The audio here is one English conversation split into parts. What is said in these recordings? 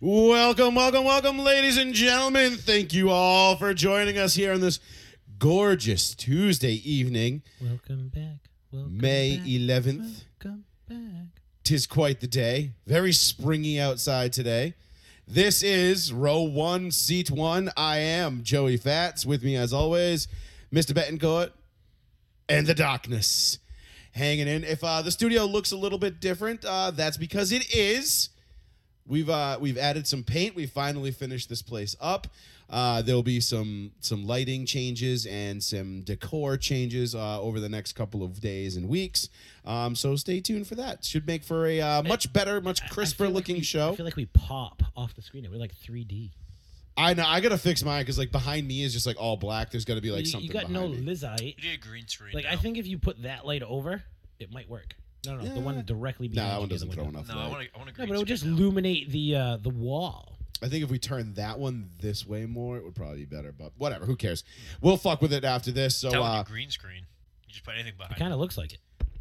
Welcome, welcome, welcome, ladies and gentlemen. Thank you all for joining us here on this gorgeous Tuesday evening, Welcome back. Welcome May back. 11th. Welcome back. Tis quite the day. Very springy outside today. This is row one, seat one. I am Joey Fats. With me, as always, Mr. Betancourt and the darkness hanging in. If uh, the studio looks a little bit different, uh, that's because it is. We've uh, we've added some paint. We finally finished this place up. Uh, there'll be some some lighting changes and some decor changes uh, over the next couple of days and weeks. Um, so stay tuned for that. Should make for a uh, much better, much crisper I feel like looking we- show. I feel like we pop off the screen. now. We're like 3D. I know I gotta fix mine because like behind me is just like all black. There's gotta be like you, something. you got behind no me. lizite. You need a green screen. Like now. I think if you put that light over, it might work. No, no, no Yeah. the one directly No, behind. that one you near the doesn't throw window. enough. No, light. I want to. I want a No, green but it would screen just now. illuminate the uh, the wall. I think if we turn that one this way more, it would probably be better. But whatever, who cares? We'll fuck with it after this. So Tell me uh, the green screen. You just put anything It behind. kind of looks like it.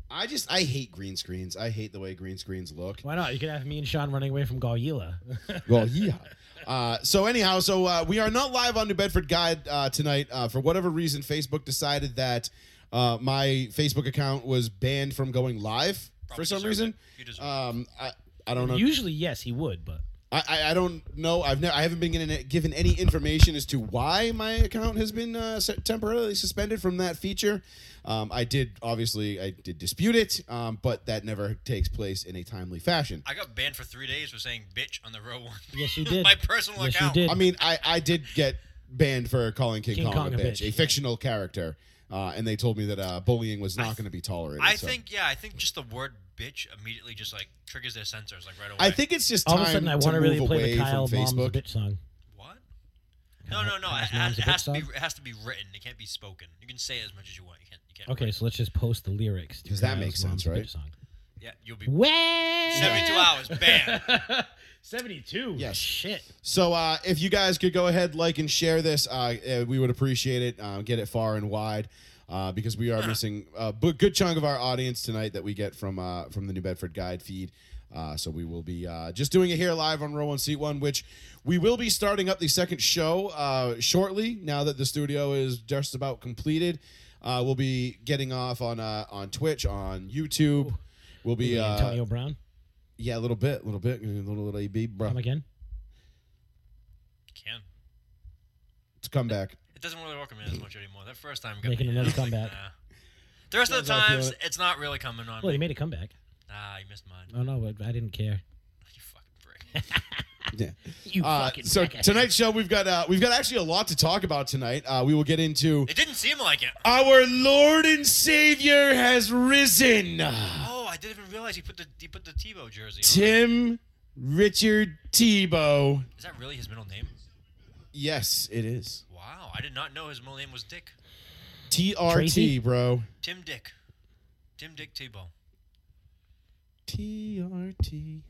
I just I hate green screens. I hate the way green screens look. Why not? You could have me and Sean running away from Galyla. Well, yeah. Uh, so anyhow, so uh, we are not live on New Bedford Guide uh, tonight. Uh, for whatever reason, Facebook decided that uh, my Facebook account was banned from going live for Probably some deserve reason. it. You deserve it. Um, I, I don't know. Usually, yes, he would, but I, I, I don't know. I've never I haven't been given given any information as to why my account has been uh, se- temporarily suspended from that feature. Um, I did obviously I did dispute it, um, but that never takes place in a timely fashion. I got banned for three days for saying bitch on the row one. yes, you did. My personal Yes, you account. did. I mean, I, I did get banned for calling King, King Kong, Kong a a bitch, bitch, a yeah. fictional character, uh, and they told me that uh, bullying was not th- going to be tolerated. I so. think yeah. I think just the word bitch immediately just like triggers their sensors like right away. I think it's just time All of a sudden, I to want to move really play away the Kyle from Mom's a Facebook. bitch song. what? No, no, no. Ask It Mom's has, a it has bitch to be. song? It has to be written. It can't be spoken. You can say it as much as you want. You can't. You can't. Okay, write. so let's just post the lyrics. to Does that Kyle's make sense, Mom's a Bitch right? Song. Yeah, you'll be Well, 72 hours banned. 72. Yes. Shit. So uh, if you guys could go ahead, like and share this, uh, uh, we would appreciate it. Uh, get it far and wide. Uh, because we are missing a bu- good chunk of our audience tonight that we get from uh, from the New Bedford Guide feed, uh, so we will be uh, just doing it here live on Row One Seat One, which we will be starting up the second show uh, shortly. Now that the studio is just about completed, uh, we'll be getting off on uh, on Twitch, on YouTube. We'll be uh, Antonio Brown. yeah, a little bit, a little bit, a little little AB, bro, Come again. Can. to come back. It doesn't really work on me as much anymore. That first time got Making me. I another was like, comeback. nah. The rest of the Yeah, I feel times, it. it's not really coming on. Well, he me. made a comeback. Nah, you missed mine. Oh, no, but I didn't care. You fucking prick. Yeah. You Uh, fucking so crackhead. tonight's show, we've got uh, we've got actually a lot to talk about tonight. Uh, we will get into It didn't seem like it. our Lord and Savior has risen. Oh, I didn't even realize he put the he put the Tebow jersey. on. Tim Richard Tebow. Is that really his middle name? Yes, it is. Wow, I did not know his middle name was Dick. TRT, Tracy? bro. Tim Dick. Tim Dick Tebow. TRT.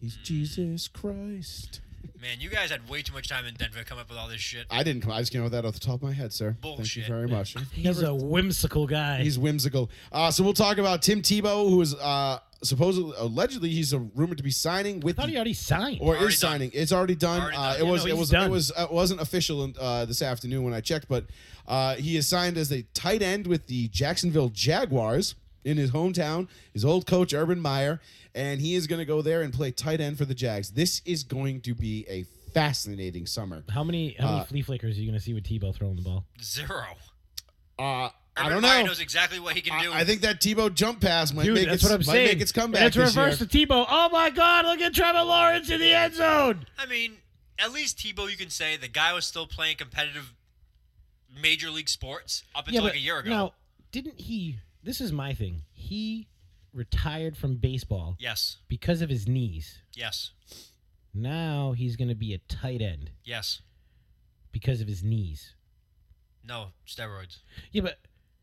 He's Jesus Christ. Man, you guys had way too much time in Denver to come up with all this shit. I didn't come. I just came up with that off the top of my head, sir. Thank you Bullshit. very much. He's a whimsical guy. He's whimsical. Uh, so we'll talk about Tim Tebow, who is uh, supposedly, allegedly, he's a, rumored to be signing with I thought the he already signed. or Already is done. signing. It's already done. Already uh, done. It Yeah, was. no, it he's was. It done. was. Uh, wasn't official uh, this afternoon when I checked, but uh, he is signed as a tight end with the Jacksonville Jaguars in his hometown. His old coach Urban Meyer, and he is going to go there and play tight end for the Jags. This is going to be a fascinating summer. how many how Uh, many flea flickers are you going to see with Tebow throwing the ball? Zero. Uh, I Urban don't Meyer know. knows exactly what he can do. I, I think that Tebow jump pass might Dude, make that's its, what I'm might saying. make its comeback That's this year. reverse to Tebow. Oh, my God. Look at Trevor Lawrence in the end zone. I mean, at least Tebow, you can say the guy was still playing competitive major league sports up until like a year ago. Now, didn't he? This is my thing. He retired from baseball Yes, because of his knees. yes, Now he's going to be a tight end yes. because of his knees. No steroids. Yeah, but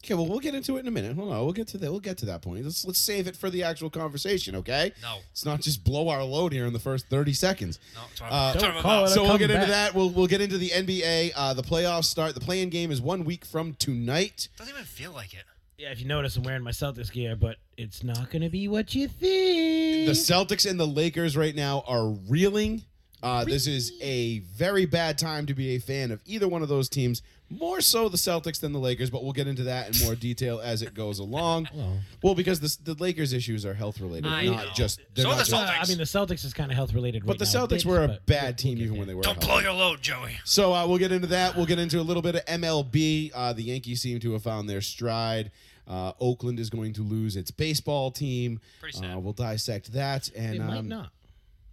Okay, well, we'll get into it in a minute. Hold on, we'll get to that. We'll get to that point. Let's let's save it for the actual conversation, okay? No, Let's not just blow our load here in the first thirty seconds. no. That's what I'm, Uh, that's what I'm Don't call about. it So we'll come get into back. that. We'll we'll get into the NBA. Uh, the playoffs start. The playing game is one week from tonight. Doesn't even feel like it. yeah, if you notice, I'm wearing my Celtics gear, but it's not going to be what you think. The Celtics and the Lakers right now are reeling. Uh, this is a very bad time to be a fan of either one of those teams, more so the Celtics than the Lakers, but we'll get into that in more detail as it goes along. Well. Well, because the, the Lakers issues are health related, I not know. just they're So not the just- Celtics. I mean, the Celtics is kind of health related, but the Celtics were a bad team even when they were Don't healthy. blow your load, Joey. So uh, we'll get into that. We'll get into a little bit of MLB. Uh, the Yankees seem to have found their stride. Uh, Oakland is going to lose its baseball team. Pretty sad. Uh, we'll dissect that, and They might um, not.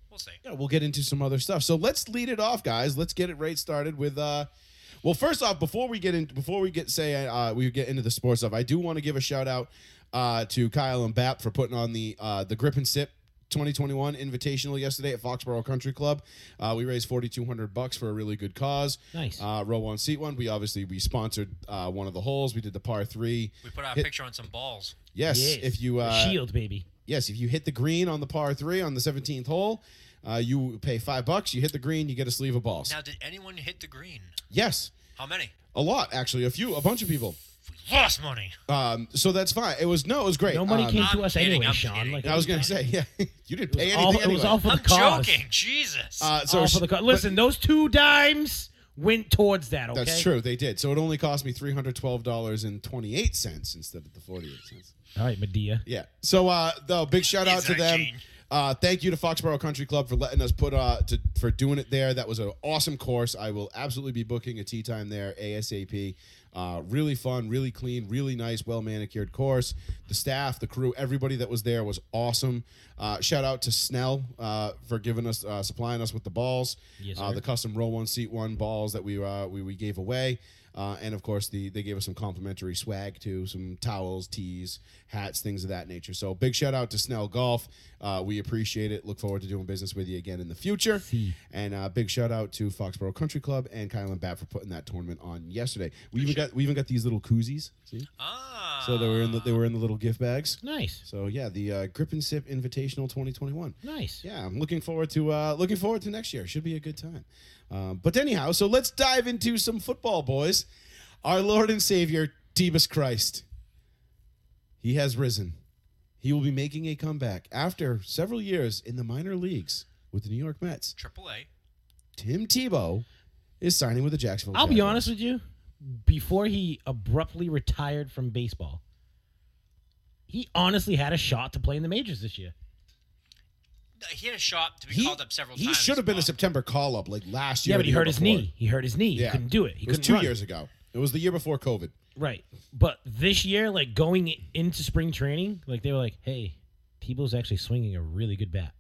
We'll see. yeah, we'll get into some other stuff. So let's lead it off, guys. Let's get it right started with. Uh, well, first off, before we get in, before we get say uh, we get into the sports stuff, I do want to give a shout out uh, to Kyle and Bap for putting on the uh, the Grip and Sip 2021 Invitational yesterday at Foxborough Country Club. Uh, we raised 4,200 bucks for a really good cause. Nice. Uh, row one, seat one. We obviously we sponsored uh, one of the holes. We did the par three. We put our Hit- picture on some balls. Yes, Yes. if you The uh, shield baby. Yes, if you hit the green on the par three on the 17th hole, uh, you pay five bucks. You hit the green, you get a sleeve of balls. Now, did anyone hit the green? yes, How many? a lot actually, a few, a bunch of people. We lost money. Um, so that's fine. It was no, it was great. No money Um, came I'm to us kidding, anyway, I'm Sean. kidding. Like, I was gonna say, yeah, you didn't pay it anything. was all, it was anyway. all for the I'm cause. joking. Jesus. Uh, so All sh- for the cause. Listen, those two dimes went towards that. Okay, That's true. They did. So it only cost me three hundred twelve dollars and twenty eight cents instead of the forty eight cents. All right, Medea. Yeah. So uh the big shout out It's to them. hygiene. Uh, thank you to Foxborough Country Club for letting us put uh to, for doing it there. That was an awesome course. I will absolutely be booking a tea time there ASAP. Uh, really fun, really clean, really nice, well manicured course. The staff, the crew, everybody that was there was awesome. Uh, shout out to Snell uh, for giving us uh, supplying us with the balls, Yes, uh, sir. the custom roll one seat one balls that we uh, we, we gave away. Uh, and of course, the they gave us some complimentary swag too, some towels, tees, hats, things of that nature. So big shout out to Snell Golf. Uh, we appreciate it. Look forward to doing business with you again in the future. See. And uh, big shout out to Foxborough Country Club and Kyle and Bat for putting that tournament on yesterday. We even got we even got these little koozies. See, ah. so they were in the they were in the little gift bags. Nice, So yeah, the uh, Grip and Sip Invitational 2021. nice. Yeah, I'm looking forward to uh, looking forward to next year. Should be a good time. Um, but anyhow, so let's dive into some football, boys. Our Lord and Savior, Tebus Christ. He has risen. He will be making a comeback after several years in the minor leagues with the New York Mets. Triple A. Tim Tebow is signing with the Jacksonville. I'll be Jaguars. honest with you. Before he abruptly retired from baseball, he honestly had a shot to play in the majors this year. He had a shot to be He, called up several he times. should have been a but- September call up like last year. Yeah, or but the he year hurt his before. knee. He hurt his knee. Yeah. He couldn't do it. He It was couldn't two run. years ago. It was the year before COVID. Right. But this year, like going into spring training, like they were like, "Hey, Tebow's actually swinging a really good bat."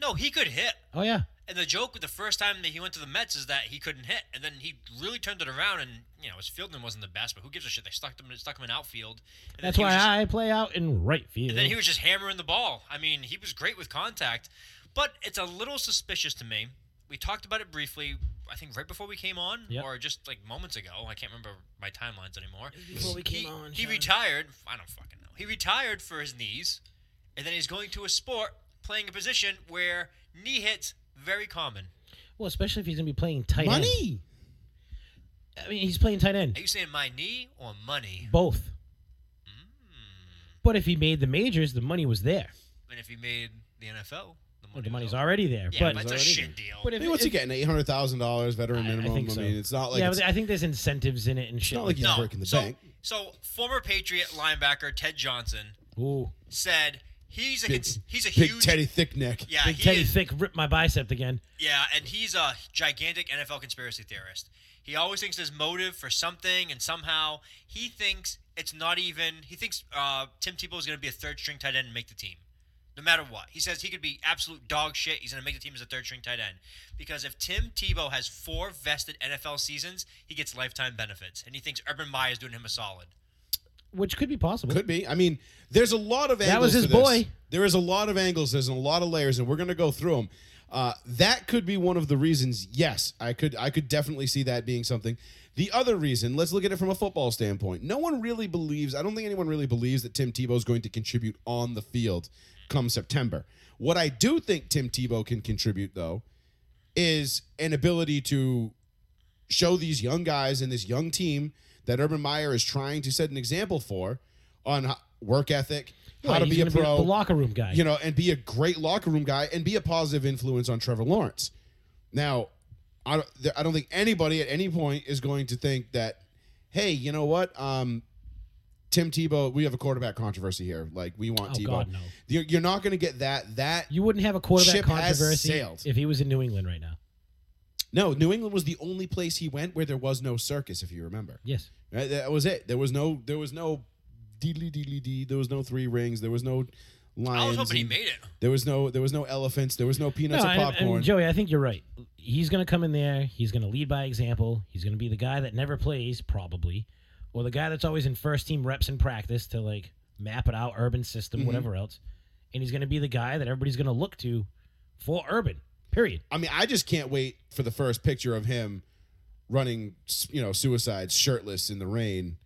No, he could hit. Oh yeah, And the joke with the first time that he went to the Mets is that he couldn't hit, and then he really turned it around. And you know his fielding wasn't the best, but who gives a shit? They stuck him, stuck him in outfield. And then that's he was why just- I play out in right field. And then he was just hammering the ball. I mean, he was great with contact, but it's a little suspicious to me. We talked about it briefly, I think, right before we came on, Yep. or just like moments ago. I can't remember my timelines anymore. Before we he, he retired. I don't fucking know. He retired for his knees, and then he's going to a sport playing a position where knee hits very common. Well, especially if he's gonna be playing tight end. Money. I mean, he's playing tight end. Are you saying my knee or money? Both. Mm. But if he made the majors, the money was there. And if he made the NFL, the, money Well, the money's was- already there. Yeah, but, but, it's a already shit deal. but I if, mean, what's he if, getting? Eight hundred thousand dollars veteran I- I minimum. I, think so. mean, it's not like yeah, it's, but I think there's incentives in it and shit. not like like he's no. working the so, bank. so former Patriot linebacker Ted Johnson ooh, said he's a Big- cons- he's a big huge Teddy Thickneck. yeah Big he Teddy is- Thick ripped my bicep again. yeah and he's a gigantic NFL conspiracy theorist. He always thinks there's motive for something and somehow he thinks it's not even he thinks uh, Tim Tebow is going to be a third string tight end and make the team. No matter what, he says he could be absolute dog shit. He's going to make the team as a third string tight end because if Tim Tebow has four vested NFL seasons, he gets lifetime benefits, and he thinks Urban Meyer is doing him a solid. Which could be possible. Could be. I mean, there's a lot of angles. was his to this. boy. There is a lot of angles. There's a lot of layers, and we're gonna go through them. Uh, that could be one of the reasons. Yes, I could. I could definitely see that being something. The other reason, let's look at it from a football standpoint. No one really believes. I don't think anyone really believes that Tim Tebow is going to contribute on the field come September. What I do think Tim Tebow can contribute, though, is an ability to show these young guys and this young team that Urban Meyer is trying to set an example for on h- work ethic, how Right, to he's be a gonna the pro, locker room guy. you know, and be a great locker room guy and be a positive influence on Trevor Lawrence. Now, I don't, there- I don't think anybody at any point is going to think that, hey, you know what? Um, Tim Tebow, we have a quarterback controversy here. Like, we want Oh, Tebow. God, no. You're, you're not going to get that. That You wouldn't have a quarterback Ship has controversy sailed. if he was in New England right now. no. New England was the only place he went where there was no circus, if you remember. Yes. Right, that was it. There was no. There was no. Deedly deedly dee. There was no three rings. There was no lions. I was hoping he and made it. There was no. There was no elephants. There was no peanuts No, and and, popcorn. and Joey, I think you're right. He's going to come in there. He's going to lead by example. He's going to be the guy that never plays, probably, or the guy that's always in first team reps in practice to like map it out, urban Mm-hmm. system, whatever else. And he's going to be the guy that everybody's going to look to for urban. Period. I mean, I just can't wait for the first picture of him running, you know, suicides shirtless in the rain,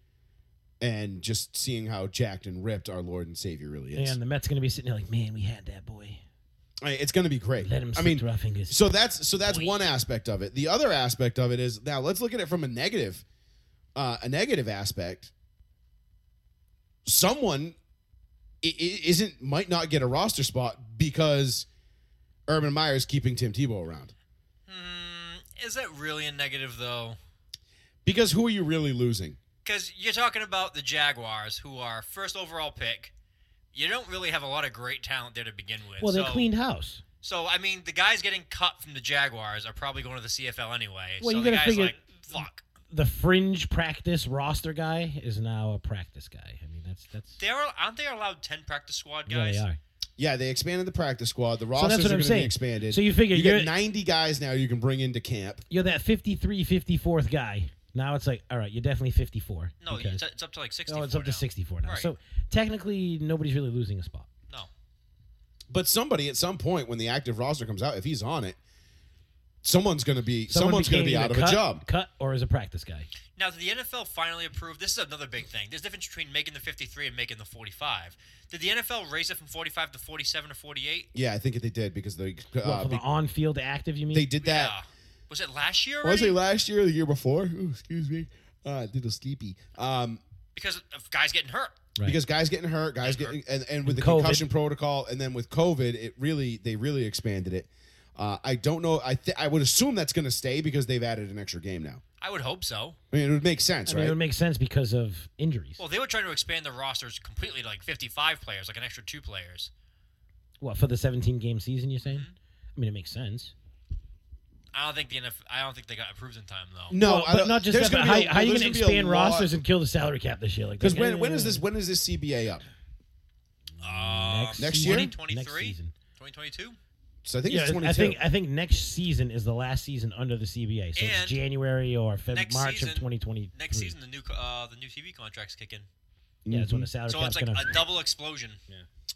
and just seeing how jacked and ripped our Lord and Savior really is. And the Mets going to be sitting there like, man, we had that boy. I mean, it's going to be great. Let him I slip mean, through our fingers. so that's so that's one aspect of it. The other aspect of it is now let's look at it from a negative, uh, a negative aspect. Someone i- i- isn't might not get a roster spot because Urban Meyer is keeping Tim Tebow around. Mm, is that really a negative though? Because who are you really losing? Because you're talking about the Jaguars, who are first overall pick. You don't really have a lot of great talent there to begin with. well, they so, cleaned house. So I mean, the guys getting cut from the Jaguars are probably going to the CFL anyway. Well, so you the gotta guys figure- like fuck. The fringe practice roster guy is now a practice guy. I mean, that's that's They're aren't they allowed ten practice squad yeah, guys? they are. Yeah, they expanded the practice squad. The So rosters that's are what I'm going to be saying. expanded. So you figure you you're get 90 guys now you can bring into camp. you're that 53 54th guy now it's like all right you're definitely 54 No, because- it's, it's up to like sixty. oh, it's up to 64 now Right. so technically nobody's really losing a spot No, But somebody at some point when the active roster comes out, if he's on it, someone's going to be Someone someone's going to be became out of either a cut- job. cut or as a practice guy Now, did the NFL finally approve? This is another big thing. There's a difference between making the 53 and making the 45. Did the NFL raise it from 45 to 47 or 48? Yeah, I think they did because they What, uh, for the be- on-field active you mean they did that. Was it last year? I want to say already? last year, or the year before. Ooh, excuse me, uh, little sleepy. Um, Because of guys getting hurt. Right. Because guys getting hurt, guys getting and, and with And the COVID. concussion protocol, and then with COVID, it really they really expanded it. Uh, I don't know. I th- I would assume that's going to stay because they've added an extra game now. I would hope so. I mean, it would make sense, I mean, it right? would make sense because of injuries. Well, they were trying to expand the rosters completely to like 55 players, like an extra two players. What for the 17 game season? You're saying? Mm-hmm. I mean, it makes sense. I don't think the NFL. I don't think they got approved in time though. no, Well, I but don't- not just there's that. But gonna how, be a- how are you there's going to gonna be a expand lot- rosters and kill the salary cap this year? Like, Because like, when eh, when is this when is this CBA up? Um, next season- year? Next 2023? season. 2022? So I think Yeah, it's twenty two. I think I think next season is the last season under the CBA, so And it's January or Feb- next March of season- 2020. Next season, the new co- uh, the new TV contracts kick in. yeah, that's when Mm-hmm. the salary So cap's it's like gonna a double explosion.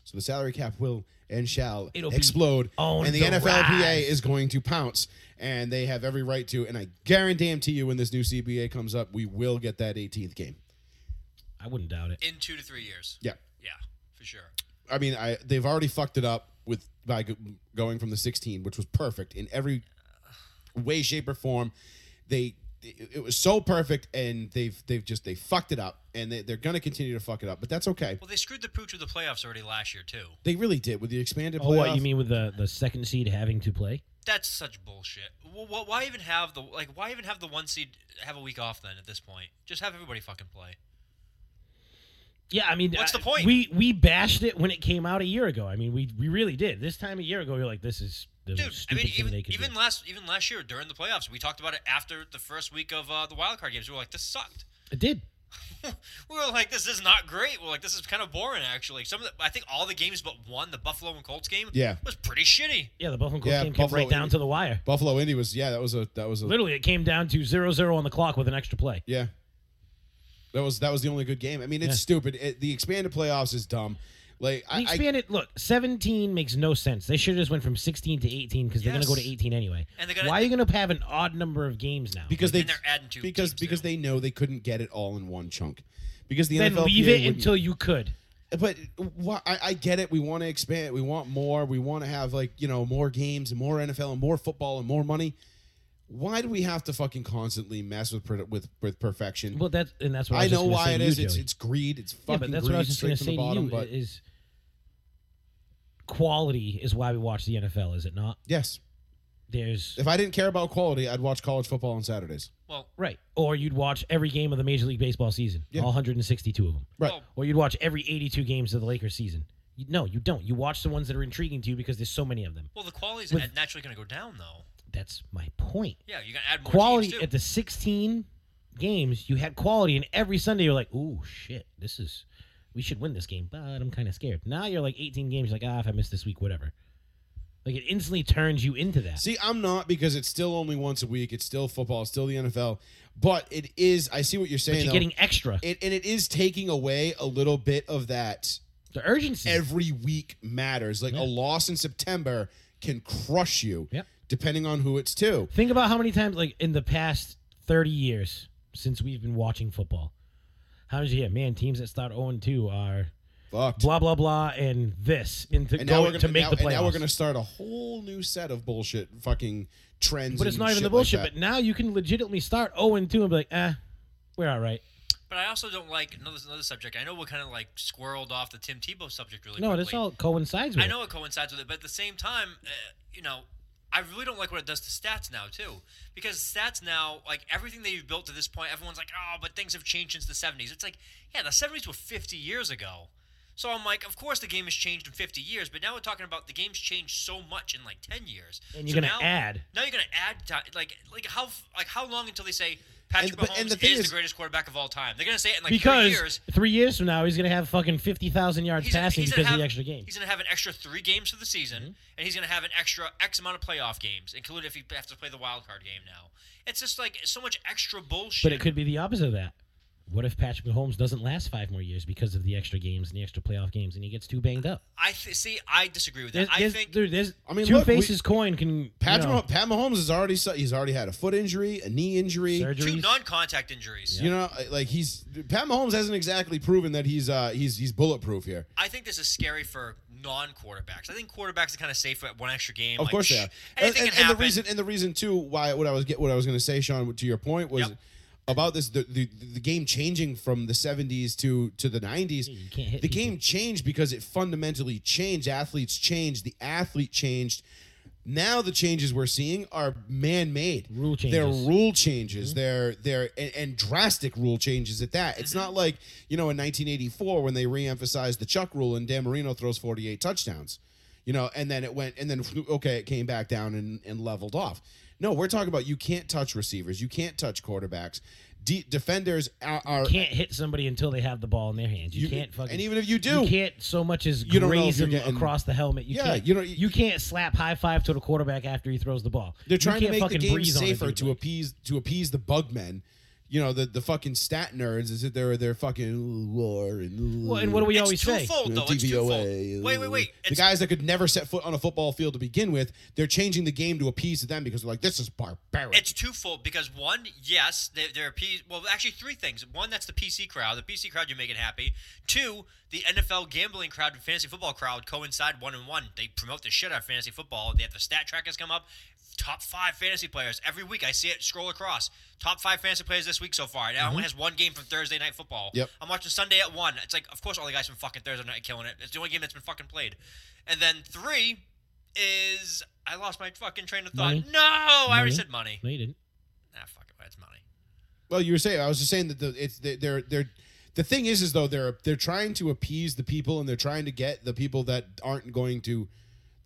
so the salary cap will and shall It'll be explode, on and the, the NFLPA rise. is going to pounce, and they have every right to. And I guarantee to you, when this new CBA comes up, we will get that 18th game. I wouldn't doubt it. in two to three years. Yeah. Yeah, for sure. I mean, I they've already fucked it up with by go- going from the 16, which was perfect in every way, shape, or form. They it it was so perfect, and they've they've just they fucked it up, and they, they're gonna continue to fuck it up. But that's okay. Well, they screwed the pooch with the playoffs already last year too. They really did with the expanded. Oh, what playoff. you mean with the the second seed having to play? That's such bullshit. Wh- wh- Why even have the like? Why even have the one seed have a week off then? At this point, just have everybody fucking play. Yeah, I mean, What's I- the point? We we bashed it when it came out a year ago. I mean, we we really did. This time a year ago, you're like, this is the Dude, stupid I mean, thing even they could even do. last even last year during the playoffs, we talked about it after the first week of uh, the wild card games. We were like, this sucked. It did. we were like, this is not great. We're like, this is kind of boring actually. Some of the, I think all the games but one, the Buffalo and Colts game, Yeah. was pretty shitty. Yeah, the Buffalo Colts Yeah, game Buffalo- came right down to the wire. Buffalo Indy was yeah that was a that was a Literally, it came down to zero zero on the clock with an extra play. yeah that was that was the only good game. I mean it's Yeah. stupid. It, the expanded playoffs is dumb. Like I, The I expanded look, seventeen makes no sense. They should have just went from sixteen to eighteen because they're going to go Yes. to eighteen anyway. And they're gonna- Why are you going to have an odd number of games now? because they And they're adding two because teams, because too. they know they couldn't get it all in one chunk because the then NFL leave it until you could. but why, I, I get it. We want to expand. We want more. We want to have like you know more games and more NFL and more football and more money. Why do we have to fucking constantly mess with per- with with perfection? Well, that's and that's what I, I was just know gonna why say it to you, is. It's Joey. it's greed. It's Yeah, fucking but that's greed what I was just straight going to from say the bottom. to you but is quality is why we watch the NFL, is it not? yes, There's If I didn't care about quality, I'd watch college football on Saturdays. Well, right, or you'd watch every game of the Major League Baseball season, Yeah. all 162 of them. Right. well, Or you'd watch every 82 games of the Lakers season. You, no, you don't. You watch the ones that are intriguing to you because there's so many of them. well, the quality's With- naturally going to go down though. That's my point. Yeah, you're going to add more Quality teams, too. at the 16 games, you had quality, and every Sunday you're like, "Ooh, shit, this is, we should win this game," but I'm kind of scared. Now you're like 18 games, you're like, "Ah, if I miss this week, whatever." Like it instantly turns you into that. See, I'm not because it's still only once a week. It's still football. It's still the NFL. But it is. I see what you're saying. but you're though. getting extra. it, and it is taking away a little bit of that the urgency. every week matters. Like Yeah. a loss in September can crush you, Yep. depending on who it's to. Think about how many times, like in the past 30 years since we've been watching football, how did you hear? Man, teams that start 0 2 are Fucked. blah blah blah and this and to and now go we're gonna, to make now, the and playoffs. now we're gonna start a whole new set of bullshit fucking trends. but it's and not even shit the bullshit. Like but now you can legitimately start 0 and 2 and be like, eh, we're all right. But I also don't like another another subject. I know we're kind of like squirreled off the Tim Tebow subject really. no, quickly. this all coincides with. I It. know it coincides with it, but at the same time, uh, you know, I really don't like what it does to stats now too, because stats now, like everything that you've built to this point, everyone's like, oh, but things have changed since the '70s. It's like, yeah, the '70s were 50 years ago. So I'm like, of course the game has changed in 50 years, but now we're talking about the game's changed so much in like 10 years. And you're So gonna now- add. Now you're gonna add time, like like how f- like how long until they say Patrick but- Mahomes and the the thing is, is- the greatest quarterback of all time? They're gonna say it in like because three years. three years from now, he's going to have fucking 50,000 yards He's gonna- passing he's gonna because of have- the extra game. He's going to have an extra three games for the season, Mm-hmm. and he's going to have an extra X amount of playoff games, including if he has to play the wild card game now. It's just like so much extra bullshit. But it could be the opposite of that. What if Patrick Mahomes doesn't last five more years because of the extra games and the extra playoff games and he gets too banged up? I th- see. I disagree with that. There's, I there's- think dude, there's I mean, two look, we- faces coin can Pat, you know, Mah- Pat Mahomes has already su- he's already had a foot injury, a knee injury. two surgeries. non-contact injuries. You know, like he's Pat Mahomes hasn't exactly proven that he's uh he's he's bulletproof here. I think this is scary for non-quarterbacks. I think quarterbacks are kind of safe at one extra game. Of like, course, shh, they are. And, Anything and, can and the happen. reason, and the reason too, why what I was get, what I was going to say, Sean, to your point was Yep. about this the, the the game changing from the '70s to to the '90s. you can't hit the people. game changed because it fundamentally changed. Athletes changed. The athlete changed. Now the changes we're seeing are man-made. Rule They're changes. rule changes. Mm-hmm. They're they're and, and drastic rule changes at that. It's Mm-hmm. not like you know in 1984 when they re-emphasized the Chuck rule and Dan Marino throws 48 touchdowns, you know, and then it went and then okay it came back down and and leveled off. No, we're talking about you can't touch receivers, you can't touch quarterbacks, De- defenders are, are can't hit somebody until they have the ball in their hands. You, you- can't fucking. and even if you do, you can't so much as You don't know if graze you're him getting- across the helmet. You Yeah, can't, you don't- You can't slap high five to the quarterback after he throws the ball. They're You trying to can't make the fucking game breeze on a safer dude to like- appease to appease the bug men. You know, the, the fucking stat nerds is that they're they're fucking "Ooh, war and Well, and what do we it's always say? twofold, though. It's twofold. Wait, wait, wait. The It's guys that could never set foot on a football field to begin with, they're changing the game to appease them because they're like, this is barbaric. It's twofold because one, yes, they, they're a P. Well, actually, three things. One, that's the PC crowd. The PC crowd, you make it happy. Two, the NFL gambling crowd and fantasy football crowd coincide one and one. They promote the shit out of fantasy football. They have the stat trackers come up. Top five fantasy players every week. I see it scroll across. Top five fantasy players this week so far. Mm-hmm. Now only has one game from Thursday night football. Yep. I'm watching Sunday at one. It's like, of course, all the guys from fucking Thursday night are killing it. It's the only game that's been fucking played. And then three is I lost my fucking train of thought. Money. No, I already Money. said money. No, you didn't. Nah, fuck it. That's money. well, you were saying I was just saying that the, it's they- they're they're the thing is is though they're they're trying to appease the people and they're trying to get the people that aren't going to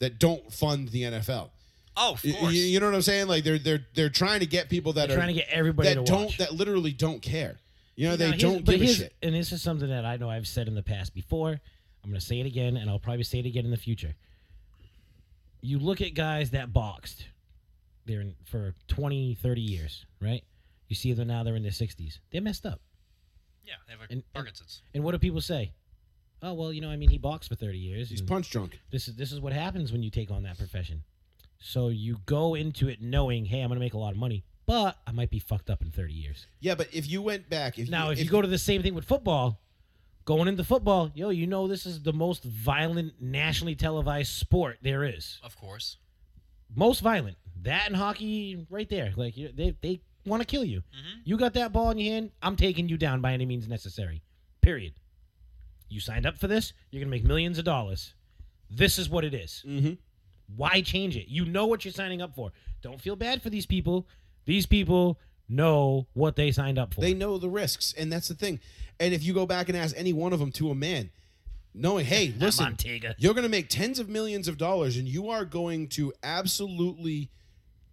that don't fund the NFL. Oh, of You, course. you know what I'm saying? Like they're they're they're trying to get people that They're are trying to get everybody that to don't watch. that literally don't care. You know, You they know, here's- don't but give a here's- shit. And this is something that I know I've said in the past before. I'm going to say it again, and I'll probably say it again in the future. You look at guys that boxed they're in, for 20, 30 years, right? You see them now, they're in their 60s. They're messed up. yeah, they have a and- Parkinson's. And what do people say? Oh, well, you know, I mean, he boxed for 30 years. He's and punch drunk. this is this is what happens when you take on that profession. So you go into it knowing, hey, I'm going to make a lot of money, but I might be fucked up in 30 years. Yeah, but if you went back, if Now, if, you go to the same thing with football, going into football, yo, you know this is the most violent nationally televised sport there is. Of course. Most violent. That and hockey, right there. Like you- they they want to kill you. Mhm. You got that ball in your hand. I'm taking you down by any means necessary. Period. You signed up for this. You're gonna make millions of dollars. This is what it is. Mhm. Why change it? You know what you're signing up for. Don't feel bad for these people. These people know what they signed up for. They know the risks, and that's the thing. And if you go back and ask any one of them to a man, knowing, hey, listen, Montega. you're going to make tens of millions of dollars, and you are going to absolutely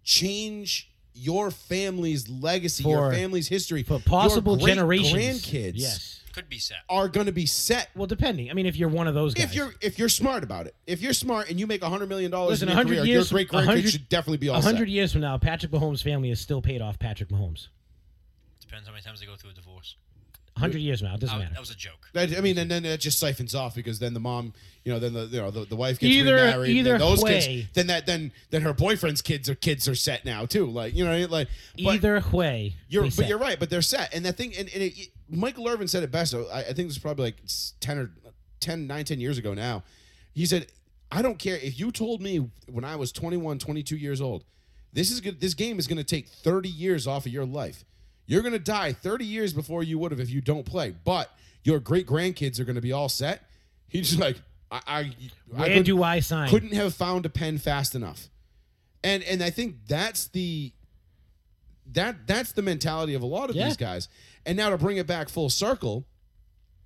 change your family's legacy, your For- family's history, for possible your great generations. grandkids Yes. Could be set. are going to be set. Well, depending. I mean, if you're one of those guys. If you're if you're smart about it, if you're smart and you make hundred million dollars in Listen, your 100 career, years- your great grandkids 100 should definitely be all a set. hundred years from now, Patrick Mahomes' family is still paid off Patrick Mahomes. Depends how many times they go through a divorce. A hundred years from now, it doesn't I- matter. that was a joke. That- I mean, and then it just siphons off because then the mom, you know, then the you know the, the wife gets Either- remarried. and then either those way. kids, then that then then her boyfriend's kids or kids are set now too. Like you know, what I mean? like but Either way, You're, they but said. you're right. But they're set, and that thing, and, and it, Michael Irvin said it best. I, I think this is probably like s- ten or 10, 9, 10 years ago now. He said, "I don't care if you told me when I was 21, 22 years old, this is good. This game is going to take thirty years off of your life. You're going to die thirty years before you would have if you don't play. But your great grandkids are going to be all set." He's just like, "I, I, I Where couldn't- do I sign? couldn't have found a pen fast enough. And and I think that's the that that's the mentality of a lot of Yeah. these guys. And now to bring it back full circle,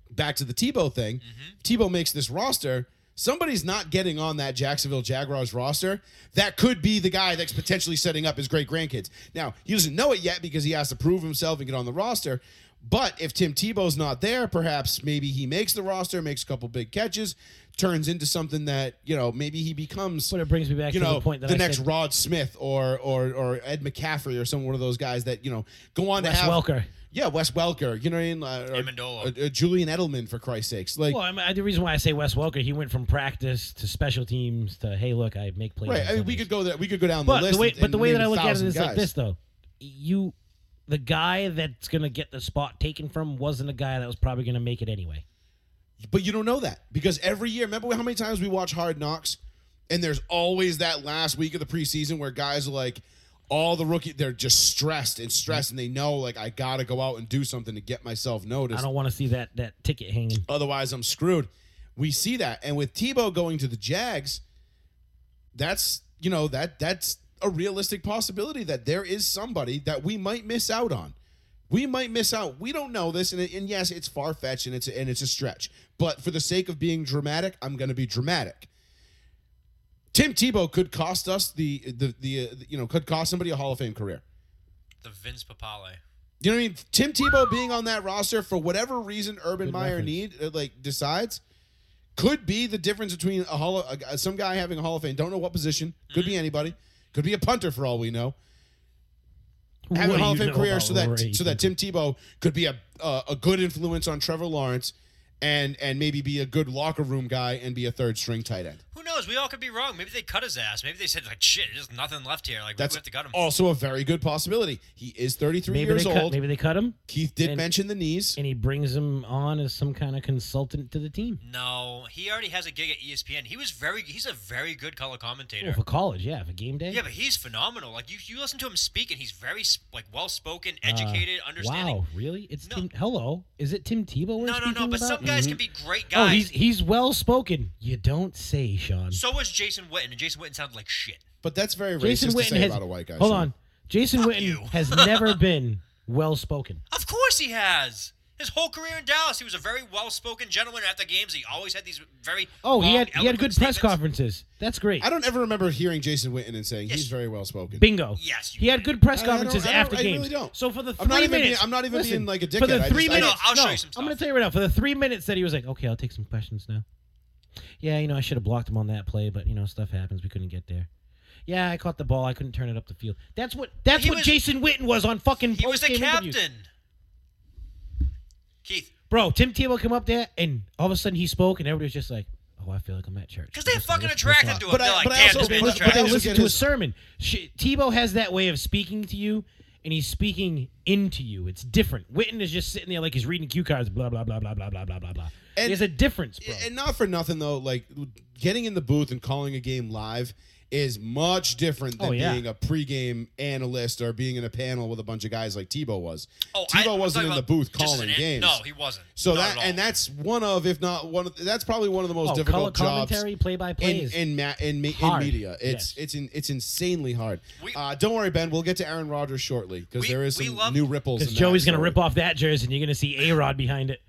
back to the Tebow thing, Tebow makes this roster. Somebody's not getting on that Jacksonville Jaguars roster. That could be the guy that's potentially setting up his great grandkids. Now, he doesn't know it yet because he has to prove himself and get on the roster. But if Tim Tebow's not there, perhaps maybe he makes the roster, makes a couple big catches, turns into something that, you know, maybe he becomes But it brings me back you to know, the point that I next said, Rod Smith or or or Ed McCaffrey or some one of those guys that you know go on Wes to have Welker. Yeah, Wes Welker. You know what I mean? Uh, or- Amendola. or- or Julian Edelman for Christ's sakes. Like, Well, I mean, the reason why I say Wes Welker, he went from practice to special teams to hey, look, I make plays. right? on I mean, we Sundays. could go there. We could go down but the list. the way, and- but the and way name that I look at it thousand is like guys. this, though. You, the guy that's gonna get the spot taken from wasn't a guy that was probably gonna make it anyway. But you don't know that because every year, remember how many times we watch Hard Knocks, and there's always that last week of the preseason where guys are like, all the rookie, they're just stressed and stressed, and they know like I gotta go out and do something to get myself noticed. I don't want to see that that ticket hanging. Otherwise, I'm screwed. We see that, and with Tebow going to the Jags, that's you know that that's a realistic possibility that there is somebody that we might miss out on. We might miss out. We don't know this, and, and yes, it's far fetched and it's and it's a stretch. But for the sake of being dramatic, I'm going to be dramatic. Tim Tebow could cost us the the the uh, you know could cost somebody a Hall of Fame career. The Vince Papale. You know what I mean? Tim Tebow being on that roster for whatever reason Urban Good Meyer reference. need uh, like decides could be the difference between a hall of, uh, some guy having a Hall of Fame. Don't know what position. Could be anybody. Could be a punter for all we know. Having What a do Hall of you Fame know career about so that Ray? so that Tim Tebow could be a uh, a good influence on Trevor Lawrence and and maybe be a good locker room guy and be a third string tight end. Who knows? We all could be wrong. Maybe they cut his ass. Maybe they said like, "Shit, there's nothing left here. Like, That's we have to cut him." also a very good possibility. He is 33 maybe years they old. cut, maybe they cut him Keith did and- mention the knees. and he brings him on as some kind of consultant to the team. No, he already has a gig at E ESPN. He was very. He's a very good color commentator. Well, for college, yeah, for game day. Yeah, but he's phenomenal. Like you, you listen to him speak, and he's very sp- like well spoken, educated, understanding. Uh, Wow, really? It's No. Tim. Hello, is it Tim Tebow? We're No, no, no. speaking about? But some guys can be great Oh, guys. he's he's well spoken. You don't say, Sean. so was Jason Witten, and Jason Witten sounded like shit. But that's very Jason racist to Witten say has about a white guy. hold Sean. on. Jason Fuck Witten you. has never been well spoken. Of course he has. His whole career in Dallas, he was a very well spoken gentleman. After games, he always had these very. Oh, he long, had he had eloquent good press statements. conferences. That's great. I don't ever remember hearing Jason Witten and saying Yes. he's very well spoken. Bingo. Yes, you he had did. good press I- I don't- conferences I don't- after I really games. don't. So for the 3 I'm not even being- minutes, I'm not even listen, being, like, a For dickhead. the I three just- I minutes, just- No, I'll show no, you some I'm gonna stuff. tell you right now. For the three minutes that he was like, okay, I'll take some questions now. Yeah, you know, I should have blocked him on that play, but you know, stuff happens. We couldn't get there. Yeah, I caught the ball. I couldn't turn it up the field. That's what that's He what was- Jason Witten was on fucking. He was the post-game captain. interviews. Keith, bro. Tim Tebow came up there, and all of a sudden he spoke, and everybody was just like, "Oh, I feel like I'm at church." because they're Listen, fucking listen, listen attracted up. to him. But I- they're like, but I damn, also- this man's but- but I But attractive." they also listen get to a his- sermon. Sh Tebow has that way of speaking to you, and he's speaking into you. It's different. Witten is just sitting there like he's reading cue cards. Blah blah blah blah blah blah blah blah blah. And- There's a difference, bro. And not for nothing though, like getting in the booth and calling a game live is much different than Oh, yeah. being a pregame analyst or being in a panel with a bunch of guys like Tebow was. Oh, I- I'm Tebow talking wasn't in the about booth just as calling an- games. No, he wasn't. So Not that at all. and that's one of, if not one of, that's probably one of the most oh, color difficult jobs commentary, play by in plays. in, ma- in, me- in hard. media. It's Yes. it's in, it's insanely hard. We- uh, don't worry, Ben. We'll get to Aaron Rodgers shortly because We- there is we some love- new ripples. Because Because Joey's gonna rip off that jersey, and you're gonna see A Rod behind it.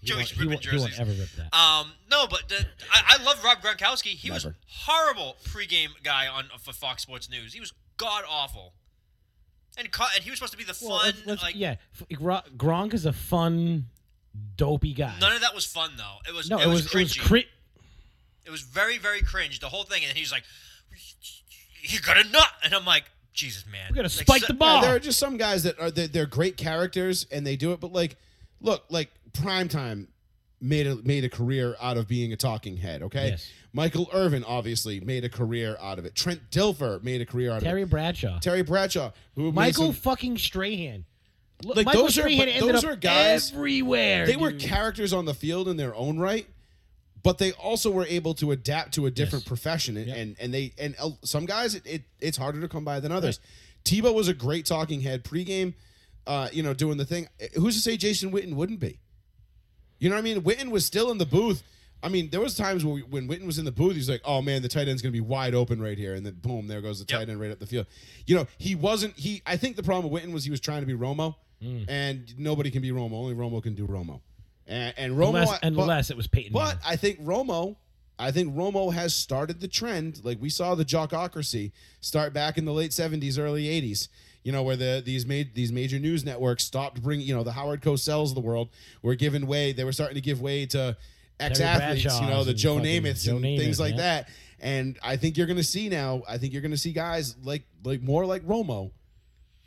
He Joey's won't- he ripping won't, he won't jerseys. ever rip that. Um, no, but the, I, I love Rob Gronkowski. He was Never. horrible pregame guy on for Fox Sports News. He was god awful. And co- and he was supposed to be the fun. Well, let's- let's- like yeah, F- Gro- Gronk is a fun, dopey guy. none of that was fun though. It was no, it, was, it was cringy. cri- It was very very cringe. The whole thing. And he's like, "You got a nut," and I'm like, "Jesus, man, we gotta Like, spike so- the Yeah, ball. there are just some guys that are they're, they're great characters and they do it, but like, look, like primetime made a made a career out of being a talking head. Okay, Yes. Michael Irvin obviously made a career out of it. Trent Dilfer made a career out Terry of it. Bradshaw, Terry Bradshaw, who made Michael some- fucking Strahan. Look, Like, Michael those are- Strahan but ended those up are guys- everywhere. they were dude. characters on the field in their own right but they also were able to adapt to a different Yes. profession and, Yep. and and they and uh, some guys it, it it's harder to come by than others tebow was a great talking head pregame uh you know doing the thing Eh, who's to say jason witten wouldn't be you know what i mean witten was still in the booth I mean, there was times where we- when Witten was in the booth, he's like, "Oh man, the tight end's going to be wide open right here," and then boom, there goes the Yep. tight end right up the field. You know, he wasn't. He, I think the problem with Witten was he was trying to be Romo, Hmm. and nobody can be Romo. Only Romo can do Romo, and, and Romo. unless, but- unless it was Peyton. but Manning. I think Romo, I think Romo has started the trend. Like we saw the jockocracy start back in the late seventies, early eighties. You know where the these made these major news networks stopped bringing. You know the Howard Cosells of the world were giving way. They were starting to give way to ex athletes. You know Bradshaws the and Joe fucking Namaths Joe and things Namath, like yeah. that. And I think you're going to see now. I think you're going to see guys like like more like Romo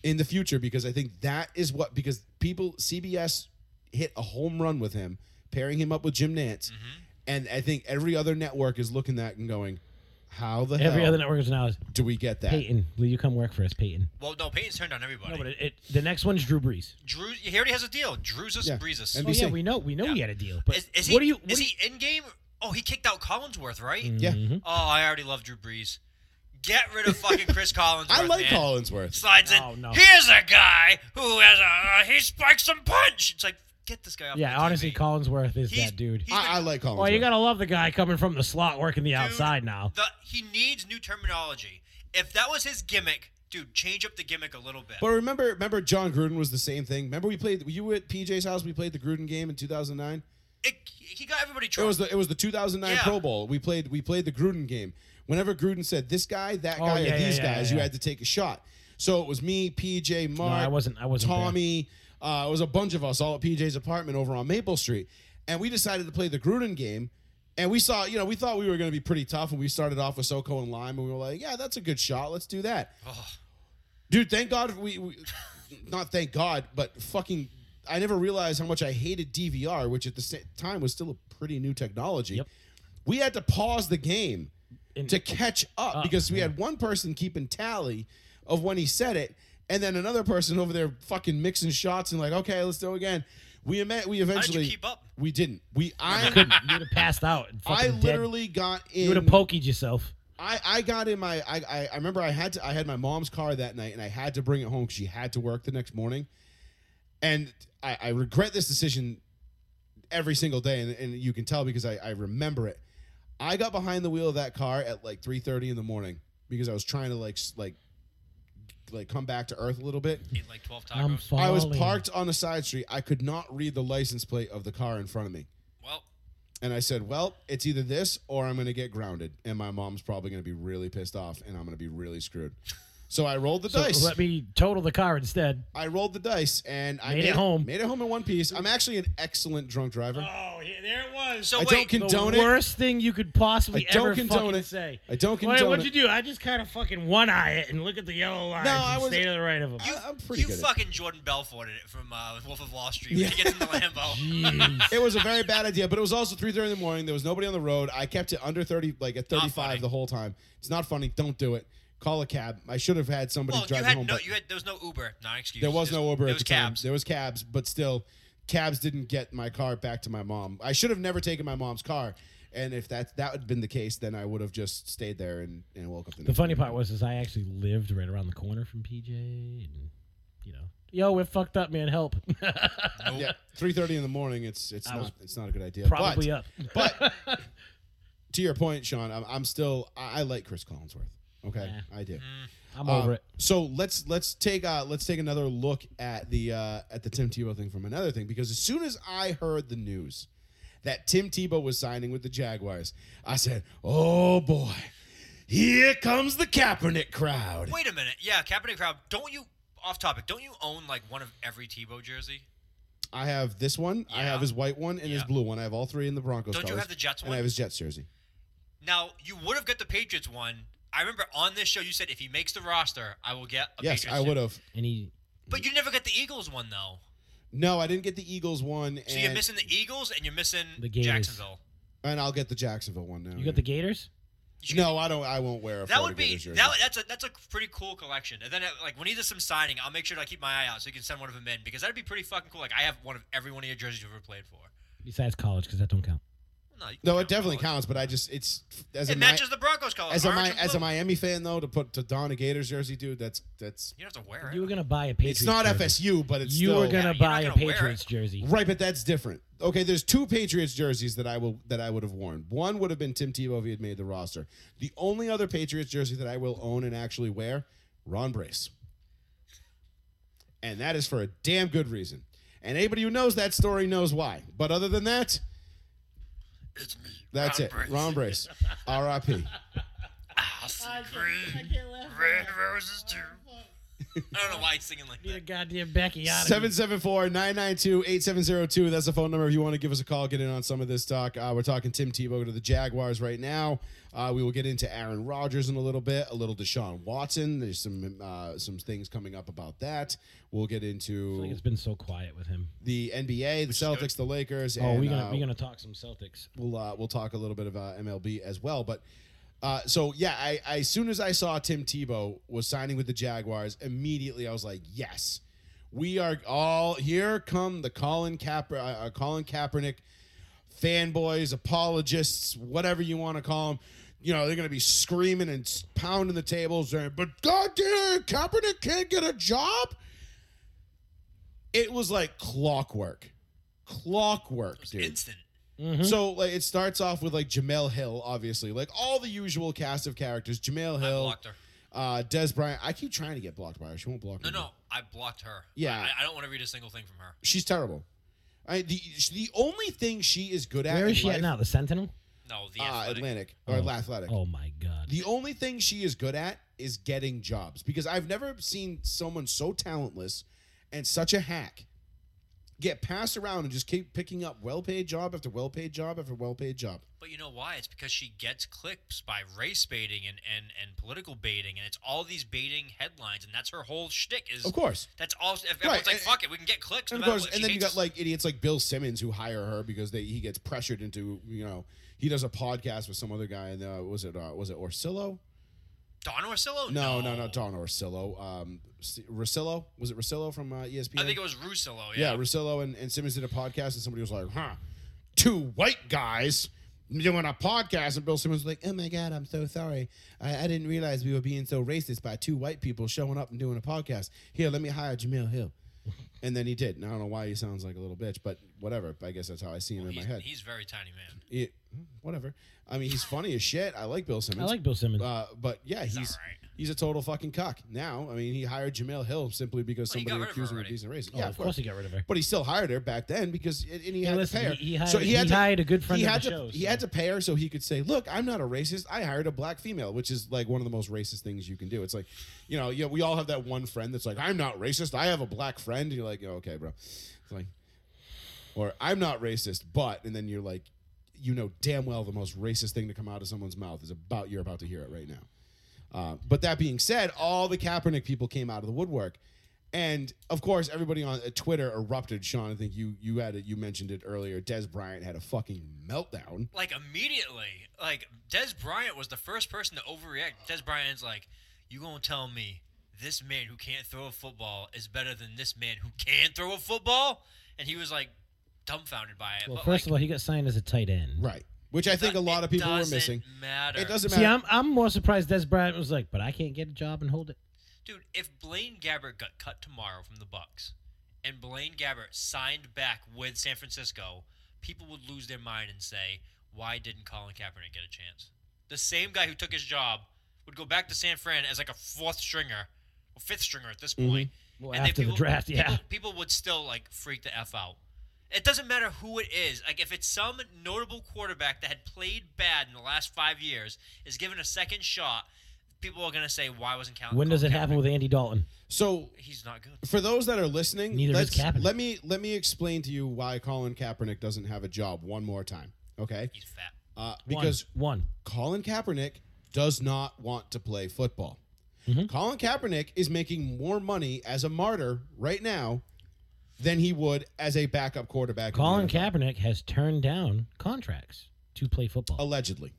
in the future because I think that is what because people CBS hit a home run with him, pairing him up with Jim Nance, Mm-hmm. and I think every other network is looking at and going, "How the every hell other network is now is do we get that?" Peyton. Will you come work for us, Peyton? Well, no, Peyton's turned on everybody. No, but it, it, the next one's Drew Brees. Drew, he already has a deal. Drew's us, Yeah. Breezus. And Oh be- yeah, NBC. we know, we know he Yeah. had a deal. But is, is he? what do you? What is do he in game? Oh, he kicked out Collinsworth, right? you- Yeah. Mhm. Oh, I already love Drew Brees. Get rid of fucking Chris Collinsworth. I like man. Collinsworth. slides No, in. no. Here's a guy who has a uh, he spikes some punch. It's like get this guy off. Yeah, my honestly, TV. Collinsworth is He's- that dude. he's- I, I like Collinsworth. Well, you gotta love the guy coming from the slot, working the Dude, outside now. The, he needs new terminology. If that was his gimmick, dude, change up the gimmick a little bit. but remember, remember John Gruden was the same thing. Remember we played. You were at PJ's house. We played the Gruden game in 2009. It- he got everybody It drunk. was the it was the 2009 Yeah. Pro Bowl. We played we played the Gruden game. Whenever Gruden said this guy, that Oh, guy, yeah, or yeah, these yeah, guys, yeah, you yeah. had to take a shot. So it was me, PJ, Mark, I wasn't- I wasn't there. Tommy. Uh, it was a bunch of us all at PJ's apartment over on Maple Street, and we decided to play the Gruden game. And we saw, you know, we thought we were going to be pretty tough, and we started off with Soko and Lime, and we were like, "Yeah, that's a good shot. Let's do that." Oh, Dude, thank God we, we not thank God, but fucking I never realized how much I hated DVR, which at the same time was still a pretty new technology. Yep. We had to pause the game And- to catch up Up, because we had one person keeping tally of when he said it and then another person over there fucking mixing shots and like, "Okay, let's do it again." We emet- we how did eventually you keep up? we didn't. We I Couldn't. You'd have passed out. and I fucking dead. literally got in You would have pokeyed yourself. I, I got in my I, I I remember I had to I had my mom's car that night and I had to bring it home because she had to work the next morning, and I, I regret this decision every single day and, and you can tell because I, I remember it. I got behind the wheel of that car at like three thirty in the morning because I was trying to like s- like like come back to earth a little bit. Ate like twelve tacos. I'm falling. I was parked on a side street. I could not read the license plate of the car in front of me. well, And I said, "Well, it's either this or I'm going to get grounded, and my mom's probably going to be really pissed off, and I'm going to be really screwed." So I rolled the So dice. let me total the car instead. I rolled the dice, and I Made it home. Made it home in one piece. I'm actually an excellent drunk driver. Oh, yeah, there it was. so I wait. don't condone the it. worst thing you could possibly I don't ever condone fucking it. say. I don't Wait, condone what'd it. you do? I just kind of fucking one eye it and look at the yellow lines No, and I was- stay to the right of them. I- I'm pretty you good. at fucking Jordan Belfort it from uh, Wolf of Wall Street. when He gets in the Lambo. Jeez. it. it was a very bad idea, but it was also 3:30 in the morning. There was nobody on the road. I kept it under 30, like at funny. 35 the whole time. It's not funny. Don't do it. Call a cab. I should have had somebody Well, you drive me had home. no, but- you had there was no Uber, not excuse. There was no Uber There at was the time. cabs. There was cabs, but still, cabs didn't get my car back to my mom. I should have never taken my mom's car And if that that had been the case, then I would have just stayed there and, and woke up the, The funny part was is I actually lived right around the corner from PJ, and you know, yo, we're fucked up, man. Help. yeah, three thirty in the morning. It's it's I was not it's not a good idea. Probably but, up. but to your point, Sean, I'm, I'm still I, I like Chris Collinsworth. Okay, Yeah. I do. I'm Uh, over it. So let's let's take uh, let's take another look at the uh, at the Tim Tebow thing from another thing because as soon as I heard the news that Tim Tebow was signing with the Jaguars, I said, "Oh boy, here comes the Kaepernick crowd." Wait a minute. Yeah, Kaepernick crowd. Don't you off topic? Don't you own like one of every Tebow jersey? I have this one, I Yeah. have his white one, and his Yeah. blue one. I have all three in the Broncos. Don't you colors, have the Jets and one? I have his Jets jersey. Now you would have got the Patriots one. I remember on this show you said if he makes the roster, I will get. a yes, Patriots I would have. And he, But you never got the Eagles one though. No, I didn't get the Eagles one, So and, you're missing the Eagles and you're missing The Gators. Jacksonville. and I'll get the Jacksonville one now. you got the Gators. no, I don't. I won't wear a. That Florida would be Gators jersey. that, would- that's a that's a pretty cool collection. And then uh, like when he does some signing, I'll make sure to keep my eye out so you can send one of them in because that'd be pretty fucking cool. Like I have one of every one of your jerseys you've ever played for. Besides college, because that don't count. No, you can No, it count definitely those. counts, but I just it's as a It Mi- matches the Broncos colors. as a orange Mi- and as a blue. Miami fan though to put to don a Gators jersey, dude. That's that's You don't have to wear it. You were gonna buy a Patriots. it's not jersey. FSU, but it's you still, were Yeah, gonna you're buy not a gonna wear Patriots it. jersey. right, but that's different. Okay, there's two Patriots jerseys that I will that I would have worn. One would have been Tim Tebow if he had made the roster. The only other Patriots jersey that I will own and actually wear, Ron Brace, and that is for a damn good reason. And anybody who knows that story knows why. But other than that, It's me. that's Ron it. Brace. Ron Brace, R.I.P. House and green. Red roses too. I don't know why he's singing like Get a that. goddamn Becky out of 774-992-8702. That's the phone number if you want to give us a call, get in on some of this talk. Uh, we're talking Tim Tebow to the Jaguars right now. Uh, we will get into Aaron Rodgers in a little bit, a little Deshaun Watson. There's some uh, some things coming up about that. We'll get Like into it's been so quiet with him. the NBA, the good. Celtics, the Lakers. Oh, and, we're gonna uh, we're gonna talk some Celtics. we'll uh, we'll talk a little bit about MLB as well. But uh, so yeah, I, I as soon as I saw Tim Tebow was signing with the Jaguars, immediately I was like, yes, we are all here. Come the Colin Kaep- uh, uh, Colin Kaepernick fanboys, apologists, whatever you want to call them. You know, they're going to be screaming and s- pounding the tables. And, but God damn, it, Kaepernick can't get a job. It was like clockwork. Clockwork, dude. Instant. Hmm? So like it starts off with like Jamel Hill, obviously, like all the usual cast of characters. Jamel I Hill, blocked her. uh, Des Bryant. I keep trying to get blocked by her. She won't block No, me. no, I blocked her. Yeah. I, I don't want to read a single thing from her. she's terrible. I, the the only thing she is good at. Where in is she life, at now? The Sentinel. No, the Uh, athletic. Atlantic or Oh. Athletic. Oh my God. The only thing she is good at is getting jobs because I've never seen someone so talentless and such a hack get passed around and just keep picking up well-paid job after well-paid job after well-paid job. But you know why? It's because she gets clicks by race baiting and, and, and political baiting, and it's all these baiting headlines, and that's her whole shtick. Is Of course. that's all? If everyone's Right, like, and- "Fuck it, we can get clicks." no And of matter course, what. She and then you hates got us. like idiots like Bill Simmons who hire her because they he gets pressured into you know he does a podcast with some other guy and uh, was it uh, was it Orsillo? Don Orsillo. No, no, no, Don Orsillo. Um, S- Rosillo was it Rosillo from uh, ESPN? I think it was Russillo. yeah, Yeah. Rosillo and, and Simmons did a podcast and somebody was like, huh, two white guys. Doing a podcast, and Bill Simmons was like, "Oh my God, I'm so sorry. I, I didn't realize we were being so racist by two white people showing up and doing a podcast. Here, let me hire Jamil Hill." And then he did. And I don't know why he sounds like a little bitch, but whatever. I guess that's how I see him in my he's, head. he's very tiny man. It- whatever. I mean, he's funny as shit. I like Bill Simmons. I like Bill Simmons. Oh, Uh, but yeah, he's he's, alright. a total fucking cock. Now, I mean, he hired Jamil Hill simply because Well, he got somebody rid of her accused him of already. decent racism. oh, yeah, of course he got rid of her. But he still hired her back then because and and he Hey, had listen, to pay her. he- he hired- so he he had to, hired a good friend he of had the to, show, He so- had to pay her so he could say, "Look, I'm not a racist. I hired a black female," which is like one of the most racist things you can do. It's like, you know, yeah, we all have that one friend that's like, "I'm not racist. I have a black friend." And you're like, oh, "Okay, bro." It's like, or "I'm not racist," but and then you're like, you know, damn well the most racist thing to come out of someone's mouth is about you're about to hear it right now. Uh, but that being said, all the Kaepernick people came out of the woodwork, and of course, everybody on uh, Twitter erupted. Sean, I think you you had it. You mentioned it earlier. Des Bryant had a fucking meltdown. Like immediately, like Des Bryant was the first person to overreact. Des Bryant's like, "You gonna tell me this man who can't throw a football is better than this man who can throw a football?" And he was like dumbfounded by it. Well, but, first like, of all, he got signed as a tight end. Right. which I think a lot It of people were doesn't missing. Matter. It doesn't See, matter. I'm I'm more surprised Des Bryant was like, but I can't get a job and hold it. Dude, if Blaine Gabbert got cut tomorrow from the Bucks, and Blaine Gabbert signed back with San Francisco, people would lose their mind and say, "Why didn't Colin Kaepernick get a chance?" The same guy who took his job would go back to San Fran as like a fourth stringer, or fifth stringer at this point. Mm-hmm. Well, And then after the draft, yeah. people, people would still like freak the f out. It doesn't matter who it is. Like if it's some notable quarterback that had played bad in the last five years is given a second shot, people are gonna say, "Why wasn't Colin?" When does it Colin happen with Andy Dalton? so He's not good. for those that are listening, Neither let's, does Kaepernick. let me let me explain to you why Colin Kaepernick doesn't have a job one more time. Okay, He's fat. uh, One. because one, Colin Kaepernick does not want to play football. Mm-hmm. Colin Kaepernick is making more money as a martyr right now than he would as a backup quarterback. in the Colin NFL, Kaepernick has turned down contracts to play Oh, football. allegedly.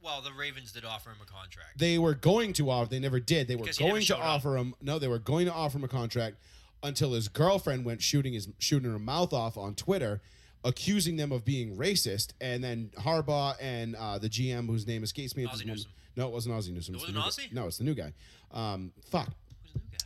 Well, the Ravens did offer him a contract. They were going to offer. They never did. They were Because he never going to showed up. offer him. No, they were going to offer him a contract until his girlfriend went shooting his shooting her mouth off on Twitter, accusing them of being racist. And then Harbaugh and uh, the GM, whose name escapes me at Ozzie this moment. Newsome. No, it wasn't Ozzie Newsome. It It's the wasn't new guy. Ozzie? No, it's the new guy. Um, fuck. Who's the new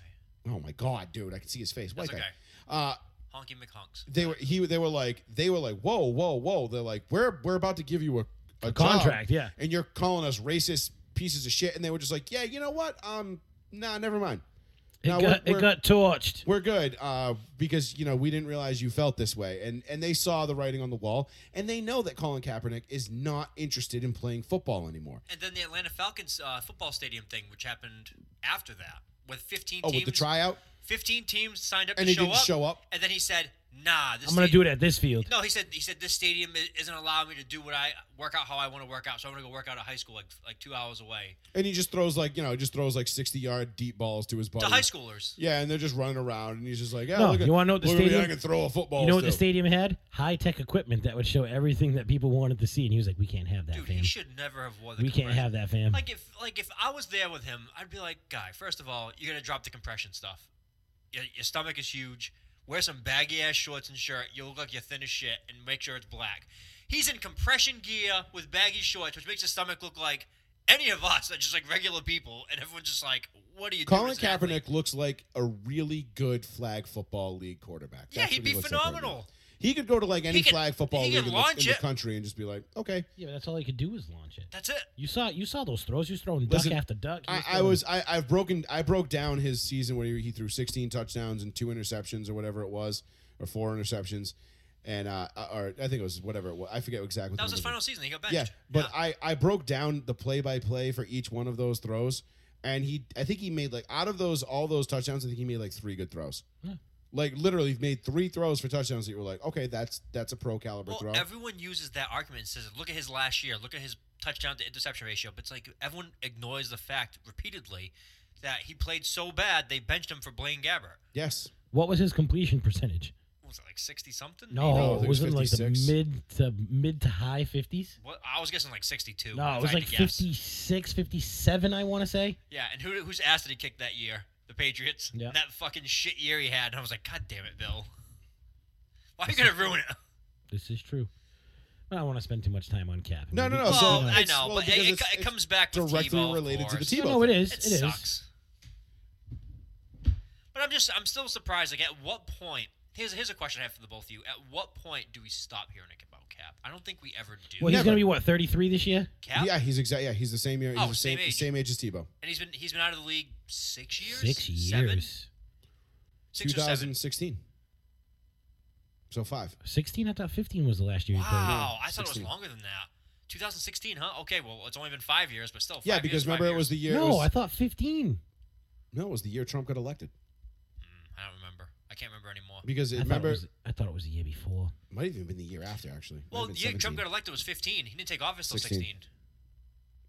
guy? Oh my god, dude! I can see his face. White That's okay. guy. Uh, Honky McHonks. they were he. They were like they were like whoa whoa whoa. They're like we're we're about to give you a, a, contract, job, yeah. and you're calling us racist pieces of shit. And they were just like yeah, you know what? Um, nah, never mind. It, No, got, we're- it got torched. We're good uh, because you know we didn't realize you felt this way, and and they saw the writing on the wall, and they know that Colin Kaepernick is not interested in playing football anymore. And then the Atlanta Falcons uh, football stadium thing, which happened after that, with 15 Oh, teams. with the tryout, 15 teams signed up And to he show didn't up, show up? And then he said, "Nah, this I'm going to sta- do it at this field. No, he said he said this stadium i- isn't allowing me to do what I work out how I want to work out, so I'm gonna go work out at high school like like two hours away and he just throws like you know he just throws like sixty yard deep balls to his buddy. to high schoolers. Yeah, and they're just running around, and he's just like, yeah, No, look at, you wanna know what the look at me, stadium- I can throw a football. You know what the still." stadium had? High tech equipment that would show everything that people wanted to see. And he was like, we can't have that, Dude, fam. he should never have wore the. We can't compression- have that, fam. Like if like if I was there with him, I'd be like, guy, first of all, you're gonna drop the compression stuff. Your, your stomach is huge. Wear some baggy ass shorts and shirt. You look like you're thin as shit, and make sure it's black. He's in compression gear with baggy shorts, which makes his stomach look like any of us. That's just like regular people, and everyone's just like, "What are you doing?" Colin as an athlete?" Kaepernick looks like a really good flag football league quarterback. Yeah, That's he'd what he be looks like right phenomenal. now. he could go to like any He could- flag football he league could in, the, launch in the it. country and just be like, okay. yeah, but that's all he could do was launch it. That's it. You saw you saw those throws. He was throwing Listen, duck after duck. He I, I throwing- was I, I've broken I broke down his season where he, he threw 16 touchdowns and two interceptions or whatever it was or four interceptions and uh or I think it was whatever it was I forget exactly. what That was the numbers his were. final season. He got benched. Yeah, but I I broke down the play by play for each one of those throws, and he I think he made like out of those all those touchdowns I think he made like three good throws. Yeah. Like literally made three throws for touchdowns that you were like, okay, that's that's a pro caliber Well, throw. everyone uses that argument and says, look at his last year, look at his touchdown to interception ratio. But it's like everyone ignores the fact repeatedly that he played so bad they benched him for Blaine Gabbert. yes, What was his completion percentage? What was it like sixty something? No, I No, think it it was was in like the 56. mid to mid to high fifties. What, I was guessing like sixty two. No, it was like 56, 57, I want to say. Yeah, and who whose ass did he kick that year? The Patriots. Yeah. That fucking shit year he had. And I was like, God damn it, Bill. Why are you gonna ruin it? This is true. But I don't want to spend too much time on Cap. I No, mean, no, we- no, so- uh, well, I it's- know, well, but because it, it, it's- it comes back with directly Tebow, of related to the course. Tebow. No, no, it is. It it is. sucks. But I'm just I'm still surprised. Like, at what point? Here's here's a question I have for the both of you. At what point do we stop hearing about Cap? I don't think we ever do. Well, he's Never. going to be what thirty three this year. Cap, yeah, he's exact. Yeah, he's the same year. He's Oh, the same same same age. age. as Tebow. and he's been he's been out of the league six years. Six Seven? years. Six or seven. 2016. So five. Sixteen. I thought fifteen was the last year. he played. Wow, I thought it 16. was longer than that. 2016, huh? Okay, well, it's only been five years, but still. Five Yeah, because years, five remember it was years. the year. it no, was- I thought fifteen. no, it was the year Trump got elected. Hmm, I don't remember. I can't remember anymore. Because I it, thought, remember, it was, I thought it was the year before. might have even been the year after actually. Might Well, have the been year 17. Trump got elected was 15. He didn't take office till 16. 16.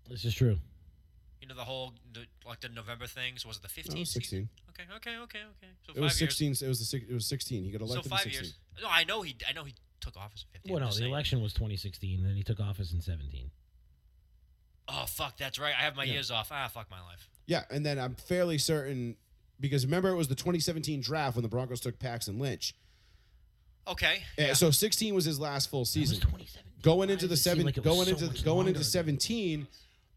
This is true. You know the whole the, like the November things. Was it the 15? No, it was 16. Okay, okay, okay, okay. So It was five years. 16. It was the six, it was 16. He got So elected. in five 16. years. No, I know he. I know he took office in 15. Well, I'm no, just the saying. election was twenty sixteen, and then he took office in seventeen. Oh fuck, that's right. I have my Yeah. years off. Ah, fuck my life. Yeah, and then I'm fairly certain because remember it was the 2017 draft when the Broncos took Paxton Lynch. Okay. And So 16 was his last full It was season. twenty seventeen. going into the does it seem seven, like it was going so into much going into longer ago? seventeen,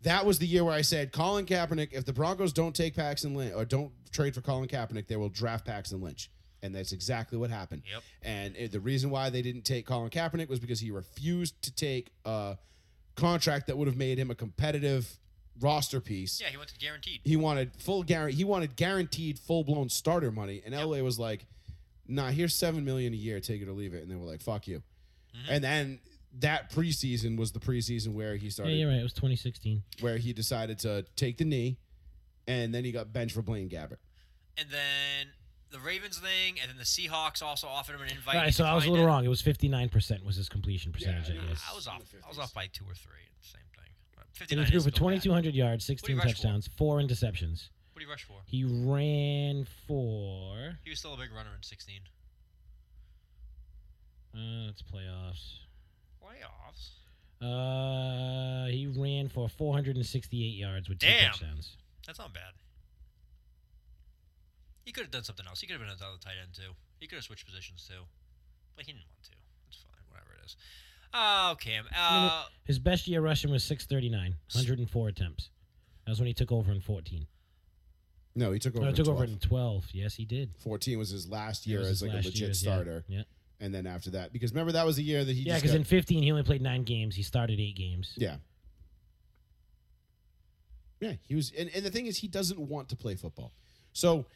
that was the year where I said Colin Kaepernick. If the Broncos don't take Paxton Lynch or don't trade for Colin Kaepernick, they will draft Paxton Lynch, and that's exactly what happened. Yep. And uh, the reason why they didn't take Colin Kaepernick was because he refused to take a contract that would have made him a competitive roster piece Yeah, he went to guaranteed. he wanted full guarantee. He wanted guaranteed full blown starter money, and LA was like, "Nah, here's seven million a year, take it or leave it." And they were like, "Fuck you." And then that preseason was the preseason where he Yeah, started, you're right. It was 2016. where he decided to take the knee, and then he got benched for Blaine Gabbert. And then the Ravens thing, and then the Seahawks also offered him an invite. All He right, so I was a declined little it. wrong. It was 59% was his completion percentage. Yeah, I guess. I was off. In the I was 50s. off by two or three. Same thing. But And 59 he threw is for still bad. 2,200 yards, 16 rush for? touchdowns, four interceptions. What do you rush for? He ran for. He was still a big runner in 16. Uh, it's playoffs. Playoffs. Uh, he ran for 468 yards with two Damn. touchdowns. That's not bad. He could have done something else. He could have been another tight end too. He could have switched positions too, but he didn't want to. It's fine, whatever it is. Oh, Cam. Uh, His best year rushing was 639, 104 attempts. That was when he took over in 14. No, he took over. No, in took over 12. in 12. Yes, he did. Fourteen was his last That year was as his like a last legit year's, yeah, starter, Yeah, and then after that, because remember that was the year that he yeah, just because got- in 15 he only played nine games. He started eight games. yeah. Yeah, he was, and, and the thing is, he doesn't want to play football. So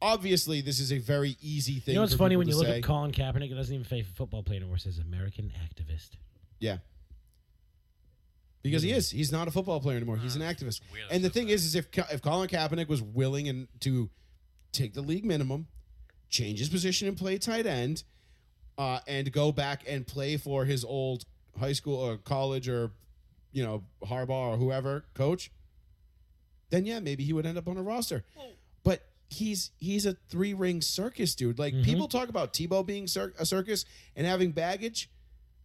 obviously, this is a very easy thing. You know what's for funny people when to you look say. at Colin Kaepernick, it doesn't even say football player anymore. It says American activist. Yeah. Because he is. He's not a football player anymore. He's an activist. weird And the stuff thing that. is, is if Ka- if Colin Kaepernick was willing and to take the league minimum, change his position and play tight end, uh, and go back and play for his old high school or college or you know Harbaugh or whoever coach, then yeah, maybe he would end up on a roster. Well- But he's he's a three ring circus dude. Like Mhm. people talk about Tebow being cir- a circus and having baggage.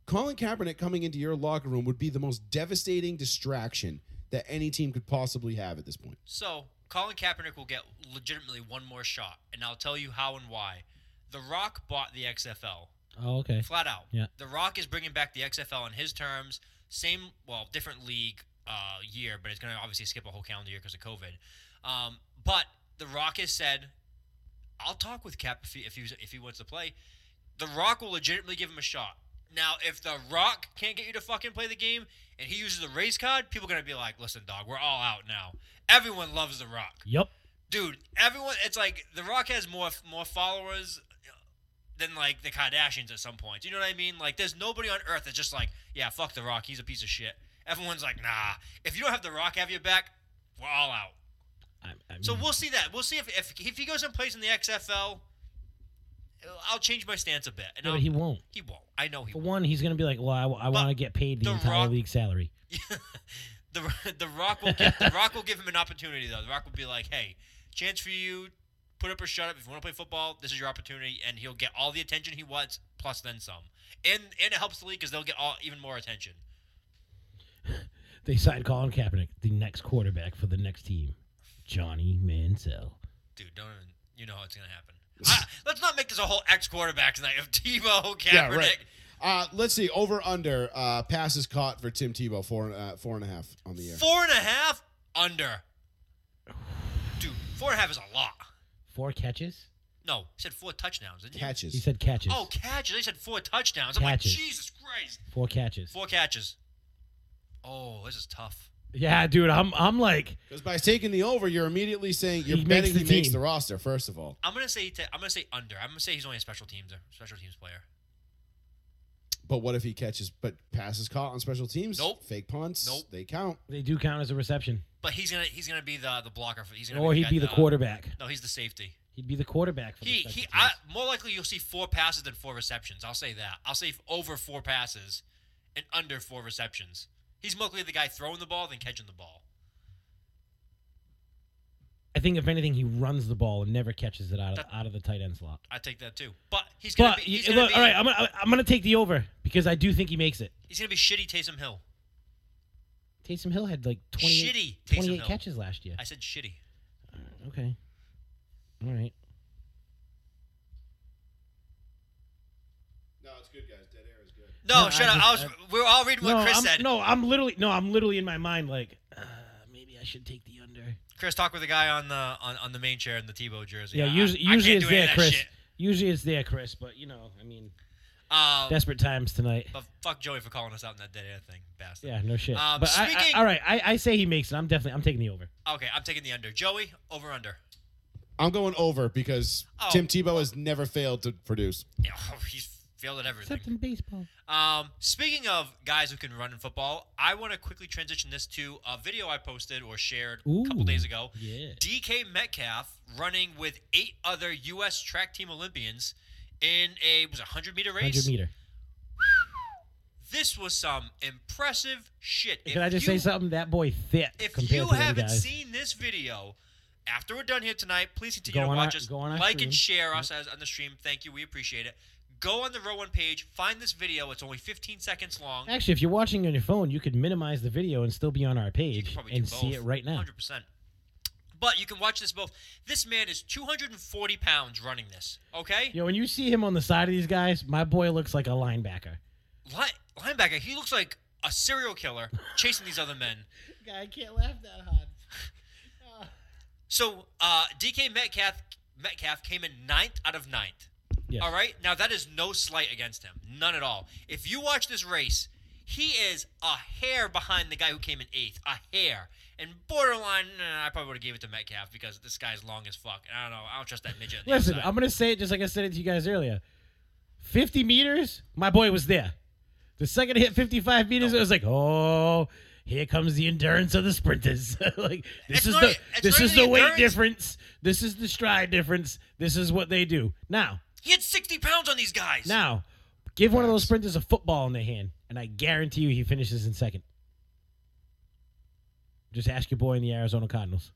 Colin Kaepernick coming into your locker room would be the most devastating distraction that any team could possibly have at this point. so Colin Kaepernick will get legitimately one more shot, and I'll tell you how and why. The Rock bought the XFL. Oh, okay. Flat out. Yeah. The Rock is bringing back the XFL on his terms. Same, well, different league uh, year, but it's going to obviously skip a whole calendar year because of COVID. Um, but The Rock has said, "I'll talk with Cap if he if he, was- if he wants to play." The Rock will legitimately give him a shot. Now, if The Rock can't get you to fucking play the game and he uses the race card, people are going to be like, "Listen, dog, we're all out now. Everyone loves The Rock." Yup. dude everyone it's like the rock has more more followers than like the kardashians at some point you know what i mean like there's nobody on earth that's just like yeah fuck the rock he's a piece of shit everyone's like nah if you don't have the rock have your back we're all out I, I so mean, we'll see that we'll see if if, if he goes and plays in the xfl i'll change my stance a bit and no, I'll- but he won't. he won't i know he For won't one, he's going to be like, well, I, want to get paid the, The entire Rock- league salary. the the Rock will give, the Rock will give him an opportunity though. The Rock will be like, "Hey, chance for you, put up or shut up. If you want to play football, this is your opportunity." And he'll get all the attention he wants, plus then some. And and it helps the league because they'll get all even more attention. They signed Colin Kaepernick, the next quarterback for the next team, Johnny Mansell. Dude, don't even, you know how it's gonna happen. I, let's not make this a whole ex quarterbacks night of Tebow Kaepernick. Yeah, right. Uh, let's see. Over under uh, passes caught for Tim Tebow four and uh, four and a half on the year. Four and a half under. Dude, four and a half is a lot. Four catches? No, he said four touchdowns, didn't you? Catches. He said catches. Oh, catches. They said four touchdowns. I'm Catches. like, Jesus Christ. Four catches. Four catches. Oh, this is tough. Yeah, dude, I'm I'm like Because by taking the over, you're immediately saying you're He makes betting the he makes team. the roster. First of all, I'm gonna say i I'm gonna say under. I'm gonna say he's only a special teams special teams player. but what if he catches but passes caught on special teams? Nope. Fake punts. Nope. They count. they do count as a reception. But he's gonna he's gonna be the the blocker. For, he's gonna Or be he'd guy be the that- uh, quarterback. No, he's the safety. He'd be the quarterback for He the he. special I, teams. more likely you'll see four passes than four receptions. I'll say that. I'll say over four passes and under four receptions. He's more likely the guy throwing the ball than catching the ball. I think if anything, he runs the ball and never catches it out of out of the tight end slot. I take that too. But he's gonna But be. He's you- gonna look, be, all right, I'm gonna, I'm gonna take the over because I do think he makes it. he's gonna be shitty Taysom Hill. Taysom Hill had like 28, Shitty Taysom 28 Hill. catches last year. I said shitty. Okay. All right. No, it's good, guys. Dead air is good. No, No, shut I up. just- I was. we were all reading what no, Chris I'm, said. no, I'm literally no, I'm literally in my mind like uh, maybe I should take the under. Chris talked with the guy on the on, on the main chair in the Tebow jersey. Yeah, I- usually, I, usually I can't it's do any there, of that Chris. shit. Usually it's there, Chris. But you know, I mean, Um, desperate times tonight. but fuck Joey for calling us out in that dead air thing, bastard. Yeah, no shit. Um, but I- I, speaking- all right, I, I say he makes it. I'm definitely I'm taking the over. Okay, I'm taking the under. Joey, over under. I'm going over because Oh. Tim Tebow has never failed to produce. Yeah, he's failed at everything. Except in baseball. Um, speaking of guys who can run in football, I want to quickly transition this to a video I posted or shared a couple Ooh. days ago. Yeah. DK Metcalf running with eight other U.S. track team Olympians in a was a hundred meter race. 100 meter. This was some impressive shit. Can If I just you- say something? That boy thick If compared you to the other haven't guys. seen this video, after we're done here tonight, please continue Go to on watch our- us. go on our like and stream. share us as on the stream. Thank you. We appreciate it. Go on the row one page, find this video. It's only 15 seconds long. Actually, if you're watching on your phone, you could minimize the video and still be on our You can page probably and do both, see it right now. 100%. But you can watch this both. This man is 240 pounds running this. Okay? You know, when you see him on the side of these guys, my boy looks like a linebacker. Li- linebacker, he looks like a serial killer chasing these other men. I can't laugh that hard. So uh, DK Metcalf Metcalf came in ninth out of ninth. Yes. All right. Now that is no slight against him, none at all. If you watch this race, he is a hair behind the guy who came in eighth, a hair, and borderline. Nah, I probably would have gave it to Metcalf because this guy's long as fuck, and I don't know. I don't trust that midget. on the Listen, outside. I'm gonna say it just like I said it to you guys earlier. 50 meters, my boy was there. The second it hit 55 meters, it was like, oh, here comes the endurance of the sprinters. like this It's is not- e-, the this it's not is the the weight endurance. difference. This is the stride difference. This is what they do. Now, he had 60 pounds on these guys. now, give one of those Facts. sprinters a football in their hand, and I guarantee you he finishes in second. Just ask your boy in the Arizona Cardinals.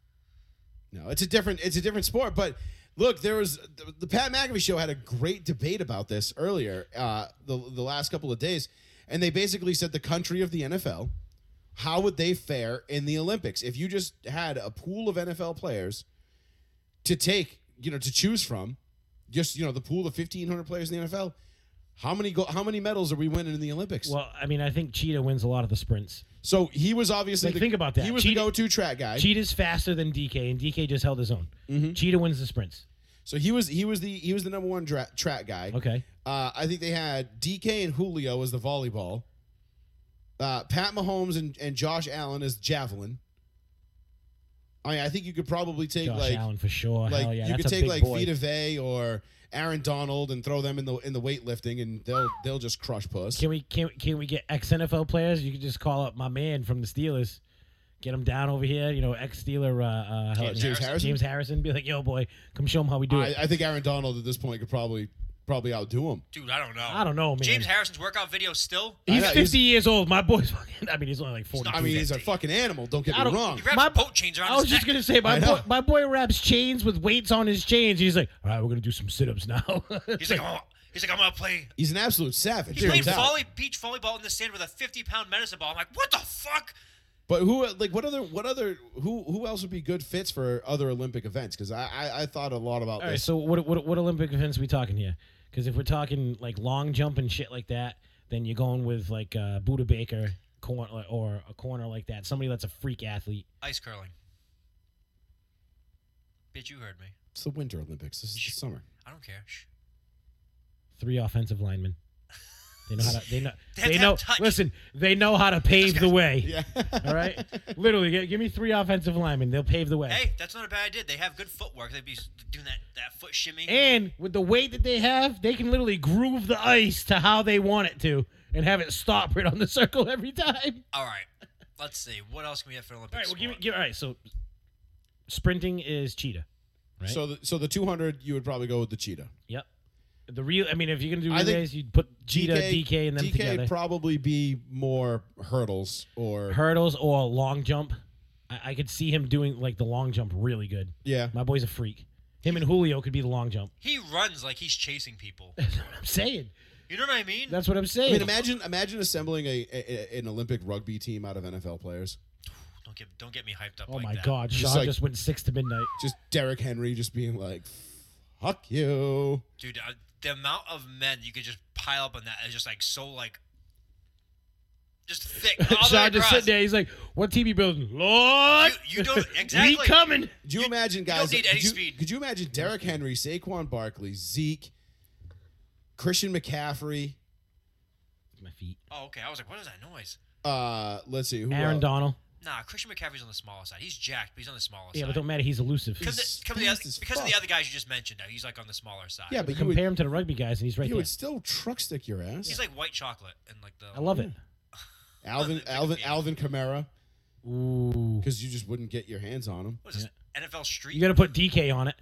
No, it's a different it's a different sport. But look, there was the, the Pat McAfee show had a great debate about this earlier uh, the the last couple of days, and they basically said the country of the NFL, how would they fare in the Olympics if you just had a pool of NFL players to take you know to choose from, just you know the pool of fifteen hundred players in the NFL. How many go? How many medals are we winning in the Olympics? Well, I mean, I think Cheetah wins a lot of the sprints. so he was obviously Like, the, think about that. He was Cheetah- the go-to track guy. Cheetah's faster than DK, and DK just held his own. Mhm. Cheetah wins the sprints. So he was he was the he was the number one dra- track guy. Okay. Uh, I think they had DK and Julio as the volleyball. Uh, Pat Mahomes and, and Josh Allen as javelin. I mean, I think you could probably take Josh like Allen for sure. Hell like yeah. you That's could a take big like boy. Vita Vey or Aaron Donald and throw them in the in the weightlifting and they'll they'll just crush puss. Can we can, can we get ex NFL players? You could just call up my man from the Steelers, get him down over here. You know, ex Steeler uh, uh, how- Yeah, James Harrison? James Harrison. Be like, yo, boy, come show him how we do I, it. I think Aaron Donald at this point could probably probably outdo him. dude, I don't know. I, don't know, man. James Harrison's workout video still. he's I know, fifty he's- years old. My boy's fucking. I mean, he's only like forty. I mean, he's a fucking animal. Don't get I me don't- wrong. He wraps My- boat chains around I was his just neck. gonna say, my I boy, know. my boy wraps chains with weights on his chains. He's like, all right, we're gonna do some sit ups now. He's like, oh, he's like, I'm gonna play. He's an absolute savage. He played no doubt. volley beach volleyball in the sand with a 50 pound medicine ball. I'm like, what the fuck? But who like what other what other who who else would be good fits for other Olympic events? Because I, I I thought a lot about All right, this. so what, what what Olympic events we talking here? Because if we're talking like long jump and shit like that, then you're going with like uh, Buda Baker corn or a corner like that. Somebody that's a freak athlete. Ice curling. Bitch, you heard me. It's the Winter Olympics. This is the summer. I don't care. Shh. Three offensive linemen. They know how to. They know. They have They to have know. touch. Listen, they know how to pave the way. Yeah. All right. Literally, gi- give me three offensive linemen. They'll pave the way. Hey, that's not a bad idea. They have good footwork. They'd be s- doing that, that foot shimmy. And with the weight that they have, they can literally groove the ice to how they want it to, and have it stop right on the circle every time. All right. Let's see. What else can we have for an Olympic All right, well, give me, sport? give, all right. So, sprinting is cheetah. Right. So the, so the 200 you would probably go with the cheetah. Yep. The real, I mean, if you're gonna do I think relays, you'd put cheetah, DK, and them DK together. probably be more hurdles or Hurdles or long jump. I, I could see him doing like the long jump really good. yeah. My boy's a freak. Him and Julio could be the long jump. He runs like he's chasing people. That's what I'm saying. You know what I mean? That's what I'm I saying. mean, imagine imagine assembling a, a- a- an Olympic rugby team out of NFL players. don't get don't get me hyped up oh like my that. God, Just Sean like- just went six to midnight. Just Derrick Henry just being like, "Fuck you." Dude, uh, the amount of men you could just pile up on that is just like so like just thick. All the way Sean just across. sitting there. He's like, "What TV building? Lord, You- you don't- exactly. We coming." Do you, You- imagine you don't guys? need any could, you, speed. could you imagine Derrick Henry, Saquon Barkley, Zeke, Christian McCaffrey? My feet. Oh, okay. I was like, what is that noise? Uh, let's see. Who Aaron else? Donald. Nah, Christian McCaffrey's on the smaller side. He's jacked, but he's on the smaller Yeah, but side. don't matter. He's elusive. because He's the, 'cause of the other- fast as because of the fuck. other guys you just mentioned, though, he's like on the smaller side. Yeah, but you Compare would, him to the rugby guys, and he's right you there. would still truck stick your ass. he's like white chocolate and like the. I love it. Alvin, Like a Alvin, man. Alvin Kamara, Ooh. because you just wouldn't get your hands on him. What is this? NFL Street. You got to put DK on it.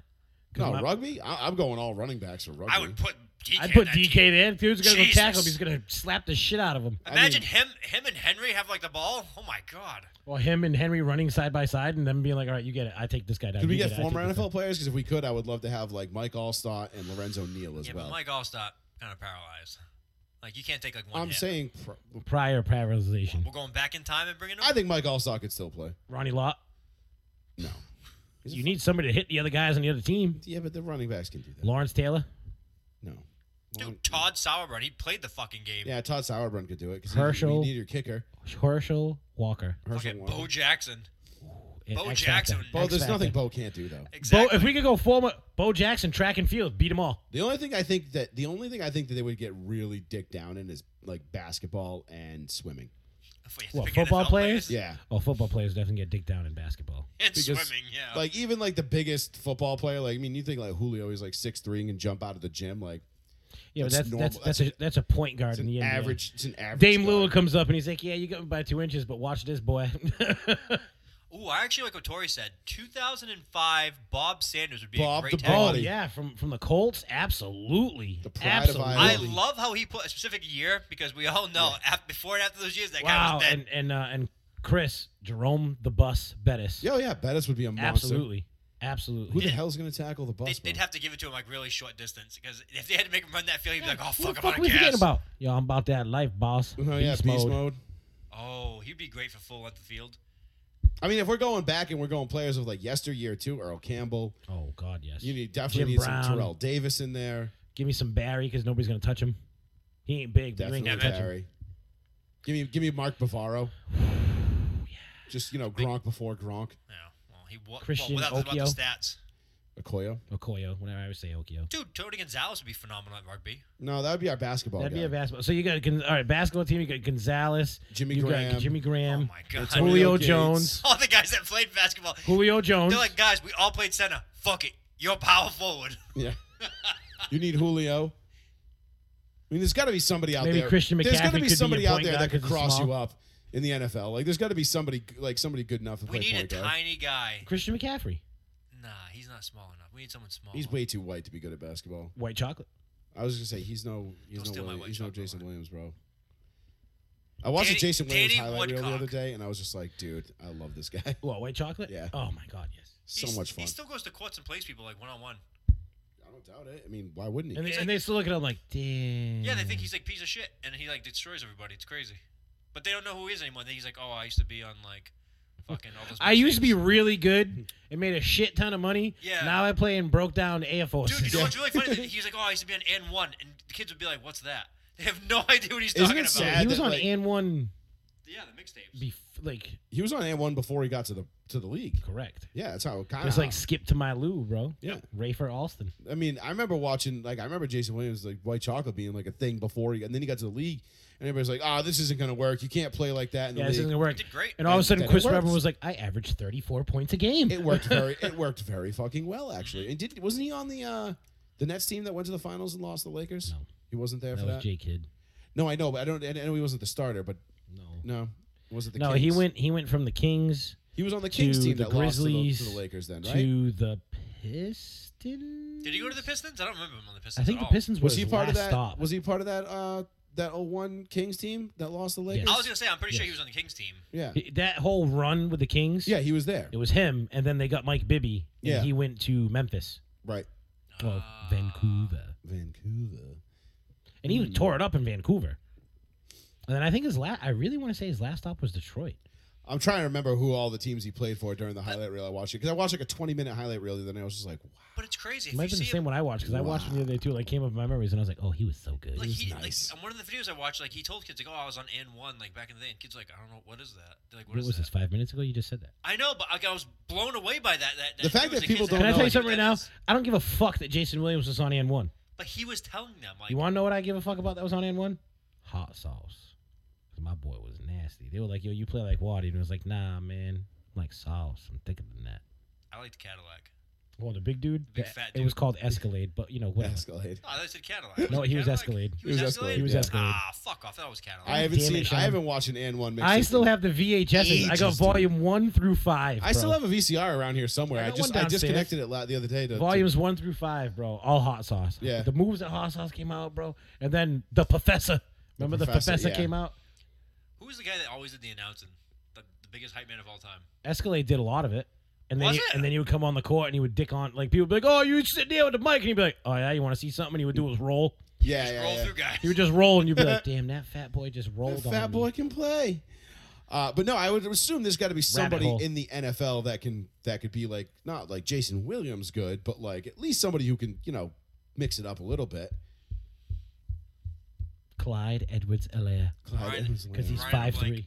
'Cause No, my- rugby. I, I'm going all running backs for rugby. I would put DK. I in put that team. DK there. If dude's gonna Jesus. go tackle him, he's gonna slap the shit out of him. I Imagine mean- him, him and Henry have like the ball. Oh my god. Well, him and Henry running side by side, and them being like, "All right, you get it. I take this guy down." Could we You get it. I former take this NFL players? Because if we could, I would love to have like Mike Allstott and Lorenzo Neal as Yeah, well. but Mike Allstott kind of paralyzed. Like you can't take like one. I'm hit. saying, pr- guy." prior paralyzation. we're going back in time and bringing him. I think Mike Allstott could still play. Ronnie Lott. No. He's a You fu- need somebody to hit the other guys on the other team. Yeah, but the running backs can do that. Lawrence Taylor, No. Long- Dude, Todd Sauerbrunn, he played the fucking game. Yeah, Todd Sauerbrunn could do it because Herschel. you need your kicker. Herschel Walker. Herschel Fucking Warren. Bo Jackson. and Bo X Jackson. Factor. Bo, X there's Factor. nothing Bo can't do though. Exactly. Bo, if we could go former Bo Jackson track and field, beat them all. The only thing I think that the only thing I think that they would get really dick down in is like basketball and swimming. If we have to What, pick football NFL players? Yeah. Oh, football players definitely get digged down in basketball. And Because, swimming, yeah. Like even like the biggest football player, like I mean, you think like Julio, he's like six three and can jump out of the gym, like Yeah, but That's that's that's normal. that's, a, that's a point guard it's in an the NBA. average. It's an average. Dame guy. Lillard comes up and he's like, "Yeah, you got me by two inches, but watch this, boy." Ooh, I actually like what Tori said. 2005, Bob Sanders would be Bob a the great Ball. tackle. oh yeah, from from the Colts, absolutely. The pride of absolutely. I Really? love how he put a specific year because we all know af before and after those years that guy wow, was dead. and and uh, and Chris Jerome the Bus Bettis, Yeah, oh, yeah, Bettis would be a monster. absolutely, absolutely. Who the hell's gonna tackle the bus? they'd, they'd bro? have to give it to him like really short distance because if they had to make him run that field, he'd be like, "Oh What fuck, the I'm out fuck of we forgetting gas." about? Yo, I'm about that life, boss. Oh yeah, beast mode. Oh, he'd be great for full length of field. I mean, if we're going back and we're going players of like yesteryear too, Earl Campbell. Oh God, yes. You need definitely Jim need Brown. some Terrell Davis in there. Give me some Barry because nobody's gonna touch him. He ain't big, but you Definitely ain't gonna touch him. Barry. Give me give me Mark Bavaro. Just you know Gronk before Gronk, Yeah, well, he wa- Christian well, without, without Okio. the stats. Okoyo. Okoyo, whenever Oh, I would say Okio. Dude, Tony Gonzalez would be phenomenal at rugby. No, that would be our basketball. That'd guy. be a basketball. So you got Gon- all right, basketball team. You got Gonzalez, Jimmy you Graham. got Jimmy Oh Graham, my god. Antonio Julio Gates. Jones. All the guys that played basketball. Julio Jones. They're like, guys, we all played center. Fuck it. You're power forward. Yeah. you need Julio. I mean, there's got to be somebody out Maybe there. Christian There's McCaffrey got to could be be your somebody out point there guard that could 'cause he's cross you small. up in the NFL. Like, there's got to be somebody like somebody good enough to play We need a point guard. tiny guy. Christian McCaffrey, Nah, he's not small enough. We need someone small. He's way too white to be good at basketball. white chocolate. I was gonna say he's no he's Don't no steal my William- white he's no chocolate Jason line. Williams, bro. I watched Danny- a Jason Williams Danny highlight reel the Woodcock. other day, and I was just like, dude, I love this guy. What white chocolate? Yeah. Oh my God, yes. so He's- much fun. He still goes to courts and plays people like one on one. I don't doubt it. I mean, why wouldn't he? And they, and they still look at him like, damn. Yeah, they think he's like piece of shit, and he like destroys everybody. It's crazy, but they don't know who he is anymore. They- He's like, oh, I used to be on like fucking all those. I used to be really good and made a shit ton of money. Yeah. Now I play and broke down Air Force. Dude, you know what's really funny? He's like, oh, I used to be on N one, and the kids would be like, what's that? They have no idea what he's Isn't talking it about. sad? he was that, on like- and one Yeah, the mixtapes. bef- like he was on A one before he got to the to the league. correct. Yeah, that's how it kind It's of like skip to my Lou, bro. Ah. Yeah. Rafer Alston. I mean, I remember watching like I remember Jason Williams like white chocolate being like a thing before he and then he got to the league and everybody's like, "Ah, this isn't gonna work. You can't play like that in the Yeah, this league." isn't gonna work. did great. And all of a And sudden, then it Chris works. Webber was like, I averaged 34 points a game. it worked very it worked very fucking well actually. And did wasn't he on the uh the Nets team that went to the finals and lost to the Lakers? No. He wasn't there That for was that. J Kid. No, I know, but I don't. I know he wasn't the starter, but No. no, was it the? No, Kings? he went. He went from the Kings He was on the Kings to team the that lost to the- to Grizzlies the, Lakers. Then right? to the Pistons. Did he go to the Pistons? I don't remember him on the Pistons. I think at the all. Pistons was were he his part of last that? stop. Was he part of that? Uh, that 01 Kings team that lost the Lakers. I was gonna say, I'm pretty sure Yes. he was on the Kings team. Yeah, He- that whole run with the Kings? yeah, he was there. It was him, and then they got Mike Bibby, and Yeah. he went to Memphis, Right, well, Ah. Vancouver, Vancouver. and Hmm. he tore it up in Vancouver. And then I think his last—I really want to say his last stop was Detroit. I'm trying to remember who all the teams he played for during the highlight reel I watched it because I watched like a 20 minute highlight reel the other night. I was just like, wow. But it's crazy. It If might you have been see the same him, one I watched because I watched him the other day too. Like came up in my memories and I was like, oh, he was so good. like was he nice. like on one of the videos I watched, like he told kids like, "Oh, I was on N one like back in the day," and kids were like, "I don't know what is that." They're like, what is was that?" this? Five minutes ago, you just said that. I know, but like, I was blown away by that. that, The fact that news. The people kids don't Can I have tell know you what something right that now? is. I don't give a fuck that Jason Williams was on N one. But he was telling them like, You want to know what I give a fuck about that was on N1? Hot sauce. 'Cause my boy was nasty. They were like, yo, you play like water. And I was like, nah, man. I'm like, sauce. I'm thicker than that. "I like the Cadillac." Well, the big dude. Big the- fat It was dude. called Escalade, but you know, whatever. Escalade. Oh, I thought you said Cadillac. No, it he was Cadillac? Escalade. He was, He was Escalade. Escalade, He was yeah. Escalade. Ah, fuck off. That was Cadillac. I haven't damn it, seen. Sean. I haven't watched an and one. I still have the VHSs. I got Ages, volume one through five. I still bro. have a VCR around here somewhere. I I got just one I downstairs. disconnected it la- the other day. To, to- volumes one through five, bro. All hot sauce. Yeah. The moves that hot sauce came out, bro. And then the professor. Remember the Professor, professor, yeah. came out. Who was the guy that always did the announcing? The, the biggest hype man of all time. Escalade did a lot of it. And then, Was he, it? and then he would come on the court and he would dick on like people would be like, oh, you sitting there with the mic and he'd be like, oh yeah, you want to see something? And he would do his roll. yeah, Just yeah, roll yeah. through guys. He would just roll and you'd be like, damn, that fat boy just rolled That on fat me. boy can play. Uh, but no, I would assume there's got to be somebody hole. in the NFL that can that could be like not like Jason Williams good, but like at least somebody who can you know mix it up a little bit. Clyde Edwards Elaire Clyde Ryan- Edwards-Helaire. because he's Ryan five three. Blake.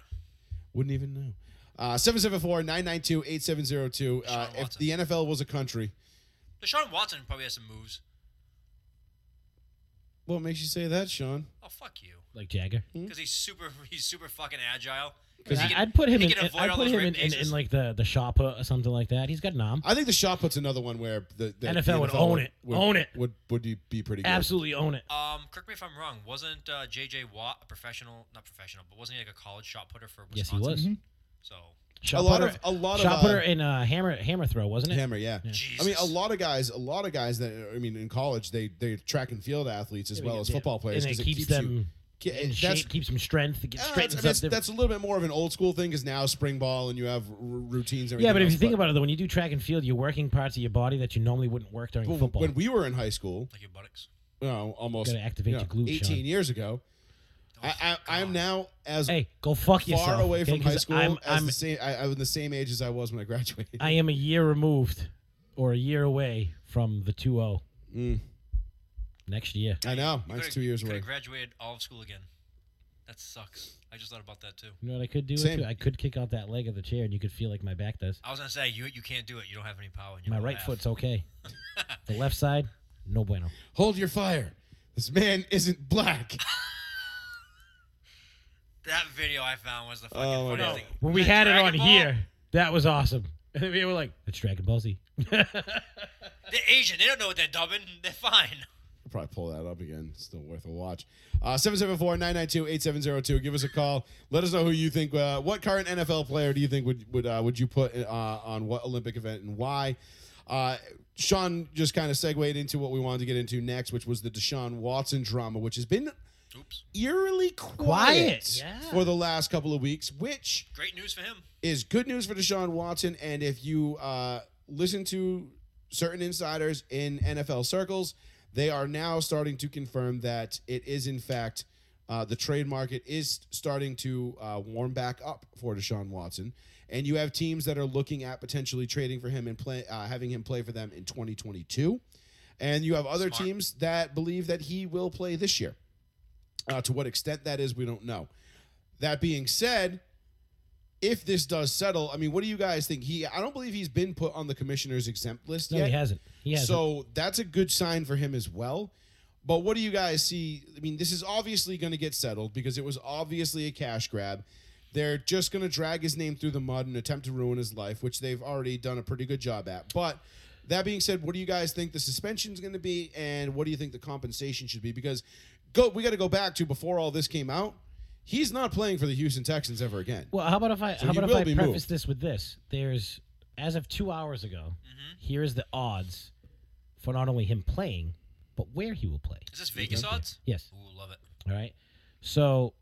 Wouldn't even know. Uh, 774-992-8702. Uh, Sean if Watson. the NFL was a country, Deshaun Watson probably has some moves. what makes you say that, Sean? Oh fuck you. like Jagger. Because he's super. He's super fucking agile. Because I- he I'd put him he in. can in- avoid I'd all put those him rape in, in, in cases. like the the shop or something like that. He's got nom. I think the shot put's another one where the, the NFL would the own it. Would, Own it. Would would be- be pretty good. Absolutely own it. Um, correct me if I'm wrong. Wasn't uh, J.J. Watt a professional? Not professional, but wasn't he like a college shot putter for Yes, Wisconsin? he was. So Shot A lot putter- of- a lot of, shot putter uh, and uh, hammer hammer throw, wasn't it? Hammer, yeah. Jesus. I mean, a lot of guys, a lot of guys that I mean, in college, they they're track and field athletes as well as Yeah. football players. and 'cause it keeps, you- them ki- in that's- shape, keeps them strength, it uh, straightens that's, up. that's a little bit more of an old school thing because now spring ball and you have r- routines. And everything yeah, but if else, you think about it, though, when you do track and field, you're working parts of your body that you normally wouldn't work during but football. when we were in high school, like your buttocks. you know, almost Gotta activate you know, your glutes, eighteen Sean. years ago, I, I I'm now as hey, go fuck far yourself. away okay? from 'Cause high school I'm, as I'm, the same. I, I'm the same age as I was when I graduated. I am a year removed or a year away from the 2 0 Mm. next year. I know mine's two years away. Could graduated all of school again. That sucks. I just thought about that too. You know what I could do? Same. Too? I could kick out that leg of the chair and you could feel like my back does. I was gonna say you you can't do it. You don't have any power. In your My lower right half. foot's okay. the left side, no bueno. Hold your fire. This man isn't black. That video I found was the fucking Oh, my funniest God. thing. When we That had it Dragon on Ball, here, that was awesome. And then we were like, it's Dragon Ball Z. They're Asian. They don't know what they're dubbing. They're fine. I'll probably pull that up again. It's Still worth a watch. Uh, 774 992 8702. Give us a call. Let us know who you think. Uh, what current NFL player do you think would would, uh, would you put uh, on what Olympic event and why? Uh, Sean just kind of segued into what we wanted to get into next, which was the Deshaun Watson drama, which has been Oops. eerily quiet, Quiet, yeah. for the last couple of weeks, which Great news for him. is good news for Deshaun Watson. And if you uh, listen to certain insiders in NFL circles, they are now starting to confirm that it is, in fact, uh, the trade market is starting to uh, warm back up for Deshaun Watson. And you have teams that are looking at potentially trading for him and play, uh, having him play for them in 2022. And you have other Smart. teams that believe that he will play this year. Uh, to what extent that is, we don't know. That being said, if this does settle, I mean, what do you guys think? He, I don't believe he's been put on the commissioner's exempt list No, yet. he hasn't. He hasn't. So that's a good sign for him as well. But what do you guys see? I mean, this is obviously going to get settled because it was obviously a cash grab. They're just going to drag his name through the mud and attempt to ruin his life, which they've already done a pretty good job at. But that being said, what do you guys think the suspension's going to be, and what do you think the compensation should be? Because go, we got to go back to before all this came out. He's not playing for the Houston Texans ever again. Well, how about if I So how you about if will I be preface moved. this with this? There's as of two hours ago, Mm-hmm. here is the odds for not only him playing, but where he will play. Is this Vegas odds? Yes. Ooh, love it. All right. So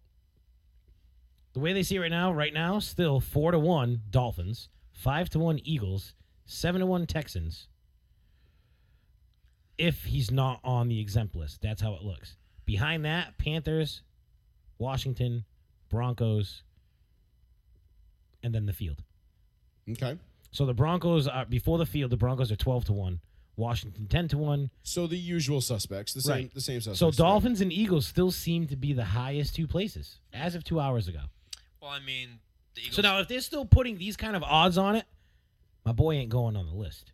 the way they see it right now, right now, still four to one Dolphins, five to one Eagles, seven to one Texans. If he's not on the exempt list, that's how it looks. Behind that, Panthers, Washington, Broncos, and then the field. Okay. So the Broncos are before the field. The Broncos are twelve to one. Washington ten to one. So the usual suspects, the same, Right. the same suspects. So Dolphins and Eagles still seem to be the highest two places as of two hours ago. Well, I mean, the Eagles. So now if they're still putting these kind of odds on it, my boy ain't going on the list.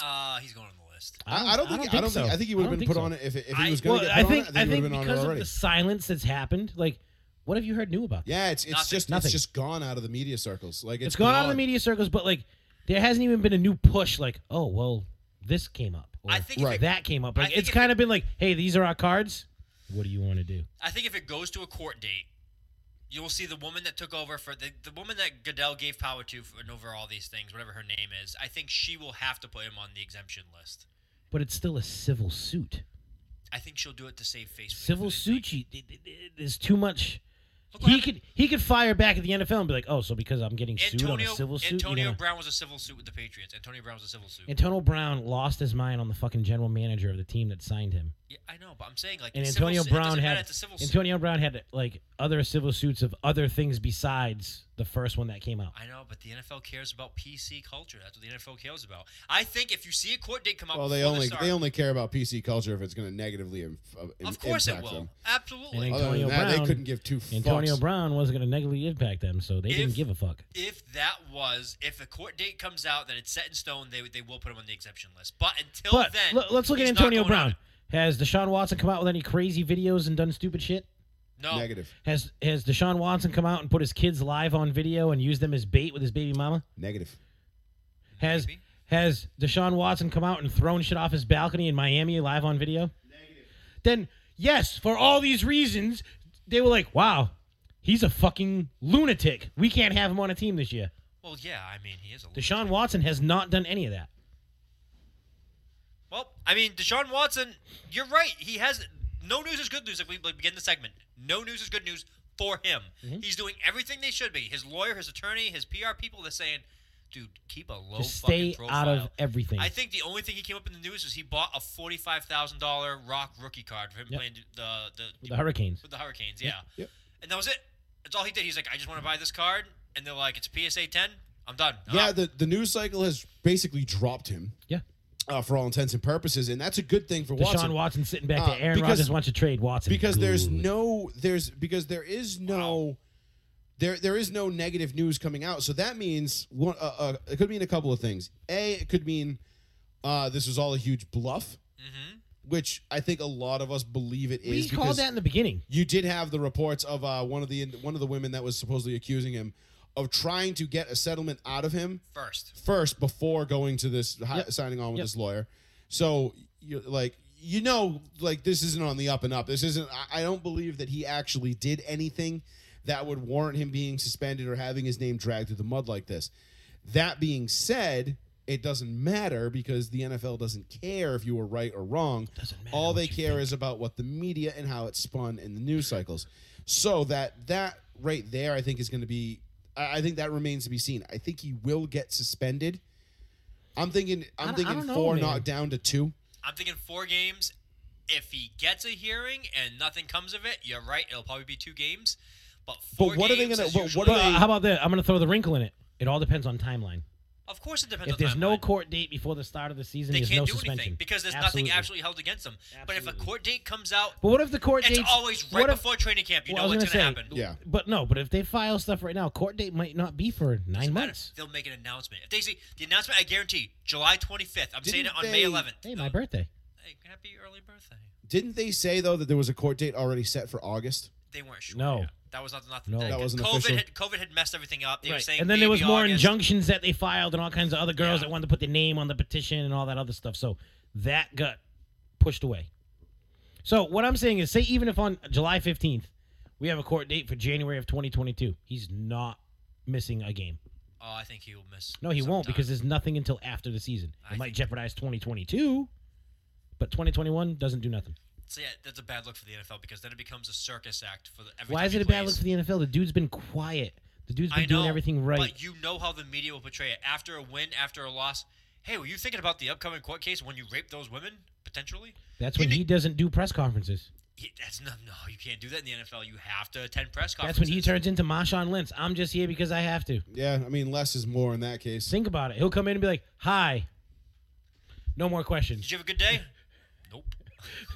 uh, he's going on the list. I, I don't think. I don't think. I, don't think, so. he would have been don't think put so. on it if, it- if I- he was Well, going to get I put think on it. I he would think have been on it because of already. the silence that's happened, like, what have you heard new about? this? yeah, it's it's Nothing. just Nothing. it's just gone out of the media circles. Like it's gone out of the gone. media circles, but like, there hasn't even been a new push. Like, oh well, this came up, or I think if Right. it- that came up. I Like, think it's if kind of been like, hey, these are our cards. What do you want to do? I think if it goes to a court date, you'll see the woman that took over for the, the woman that Goodell gave power to for, and over all these things, whatever her name is. I think she will have to put him on the exemption list. But it's still a civil suit. I think she'll do it to save face. for the Civil Phillies. suit. You, th- th- th- there's too much. Look what He happened- could he could fire back at the NFL and be like, oh, so because I'm getting sued on a civil suit, Antonio you know, Brown was a civil suit with the Patriots. Antonio Brown was a civil suit. Antonio Brown lost his mind on the fucking general manager of the team that signed him. yeah, I know, but I'm saying like and it's civil Antonio suit. It Brown doesn't matter, had it's a civil suit. Antonio Brown had like other civil suits of other things besides the first one that came out. I know, but the NFL cares about PC culture. That's what the NFL cares about. I think if you see a court date come out, Well, they before the only start- they only care about PC culture if it's going to negatively im- uh, im- of course it impact will, them. absolutely. And Other Antonio than that, Brown- they couldn't give two fucks. Antonio Brown wasn't going to negatively impact them, so they didn't If- give a fuck. if that was if the court date comes out that it's set in stone, they they will put him on the exemption list. But until But then, l- let's look at he's not Antonio going on Brown. it. Has Deshaun Watson come out with any crazy videos and done stupid shit? No, Negative, Has Has Deshaun Watson come out and put his kids live on video and used them as bait with his baby mama? negative. Has Maybe. Has Deshaun Watson come out and thrown shit off his balcony in Miami live on video? Then yes, for all these reasons, they were like, "Wow, he's a fucking lunatic. We can't have him on a team this year." well, yeah, I mean he is a little. Deshaun Watson has not done any of that. well, I mean Deshaun Watson. You're right. He has no news is good news. If we like, begin the segment, no news is good news for him. Mm-hmm. He's doing everything they should be. His lawyer, his attorney, his PR people. They're saying, dude, keep a low Just Oh, fucking stay profile. out of everything. I think the only thing he came up in the news is he bought a forty-five thousand dollar Rock rookie card for him Yep. playing the the, With the Hurricanes. with the Hurricanes. Yeah. Yep. And that was it. That's all he did. He's like, I just want to buy this card, and they're like, it's a PSA 10. I'm done. I'm Yeah, out." the the news cycle has basically dropped him Yeah. uh, for all intents and purposes, and that's a good thing for Deshaun Watson. Watson, sitting back Uh, there. Aaron because- Rodgers wants to trade Watson because there's Good. no there's because there is no there there is no negative news coming out. So that means one, uh, uh, it could mean a couple of things. A, it could mean uh, this was all a huge bluff, which I think a lot of us believe it is. we because- called that in the beginning. you did have the reports of uh, one of the one of the women that was supposedly accusing him of trying to get a settlement out of him first. first before going to this hi- Yep. signing on with Yep. this lawyer. So you like you know like this isn't on the up and up. This isn't. I, I don't believe that he actually did anything that would warrant him being suspended or having his name dragged through the mud like this. That being said. It doesn't matter because the NFL doesn't care if you were right or wrong. Doesn't matter All what they you care is about what the media and how it's spun in the news cycles. So that that right there, I think is going to be. I I think that remains to be seen. I think he will get suspended. I'm thinking. I I'm don't- I thinking don't know, four man. knocked down to two. I'm thinking four games. If he gets a hearing and nothing comes of it, you're right. It'll probably be two games. But four what are they games gonna- is but what usually- uh, are Well, they- how about that? I'm going to throw the wrinkle in it. It all depends on timeline. Of course, it depends. If on there's no timeline. court date before the start of the season, they there's can't no do suspension anything because there's Absolutely. nothing actually held against them. But if a Absolutely. court date comes out, But what if the court it's dates? always what right if- before training camp. You well, know I was what's gonna gonna say, happen. Yeah. But no, but if they file stuff right now, court date might not be for nine Doesn't matter. months. They'll make an announcement. If they see the announcement, I guarantee July 25th. I'm saying it Didn't on May they- 11th. Hey, my birthday. Hey, happy early birthday. Didn't they say though that there was a court date already set for August? They weren't sure. No. yet. that was not nothing. No. That wasn't COVID official. Had, COVID had messed everything up. They were saying And then there was maybe more August. injunctions that they filed and all kinds of other girls Yeah. that wanted to put their name on the petition and all that other stuff. So that got pushed away. So what I'm saying is, say even if on July 15th we have a court date for January of 2022, he's not missing a game. Oh, I think he will miss. No, he some won't time. because there's nothing until after the season. It I might think- jeopardize 2022, but 2021 doesn't do nothing. So yeah, that's a bad look for the NFL because then it becomes a circus act for the. Every Why time is he it a bad look plays. for the NFL? The dude's been quiet. The dude's been I know, doing everything right. But you know how the media will portray it after a win, after a loss. Hey, were you thinking about the upcoming court case when you raped those women potentially? That's You when need- he doesn't do press conferences. He, that's no, no, you can't do that in the NFL. You have to attend That's press conferences. when he turns into Marshawn Lynch. I'm just here because I have to. Yeah, I mean less is more in that case. Think about it. He'll come in and be like, "Hi, no more Did questions. you have a good day? nope.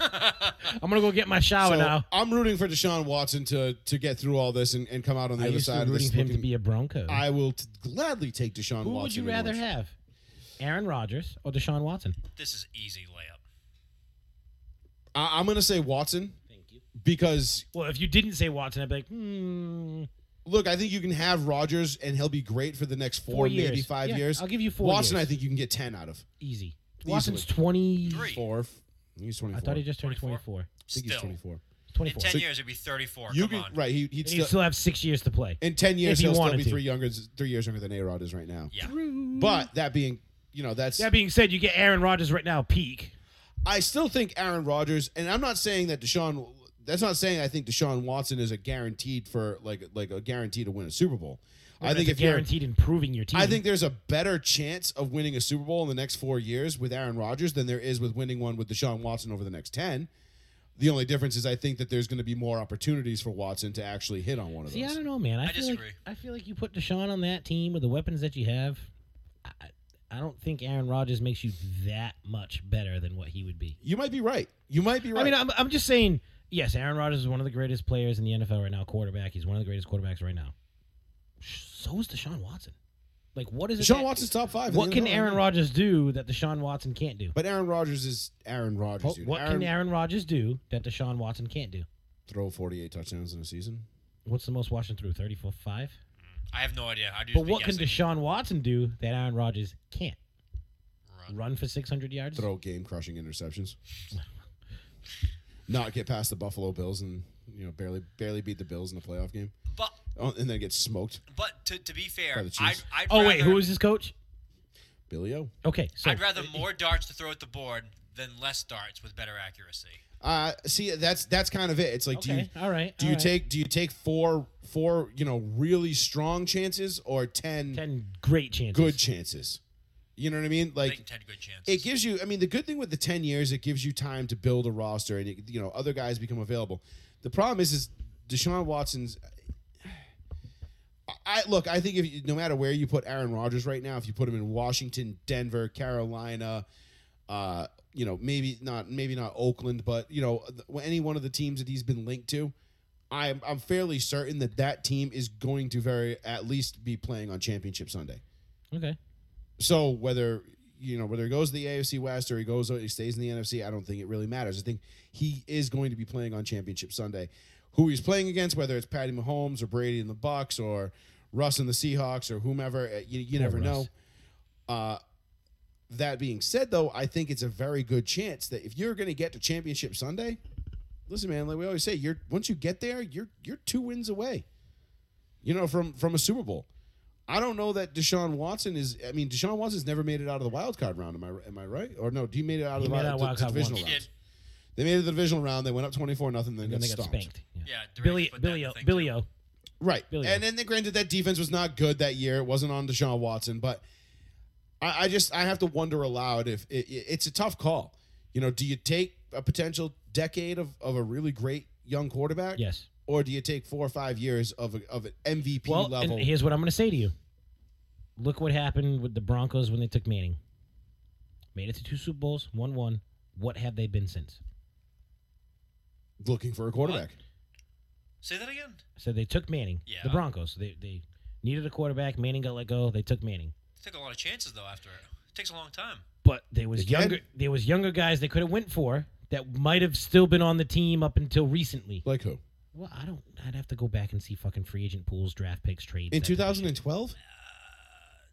I'm gonna go get my shower So, now." I'm rooting for Deshaun Watson to to get through all this and, and come out on the I other used to side of rooting this. for him to looking- be a Bronco. I will t- gladly take Deshaun Who Watson. would you in rather Orange. have, Aaron Rodgers or Deshaun Watson? This is easy layup. I- I'm gonna say Watson Thank you. because Well, if you didn't say Watson, I'd be like, "Hmm, look, I think you can have Rodgers and he'll be great for the next four, four years. maybe five Yeah, years. I'll give you four. Watson, years. I think you can get ten out of easy. Easily. Watson's 20. Three. four. f- He's 24. I thought he just turned 24. 24. I think he's Still, 24. in 24. ten So- years it'd be thirty-four. You Come can on, right. He, he'd And you still, still have six years to play. in ten years if he he'll still wanted be to. three younger, three years younger than A Rod is right now. Yeah. But that being, you know, that's That being said, you get Aaron Rodgers right now, peak. I still think Aaron Rodgers, and I'm not saying that Deshaun. That's not saying I think Deshaun Watson is a guaranteed for like like a guarantee to win a Super Bowl. I think That's if you're, guaranteed improving your team. I think there's a better chance of winning a Super Bowl in the next four years with Aaron Rodgers than there is with winning one with Deshaun Watson over the next ten. The only difference is I think that there's going to be more opportunities for Watson to actually hit on one of See, I those. don't know, man. I, I feel disagree. Like, I feel like you put Deshaun on that team with the weapons that you have. I, I don't think Aaron Rodgers makes you that much better than what he would be. You might be right. You might be right. I mean, I'm, I'm just saying. Yes, Aaron Rodgers is one of the greatest players in the NFL right now. Quarterback, he's one of the greatest quarterbacks right now. So is Deshaun Watson. Like, what is it? Deshaun that- Watson's top five. in What the can NFL. Aaron Rodgers do that Deshaun Watson can't do? But Aaron Rodgers is Aaron Rodgers. What, Dude. what Aaron can Aaron Rodgers do that Deshaun Watson can't do? throw 48 touchdowns in a season? What's the most Washington through? 34 5? I have no idea. I do. But what can Deshaun Watson do that Aaron Rodgers can't? Run. Run for 600 yards? throw game crushing interceptions, not get past the Buffalo Bills, and you know barely barely beat the Bills in the playoff game, But oh, and then get smoked. but to, to be By fair, the Chiefs. I'd, I'd Oh, rather, wait, who is his coach? Billy O. Okay, so I'd rather more darts to throw at the board than less darts with better accuracy. Uh, see, that's that's kind of it. It's like, do you Okay, all right. do all you right. take do you take four four you know really strong chances or 10, 10 great chances? good chances? You know what I mean? I Like think ten good chances. it gives you i mean the good thing with the 10 years it gives you time to build a roster and it, you know other guys become available the problem is is deshaun watson's I look. I think if you, no matter where you put Aaron Rodgers right now, if you put him in Washington, Denver, Carolina, uh, you know, maybe not, maybe not Oakland, but you know, th- any one of the teams that he's been linked to, I'm I'm fairly certain that that team is going to very at least be playing on Championship Sunday. Okay. So whether you know whether he goes to the AFC West or he goes he stays in the NFC, I don't think it really matters. I think he is going to be playing on Championship Sunday. Who he's playing against, whether it's Patty Mahomes or Brady and the Bucks or Russ and the Seahawks or whomever, uh, you, you Poor never know. Russ. Uh, that being said, though, I think it's a very good chance that if you're going to get to Championship Sunday, listen, man, like we always say, you're once you get there, you're you're two wins away. You know, from from a Super Bowl. I don't know that Deshaun Watson is. I mean, Deshaun Watson's never made it out of the wild card round. Am I am I right? Or no? Do you made it out of He the made wild, it out of the- wild the card divisional once. he round? did. They made it the divisional round. They went up twenty four nothing. Then And then got they got stomped. spanked. Yeah. Yeah, the Ravens Billy, put that Billy, in O, the thing, Billy too. O. Right. Billy and then granted that defense was not good that year. It wasn't on Deshaun Watson, but I, I just I have to wonder aloud if it, it- it's a tough call. You know, do you take a potential decade of, of a really great young quarterback, Yes. or do you take four or five years of a, of an MVP Well, level? and here's what I'm going to say to you. Look what happened with the Broncos when they took Manning. Made it to two Super Bowls, won one. What have they been since? looking for a quarterback? Say that again. So they took Manning. Yeah. The Broncos. They they needed a quarterback. Manning got let go. They took Manning. Took a lot of chances though. After it, takes a long time. But there was Again? younger there was younger guys they could have went for that might have still been on the team up until recently. Like who? Well, I don't. I'd have to go back and see fucking free agent pools, draft picks, trades. In that type of shit. 2012?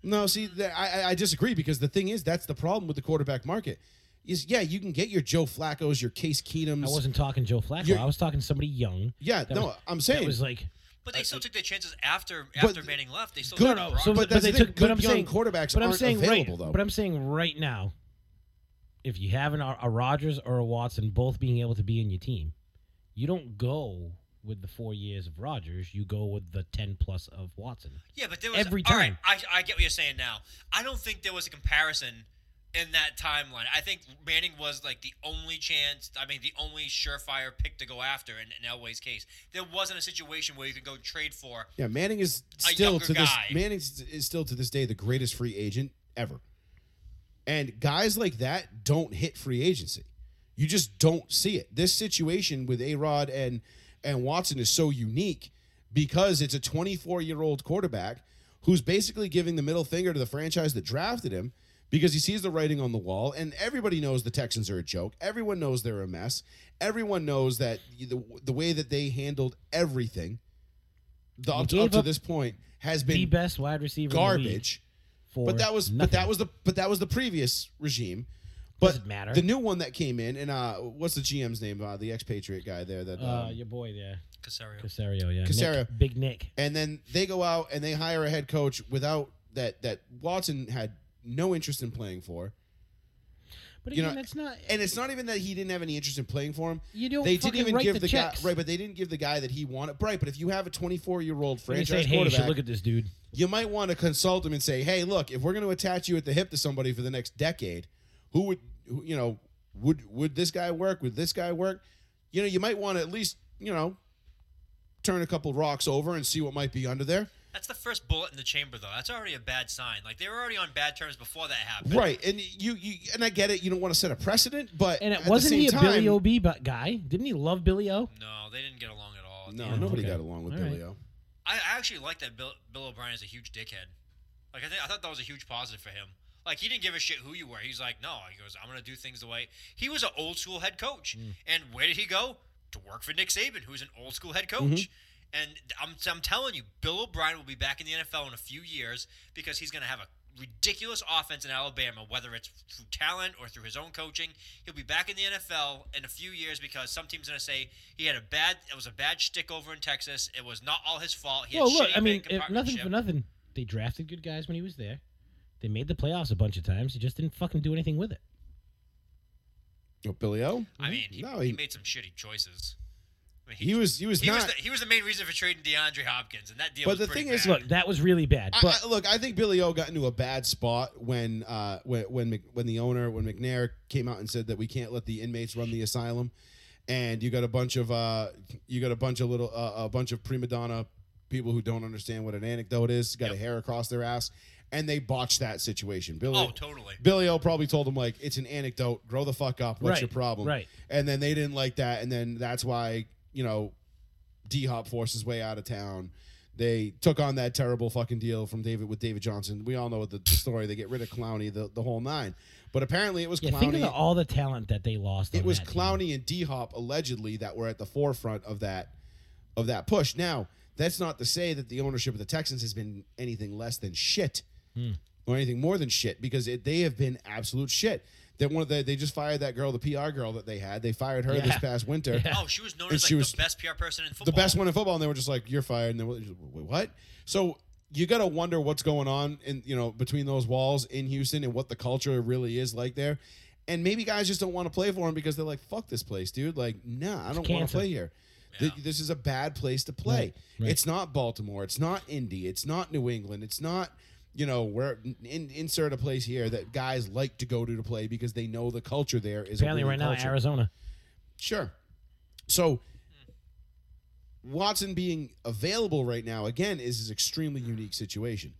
No, see, th- I, I- I disagree because the thing is, that's the problem with the quarterback market. Is yeah, you can get your Joe Flacco's, your Case I Keenum's. wasn't talking Joe Flacco. You're- I was talking somebody young. Yeah, that no, was- I'm That saying was like But they still took their chances after after Manning left. They still Good- took no, Brock. so But but, that's they the thing, took. good But I'm young saying quarterbacks But I'm aren't saying available, right. though. But I'm saying right now, if you have an, a Rogers or a Watson both being able to be in your team, you don't go with the four years of Rogers. You go with the ten plus of Watson. Yeah, but there was Every all right, time. I, I get what you're saying now. I don't think there was a comparison in that timeline. I think Manning was like the only chance. I mean, the only surefire pick to go after in, in Elway's case. There wasn't a situation where you could go trade for. Yeah, Manning is still younger to this guy. Manning is still to this day the greatest free agent ever. And guys like that don't hit free agency. You just don't see it. This situation with A-Rod and and Watson is so unique because it's a 24-year-old quarterback who's basically giving the middle finger to the franchise that drafted him because he sees the writing on the wall and everybody knows the Texans are a joke. Everyone knows they're a mess. Everyone knows that the, the way that they handled everything the, up, to, gave up to up this point has the been best wide receiver. in the league garbage. for But that was nothing. but that was the but that was the previous regime. But Doesn't matter. the new one that came in and uh, what's the GM's name? Uh, the expatriate guy there that. uh, um, your boy there, Casario. Casario. Yeah, Nick. Casario. Big Nick. and then they go out and they hire a head coach without that that Watson had no interest in playing for. But You again, know, that's not. And it's not even that he didn't have any interest in playing for him. You don't they fucking didn't even write give the the, guy checks. right, but they didn't give the guy that he wanted. Right, but if you have a 24 year old They franchise say, hey, you quarterback, should look at this dude. you might want to consult them and say, "Hey, look, if we're going to attach you at the hip to somebody for the next decade, who would, who, you know, would would this guy work? Would this guy work? You know, you might want to at least, you know, turn a couple rocks over and see what might be under there." That's the first bullet in the chamber, though. That's already a bad sign. Like they were already on bad terms before that happened. Right, and you, you, and I get it. You don't want to set a precedent, but And at it the wasn't same he a time, Billy O. B. bu- guy? Didn't he love Billy O? No, they didn't get along at all. No, Yeah, nobody okay. got along with All Billy right. O. I I actually like that Bill, Bill O'Brien is a huge dickhead. Like I, think I thought that was a huge positive for him. Like he didn't give a shit who you were. He's like, no, he goes, I'm gonna do things the way he was an old school head coach. Mm. And where did he go? To work for Nick Saban, who's an old school head coach. Mm-hmm. And I'm I'm telling you, Bill O'Brien will be back in the NFL in a few years because he's gonna have a ridiculous offense in Alabama, whether it's through talent or through his own coaching. He'll be back in the NFL in a few years because some team's gonna say he had a bad it was a bad shtick over in Texas. It was not all his fault. He Well, had look, shitty I mean, bank if nothing partnership. for nothing. They drafted good guys when he was there. They made the playoffs a bunch of times. He just didn't fucking do anything with it. Oh, Billy O. I mean, he, no, he, he, made some shitty choices. I mean, he was he was he not. was the, he was the main reason for trading DeAndre Hopkins, and that deal. But the was pretty thing is, bad. Look, that was really bad. I- But I, look, I think Billy O got into a bad spot when uh, when when Mc- when the owner when McNair came out and said that we can't let the inmates run the asylum, and you got a bunch of uh, you got a bunch of little uh, a bunch of prima donna people who don't understand what an anecdote is, got a hair across their ass, and they botched that situation. Billy, oh, totally. Billy O probably told him like it's an anecdote. Grow the fuck up. What's Right, your problem? right. And then they didn't like that, and then that's why you know D Hop forced his way out of town. They took on that terrible fucking deal from David with David Johnson. We all know the the story. They get rid of Clowney, the, the whole nine. But apparently it was yeah, think of the, Clowney. all the talent that they lost. It on was that team. Clowney and D Hop allegedly that were at the forefront of that of that push. Now that's not to say that the ownership of the Texans has been anything less than shit Hmm. or anything more than shit because it, they have been absolute shit. That one of the, they just fired that girl, the PR girl that they had. They fired her this Yeah. past winter, Oh, she was known And as like she was the best PR person in football. the best one in football, and they were just like, "You're fired." And they were just, "Wait, what? So you got to wonder what's going on in you know between those walls in Houston and what the culture really is like there. And maybe guys just don't want to play for him because they're like, "Fuck this place, dude." Like, nah, I don't want to cancer. play here. Th- This is a bad place to play. Right, right. It's not Baltimore. It's not Indy. It's not New England. It's not, you know, where in, insert a place here that guys like to go to to play because they know the culture there is Apparently, a right winning now, culture. Arizona. Sure. So Watson being available right now again is an extremely unique situation.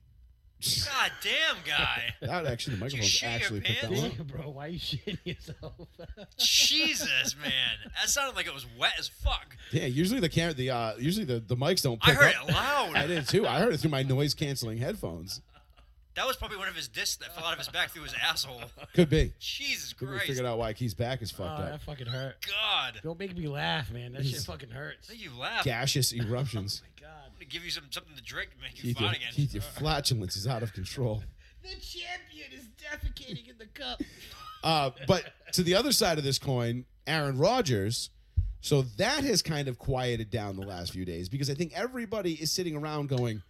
God damn guy. That actually the microphone's shit your actually picked that pants? one. up. Bro, why are you shitting yourself? Jesus, man, that sounded like it was wet as fuck. Yeah, usually the camera the uh usually the, the mics don't I pick heard up. it loud. I did too. I heard it through my noise canceling headphones. That was probably one of his discs that fell out of his back through his asshole. Could be. Jesus Could be Christ, Uh, figured out why Key's back is oh, fucked up. that fucking hurt. God! Don't make me laugh, man. That shit fucking hurts. I think you laughed. Gaseous eruptions. God. to give you some something to drink and make you Keith, your, fun again. Keith, your flatulence is out of control. The champion is defecating in the cup. Uh, but to the other side of this coin, Aaron Rodgers. So that has kind of quieted down the last few days because I think everybody is sitting around going,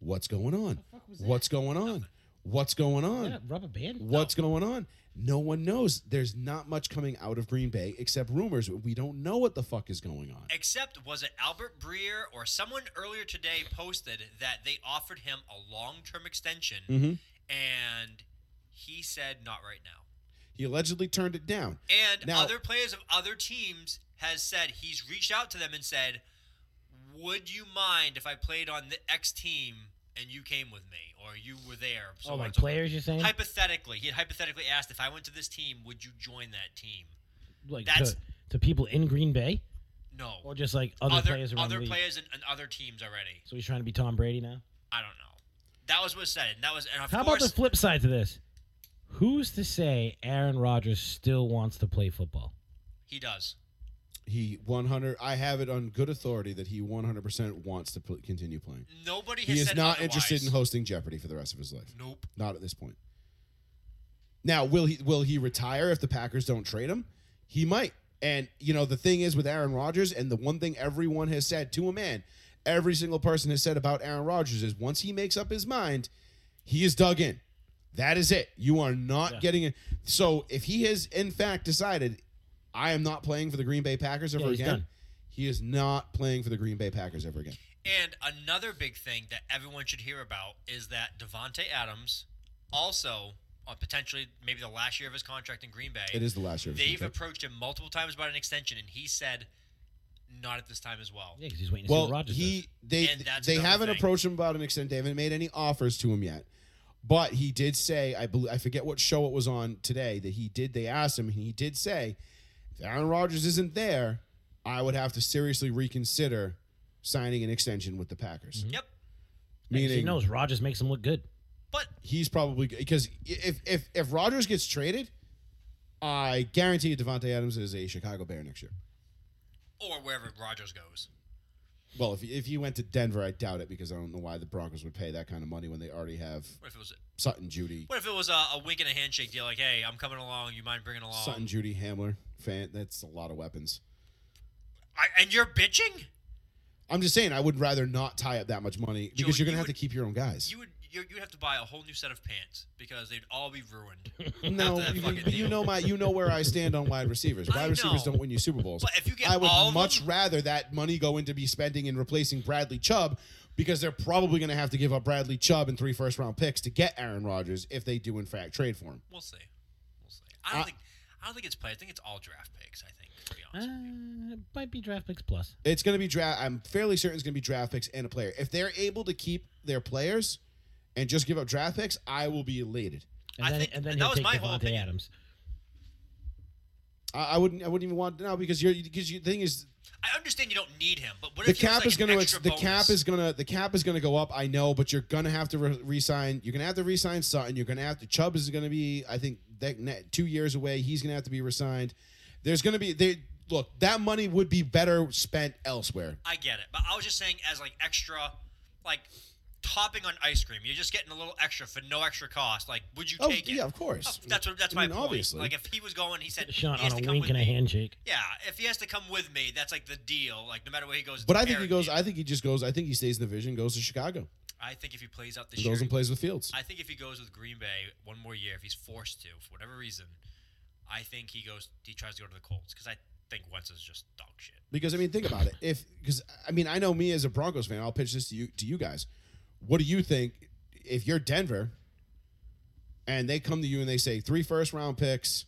"What's going on? fuck was that?" What's going on? What's going on? rubber band. What's going on?" No one knows. There's not much coming out of Green Bay except rumors. We don't know what the fuck is going on. Except, was it Albert Breer or someone earlier Mm. today posted that they offered him a long term extension and He said not right now. He allegedly turned it down. And Now- other players of other teams has said he's reached out to them and said, "Would you mind if I played on the X team and you came with me or you were there?" so Oh, on like and so forth." players, you're saying? Hypothetically, he had hypothetically asked if I went to this team, would you join that team? like that's- to, to people in Green Bay, No. or just like other, players around other the league? players and, and other teams already. So he's trying to be Tom Brady now. I don't know. That was what was said. And that was and of How about course the flip side to this? Who's to say Aaron Rodgers still wants to play football? he does. He 100. I have it on good authority that he 100 percent wants to pl- continue playing. Nobody has He is said not otherwise. interested in hosting Jeopardy for the rest of his life. Nope. Not at this point. Now, will he will he retire if the Packers don't trade him? He might. And you know, the thing is with Aaron Rodgers, and the one thing everyone has said to a man, every single person has said about Aaron Rodgers is once he makes up his mind, he is dug in. That is it. You are not Yeah. getting it. So if he has in fact decided, I am not playing for the Green Bay Packers ever he's again, done. he is not playing for the Green Bay Packers ever again. And another big thing that everyone should hear about is that Devonte Adams, also on potentially maybe the last year of his contract in Green Bay, It is the last year. of his they've contract. approached him multiple times about an extension, and he said, "Not at this time as well." Yeah, because he's waiting to see Well, what Rodgers he they And that's they another haven't thing. approached him about an extent. They haven't made any offers to him yet. But he did say, I believe I forget what show it was on today that he did. They asked him, and he did say, if Aaron Rodgers isn't there, I would have to seriously reconsider signing an extension with the Packers. Mm-hmm. Yep. does. 'Cause Meaning Mm-hmm. he knows Rodgers makes him look good. But he's probably because if if if Rodgers gets traded, I guarantee you Devontae Adams is a Chicago Bear next year. or wherever Rogers goes. Well, if if he went to Denver, I doubt it because I don't know why the Broncos would pay that kind of money when they already have What if it was Sutton, Judy, what if it was a, a wink and a handshake deal? Like, hey, I'm coming along. You mind bringing along? Sutton, Judy, Hamler, fan. That's a lot of weapons. I, and you're bitching. I'm just saying, I would rather not tie up that much money because Joe, you're gonna you have would- to keep your own guys. You would you you'd have to buy a whole new set of pants because they'd all be ruined. no, that you, fucking but you deal. know my, you know where I stand on wide receivers. I Wide receivers know. don't win you Super Bowls. But if you get I would all of much them- rather that money go into be spending in replacing Bradley Chubb because they're probably gonna have to give up Bradley Chubb and three first round picks to get Aaron Rodgers if they do in fact trade for him. We'll see. We'll see. I don't I- think I don't think it's play. I think it's all draft picks. I think to be Uh, honest. it might be draft picks plus. It's going to be draft. I'm fairly certain it's going to be draft picks and a player. If they're able to keep their players and just give up draft picks, I will be elated. And I then, think- and then and that he'll was take my whole Devontae opinion. Adams. I, I wouldn't. I wouldn't even want no because you're because you, the thing is I understand you don't need him, but what the if he was cap like is an going to extra the bonus? cap is going to the cap is going to go up. I know, but you're going to have to re- resign. You're going to have to resign Sutton. You're going to have to Chubb is going to be I think that ne- two years away. He's going to have to be resigned. There's going to be they look that money would be better spent elsewhere. I get it, but I was just saying as like extra, like topping on ice cream. You're just getting a little extra for no extra cost. Like, would you Oh take it? yeah, of course. Oh, that's what I that's my mean, point. obviously. Like if he was going, he said Sean he has on to a come wink with and a me. handshake. Yeah, if he has to come with me, that's like the deal. Like no matter where he goes. it's But a I think he guaranteed. goes. I think he just goes. I think he stays in the division. Goes to Chicago. I think if he plays out and this year, Goes and plays with Fields. I think if he goes with Green Bay one more year, if he's forced to for whatever reason, I think he goes. He tries to go to the Colts because I think Wentz is just dog shit. Because I mean, think about it. If because I mean, I know me as a Broncos fan. I'll pitch this to you to you guys. What do you think if you're Denver and they come to you and they say three first round picks,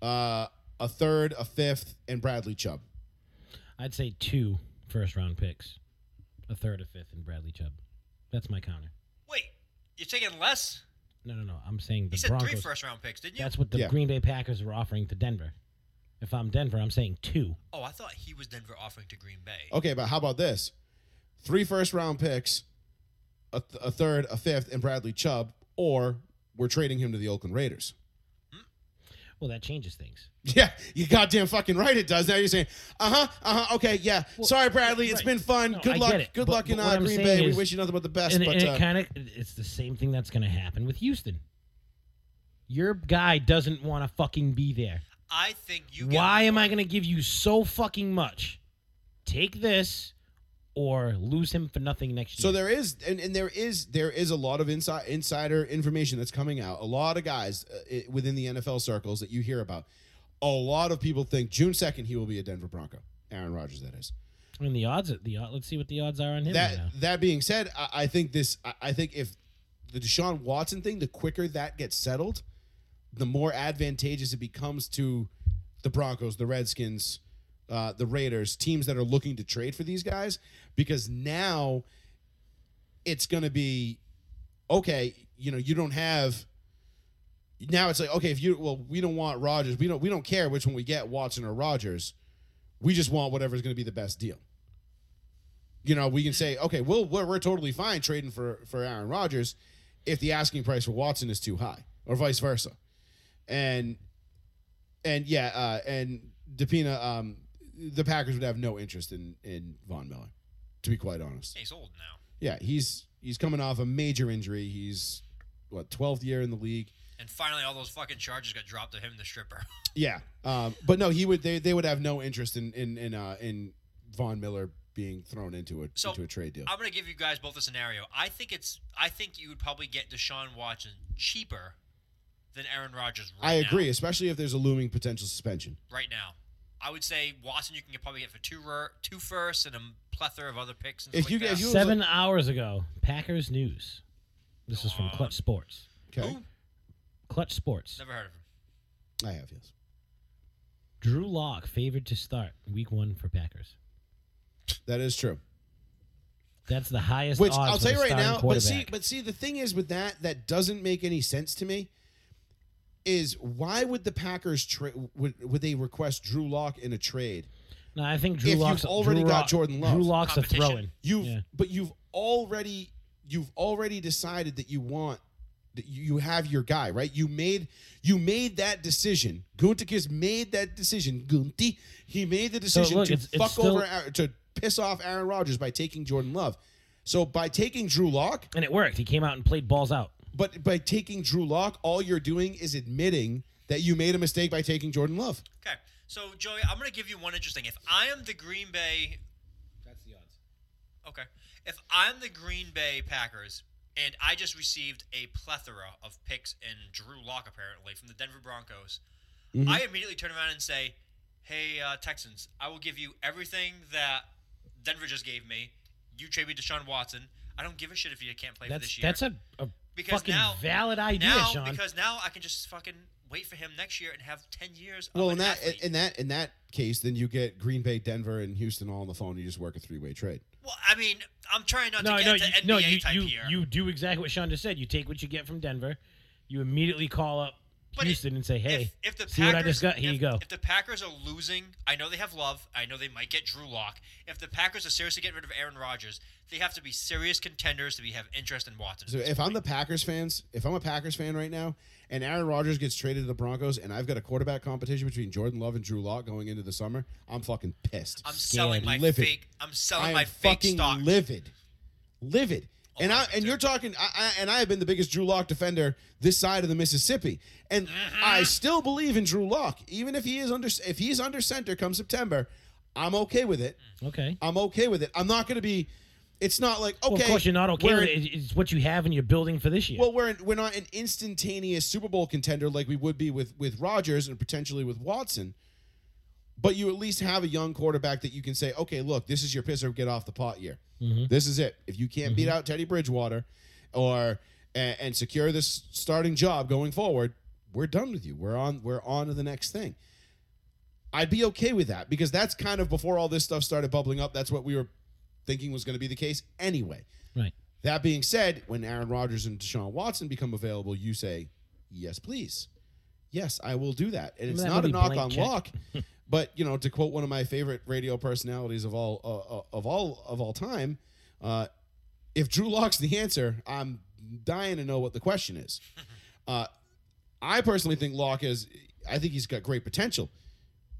uh, a third, a fifth, and Bradley Chubb? I'd say two first round picks, a third, a fifth, and Bradley Chubb. That's my counter. Wait, you're taking less? No, no, no. I'm saying You the said Broncos. three first round picks, didn't you? That's what the Yeah. Green Bay Packers were offering to Denver. If I'm Denver, I'm saying two. oh, I thought he was Denver offering to Green Bay. Okay, but how about this? Three first round picks, a, th- a third, a fifth, and Bradley Chubb, or we're trading him to the Oakland Raiders. Well, that changes things. Yeah, you goddamn fucking right it does. Now you're saying, uh huh, uh huh, okay, yeah. Sorry, Bradley, it's right. been fun. No, good I luck, get it. good But- luck in but uh, what I'm Green saying Bay. we is- wish you nothing but the best. and, but and uh, it kind of it's the same thing that's going to happen with Houston. Your guy doesn't want to fucking be there. I think you. Get Why am I going to give you so fucking much? Take this or lose him for nothing next so year. there is, and, and there is, there is a lot of inside insider information that's coming out. A lot of guys uh, i- within the NFL circles that you hear about. A lot of people think June second he will be a Denver Bronco. Aaron Rodgers, that is. I mean, the odds. The odd- let's see what the odds are on him. That right now. that being said, I, I think this. I, I think if the Deshaun Watson thing, the quicker that gets settled, the more advantageous it becomes to the Broncos, the Redskins, uh, the Raiders, teams that are looking to trade for these guys, because now it's going to be okay. You know, you don't have. Now it's like okay, if you well, we don't want Rogers. We don't we don't care which one we get, Watson or Rogers. We just want whatever's going to be the best deal you know, we can say, okay, well, we're, we're totally fine trading for for Aaron Rodgers if the asking price for Watson is too high, or vice versa. And and yeah, uh, and Depina, um, the Packers would have no interest in in Von Miller, to be quite honest. He's old now. Yeah, he's he's coming off a major injury. He's what twelfth year in the league. And finally, all those fucking charges got dropped to him, the stripper. Yeah, um, but no, he would. They, they would have no interest in in in uh, in Von Miller being thrown into a So, into a trade deal. I'm gonna give you guys both a scenario. I think it's. I think you would probably get Deshaun Watson cheaper than Aaron Rodgers. Right I now. agree, especially if there's a looming potential suspension. Right now, I would say Watson you can get- probably get for two rer- two firsts and a plethora of other picks. And If stuff you like get- that. if you- Seven hours ago, Packers news. This is from Go on. Clutch Sports. Okay, Who? Clutch Sports. never heard of him. I have yes. Drew Lock favored to start Week One for Packers. That is true. That's the highest. Which odds I'll for tell the you right starting now, but see, quarterback. but see, the thing is with that that doesn't make any sense to me. Is why would the Packers trade? Would, would they request Drew Lock in a trade? no, I think Drew if you've Lock's already Drew got Lock- Jordan Love, Drew Lock's a Competition. throw-in. You've Yeah. but you've already you've already decided that you want that you you have your guy right. You made you made that decision. Guntikis made that decision. Gunti he made the decision look, to it's- it's fuck still- over Aaron- to piss off Aaron Rodgers by taking Jordan Love. So by taking Drew Lock, and it worked. He came out and played balls out. But by taking Drew Lock, all you're doing is admitting that you made a mistake by taking Jordan Love. Okay, so Joey, I'm gonna give you one interesting. If I am the Green Bay, That's the odds. okay, if I'm the Green Bay Packers and I just received a plethora of picks and Drew Lock apparently from the Denver Broncos, Mm-hmm. I immediately turn around and say, "Hey uh, Texans, I will give you everything that Denver just gave me. You trade me Deshaun Watson. I don't give a shit if you can't play for That's this year. that's a, a Because fucking now- valid idea, now Sean. because now I can just fucking wait for him next year and have ten years. Well, of in an that athlete. in that in that case, then you get Green Bay, Denver, and Houston all on the phone. You just work a three way trade. well, I mean, I'm trying not no, to no, get you, to NBA no, you, type you, here. you do exactly what Sean just said. You take what you get from Denver. You immediately call up But it- Houston and say, "Hey, if, if the see what Packers, I just got? Here if, you go." If the Packers are losing, I know they have Love. I know they might get Drew Lock. If the Packers are seriously getting rid of Aaron Rodgers, they have to be serious contenders to be have interest in Watson. So if I'm the Packers fans, if I'm a Packers fan right now, and Aaron Rodgers gets traded to the Broncos, and I've got a quarterback competition between Jordan Love and Drew Lock going into the summer, I'm fucking pissed. I'm selling my livid. fake. I'm selling I am my fake fucking stock. Oh, livid, livid. And I I and you're talking, I, I and I have been the biggest Drew Lock defender this side of the Mississippi, and Mm-hmm. I still believe in Drew Lock, even if he is under if he's under center come September, I'm okay with it. Mm. okay. I'm okay with it. I'm not going to be. It's not like okay. Well, of course, you're not okay we're with in- it. It- It's what you have and you're building for this year. well, we're in, we're not an instantaneous Super Bowl contender like we would be with with Rodgers and potentially with Watson, but you at least have a young quarterback that you can say, okay, look, this is your piss or get off the pot year. This is it. If you can't beat out Teddy Bridgewater, or and, and secure this starting job going forward, we're done with you. We're on we're on to the next thing. I'd be okay with that because that's kind of before all this stuff started bubbling up. That's what we were thinking was going to be the case anyway. right. That being said, when Aaron Rodgers and Deshaun Watson become available, you say, "Yes, please. Yes, I will do that." And Remember it's that not a movie, knock Blank on Check? Locke, but you know, to quote one of my favorite radio personalities of all uh, uh, of all of all time, uh, if Drew Locke's the answer, I'm dying to know what the question is. Uh, I personally think Locke is. I think he's got great potential,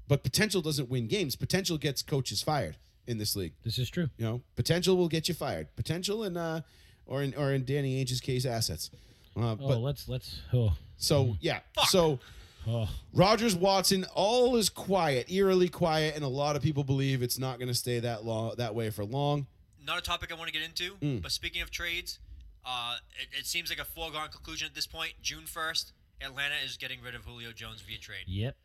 but potential doesn't win games. Potential gets coaches fired in this league. This is true. You know, potential will get you fired. Potential and uh, or in or in Danny Ainge's case, assets. Uh, Oh, but let's let's. Oh, so yeah, Fuck. so oh. Rogers Watson, all is quiet, eerily quiet, and a lot of people believe it's not going to stay that long that way for long. Not a topic I want to get into. Hmm. But speaking of trades, uh, it, it seems like a foregone conclusion at this point. June 1st, Atlanta is getting rid of Julio Jones via trade. Yep.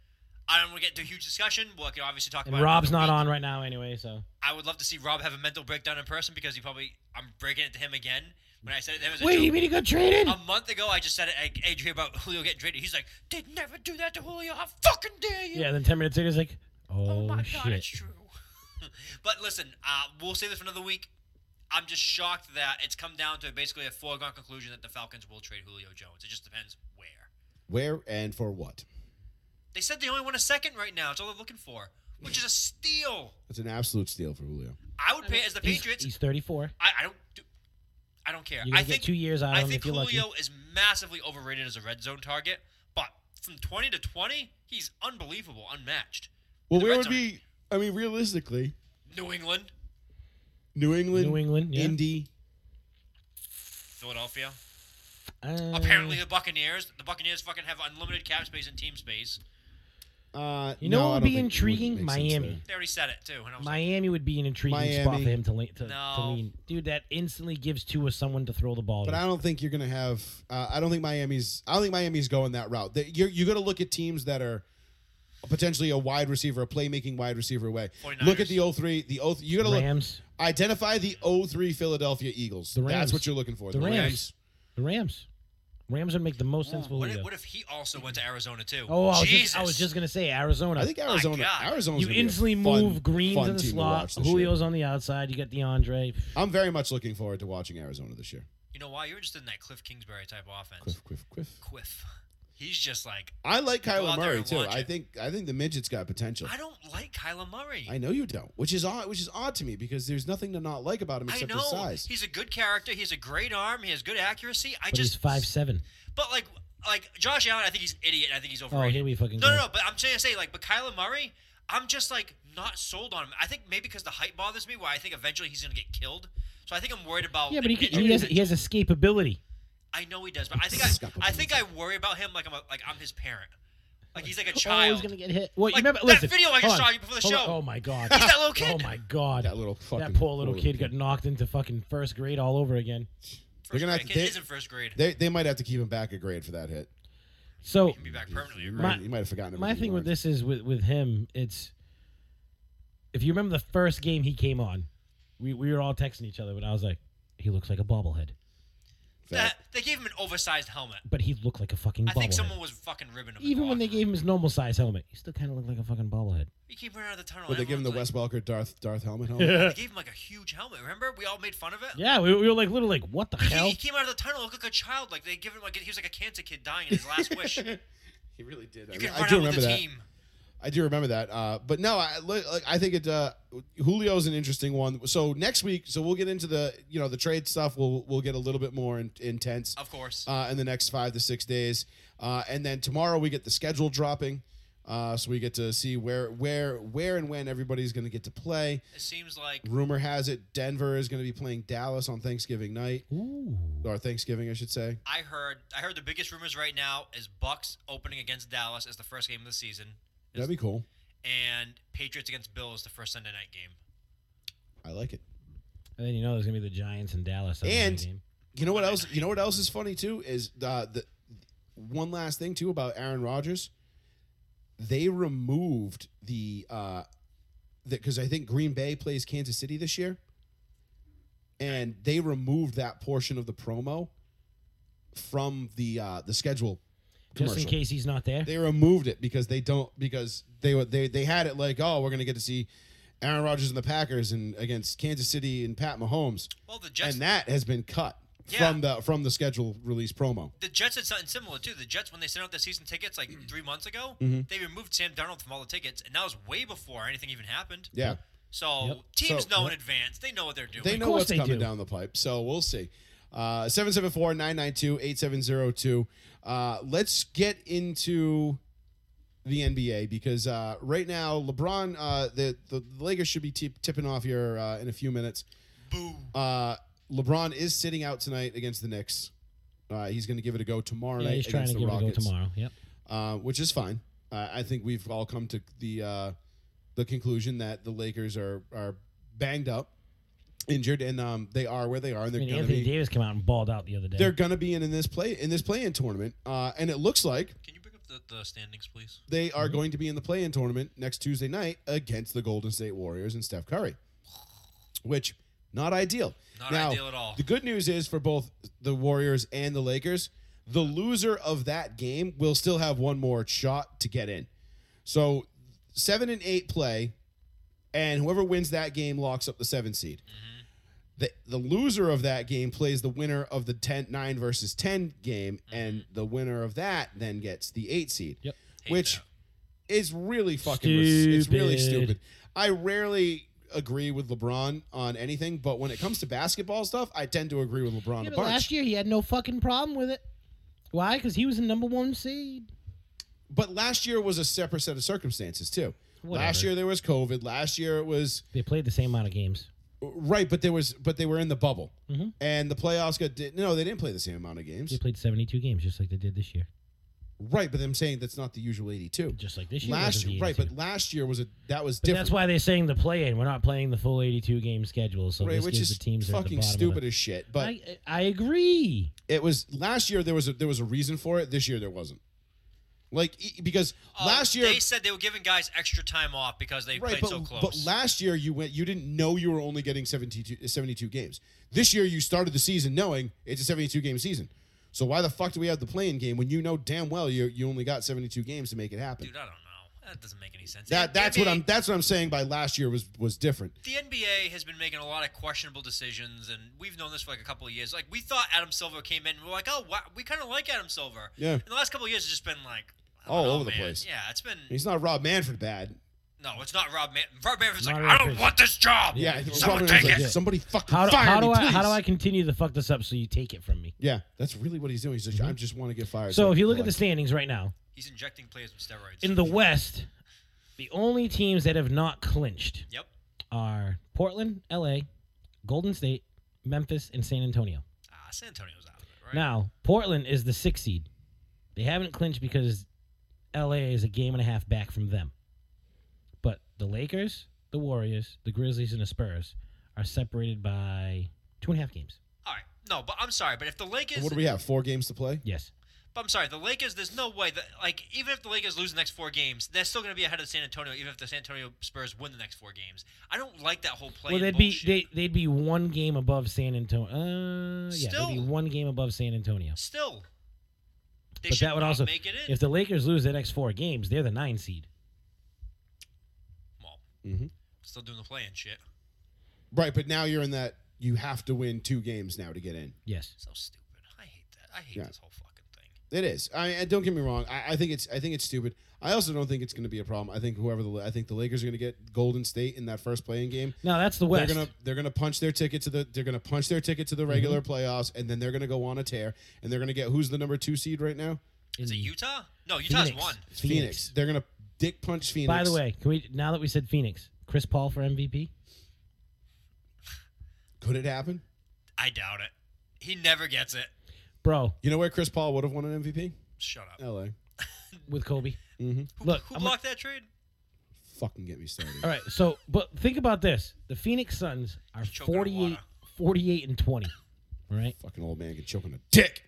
I don't want to get into a huge discussion. We'll I can obviously talk And about. it Rob's another not week. on right now anyway, so I would love to see Rob have a mental breakdown in person because he probably I'm breaking it to him again when I said it. That was a wait, joke. you mean he got traded? a month ago, I just said it. Like, hey, did you hear about Julio getting traded? He's like, "Did never do that to Julio. How fucking dare you?" yeah. Then ten minutes later, he's like, "Oh, Oh my shit." god, it's true. but listen, uh, we'll save this for another week. I'm just shocked that it's come down to basically a foregone conclusion that the Falcons will trade Julio Jones. It just depends where. Where and for what? They said they only want a second right now. It's all they're looking for, which is a steal. That's an absolute steal for Julio. I would pay as the He's- Patriots. He's 34. I, I don't. Do, I don't care. You're gonna I get think two years out I of him think Um, if you're lucky. Julio is massively overrated as a red zone target, but from 20 to 20, he's unbelievable, unmatched. Well, The where Reds would be? I mean, realistically, New England, New England, New England, yeah. Indy. Philadelphia. Uh, Apparently, the Buccaneers. The Buccaneers fucking have unlimited cap space and team space. Uh, You know no, what I would don't be think it intriguing? make sense Miami. there. They already said it too, and I was like, Miami would be an intriguing spot Miami. for him to, lean, to, to No. lean. Dude, that instantly gives Tua someone to throw the ball. But to. I don't think you're gonna have. Uh, I don't think Miami's. I don't think Miami's going that route. That You're you got to look at teams that are potentially a wide receiver, a playmaking wide receiver away. 49ers. Look at the 03, the 0 You got to look Rams. identify the 03 Philadelphia Eagles. The Rams. That's what you're looking for. The Rams. The Rams. Rams would make the most sense "Ooh, for what, Julio. if, what if he also went to Arizona too? oh, I was, Jesus! just, I was just gonna say Arizona. I think Arizona. God. Arizona's you gonna be a instantly fun- move Green fun to the team slot. watch this year. Julio's on the outside. You got DeAndre. I'm very much looking forward to watching Arizona this year. you know why? You're just in that Cliff Kingsbury type offense. Quiff, quiff, quiff. Quiff. He's just like, I like Kyler out there Murray and too. watch I it. think I think the midget's got potential. I don't like Kyler Murray. I know you don't, which is odd. Which is odd to me because there's nothing to not like about him I except know his size. he's a good character. He has a great arm. He has good accuracy. I But just he's five seven. But like, like Josh Allen, I think he's an idiot. and I think he's Oh, overrated. here we fucking No, go. no, no. But I'm trying to say, like, but Kyler Murray, I'm just like not sold on him. I think maybe because the hype bothers me, where I think eventually he's gonna get killed. So I think I'm worried about. Yeah, but he, can, injury he has he potential. has escapability. I know he does, but I think Scalpel I, I think I penalty. worry about him like I'm a, like I'm his parent. Like he's like a Oh, child. he's gonna get hit. Well, Like, you remember that listen, video I just hold on, saw you before the hold on. show. Oh my god, He's that little kid. Oh my god, that little fucking that poor little kid got knocked into fucking first grade all over again. They're first gonna have grade. to- Kid they- is in first grade. They, they might have to keep him back a grade for that hit. So He can be back permanently. You right? might, My- you might have forgotten. my everything thing you with learned. this is with with him, it's if you remember the first game he came on, we we were all texting each other, but I was like, he looks like a bobblehead, That, they gave him an oversized helmet. but he looked like a fucking I think bobblehead. someone was fucking ribbing him. in the Even when they locker room. gave him his normal size helmet, he still kind of looked like a fucking bobblehead. he came running out of the tunnel. But they give him the everyone's like- Wes Welker Darth Darth helmet helmet. They gave him like a huge helmet. Remember, we all made fun of it. yeah, we, we were like literally like, what the He, hell? he came out of the tunnel looked like a child. Like they give him like he was like a cancer kid dying in his last wish. You he really did. I, can mean, run I do out with remember the that. team. I do remember that. Uh, but no, I li- like, I think it. Uh, Julio's an interesting one. So next week, so we'll get into the you know the trade stuff. We'll we'll get a little bit more in, intense Of course. uh, in the next five to six days, uh, and then tomorrow we get the schedule dropping. Uh, so we get to see where where where and when everybody's going to get to play. it seems like Rumor has it Denver is going to be playing Dallas on Thanksgiving night Ooh. or Thanksgiving, I should say. I heard. I heard the biggest rumors right now is Bucks opening against Dallas as the first game of the season, That'd be cool. and Patriots against Bills the first Sunday night game. I like it. And then you know there's gonna be the Giants and Dallas. on the And- game. You know what else? You know what else is funny too is uh, the one last thing too about Aaron Rodgers. They removed the uh, because I think Green Bay plays Kansas City this year, and they removed that portion of the promo from the uh, the schedule. just in commercial. case he's not there. They removed it because they don't because they were they they had it like oh we're gonna get to see Aaron Rodgers and the Packers and against Kansas City and Pat Mahomes Well, the Jets. and that has been cut Yeah. from the from the schedule release promo. the Jets did something similar too. The Jets, when they sent out their season tickets like three months ago, Mm-hmm. they removed Sam Darnold from all the tickets, and that was way before anything even happened. Yeah, So Yep. teams So- know in advance; they know what they're doing. they know course what's they coming do. down the pipe, so we'll see. Uh, 774-992-8702. Uh, let's get into the NBA because uh, right now LeBron, uh, the the Lakers should be tip tipping off here uh, in a few minutes. Boo. Uh, LeBron is sitting out tonight against the Knicks. Uh, he's going to give it a go tomorrow Yeah, night he's trying against to the give it a go Rockets. tomorrow. Yep. uh, which is fine. Uh, I think we've all come to the uh, the conclusion that the Lakers are are banged up, injured, and um, they are where they are. And I they're mean, gonna Anthony be Davis came out and balled out the other day. they're gonna be in, in this play in this play in tournament, uh, and it looks like Can you bring up the the, the standings, please? They are going to be in the play-in tournament next Tuesday night against the Golden State Warriors and Steph Curry, which not ideal. Not Now, ideal at all. The good news is for both the Warriors and the Lakers, the loser of that game will still have one more shot to get in. So seven and eight play, and whoever wins that game locks up the seven seed. The, the loser of that game plays the winner of the 10, 9 versus 10 game, and the winner of that then gets the 8 seed, Yep. Hate which that. is really fucking stupid. it's really Stupid. stupid. I rarely agree with LeBron on anything, but when it comes to basketball stuff, I tend to agree with LeBron Yeah, a but bunch. last year he had no fucking problem with it. Why? Because he was the number one seed. but last year was a separate set of circumstances too. Last Whatever. year there was COVID. Last year it was They played the same amount of games. right, but there was but they were in the bubble, Mhm. and the playoffs got di- no. They didn't play the same amount of games, They played 72 games, just like they did this year. right? But I'm saying that's not the usual 82. Just like this year. Last wasn't the year, right? 82. But last year was a that was But different, that's why they're saying the play-in. We're not playing the full 82 game schedule, so right? this Which gives is the teams that are at the fucking bottom of stupid the- as shit. But I, I agree. it was last year there was a, there was a reason for it. This year there wasn't. Like e- because Oh, last year they said they were giving guys extra time off because they right, played but, so close. but last year you went you didn't know you were only getting 72, 72 games. This year you started the season knowing it's a 72 game season. So why the fuck do we have the playing game when you know damn well you you only got 72 games to make it happen? Dude, I don't know. That doesn't make any sense. that The that's what NBA I'm that's what I'm saying by last year was was different. the NBA has been making a lot of questionable decisions, and we've known this for like a couple of years. Like we thought Adam Silver came in, and we're like, oh, wow, we kind of like Adam Silver. Yeah. In the last couple of years, it's just been like I don't All know, over the man. place. Yeah, it's been He's not Rob Manfred bad. no, it's not Rob Man. Rob Manfred's Not like, Rob I don't Manfred. want this job. Yeah, Rob someone Manfred's take like, it. Somebody fucking How do, fire how do me, I how do please." I continue to fuck this up so you take it from me? Yeah, that's really what he's doing. He's like, I just want to get fired. Mm-hmm. So I if can you look at the collect." standings right now, He's injecting players with steroids. in the West, the only teams that have not clinched yep, are Portland, LA, Golden State, Memphis, and San Antonio. ah, San Antonio's out of it, right? Now, Portland is the sixth seed. They haven't clinched because LA is a game and a half back from them. But the Lakers, the Warriors, the Grizzlies, and the Spurs are separated by two and a half games. All right, no, but I'm sorry, but if the Lakers, what do we have? Four games to play. Yes. but I'm sorry, the Lakers. There's no way that like even if the Lakers lose the next four games, they're still going to be ahead of San Antonio. Even if the San Antonio Spurs win the next four games, I don't like that whole play. Well, they'd bullshit. be they, they'd be one game above San Antonio. Uh, yeah, they'd be Still. one game above San Antonio. still. They But should that would not also, make it in. if the Lakers lose the next four games, they're the nine seed. well, Mhm. still doing the play and shit. Right, but now you're in that you have to win two games now to get in. Yes. So stupid. I hate that. I hate Yeah. this whole fucking thing. It is. I, I don't get me wrong. I, I think it's. I think it's stupid. I also don't think it's going to be a problem. I think whoever the. I think the Lakers are going to get Golden State in that first playing game. No, that's the West. Mm-hmm. They're gonna. They're gonna punch their ticket to the. They're gonna punch their ticket to the regular playoffs, and then they're gonna go on a tear, and they're gonna get who's the number two seed right now? Is it In Utah? No, Utah's Phoenix. one. It's Phoenix. They're gonna dick punch Phoenix. By the way, can we now that we said Phoenix, Chris Paul for MVP? could it happen? I doubt it. He never gets it. Bro, You know where Chris Paul would have won an MVP? Shut up. L.A. with Kobe. Mm-hmm. Who, Look, who I'm blocked that trade? Fucking get me started. All right, so but think about this. The Phoenix Suns are Choking on 48, water. 48 and 20. All right? Fucking old man get choking a dick.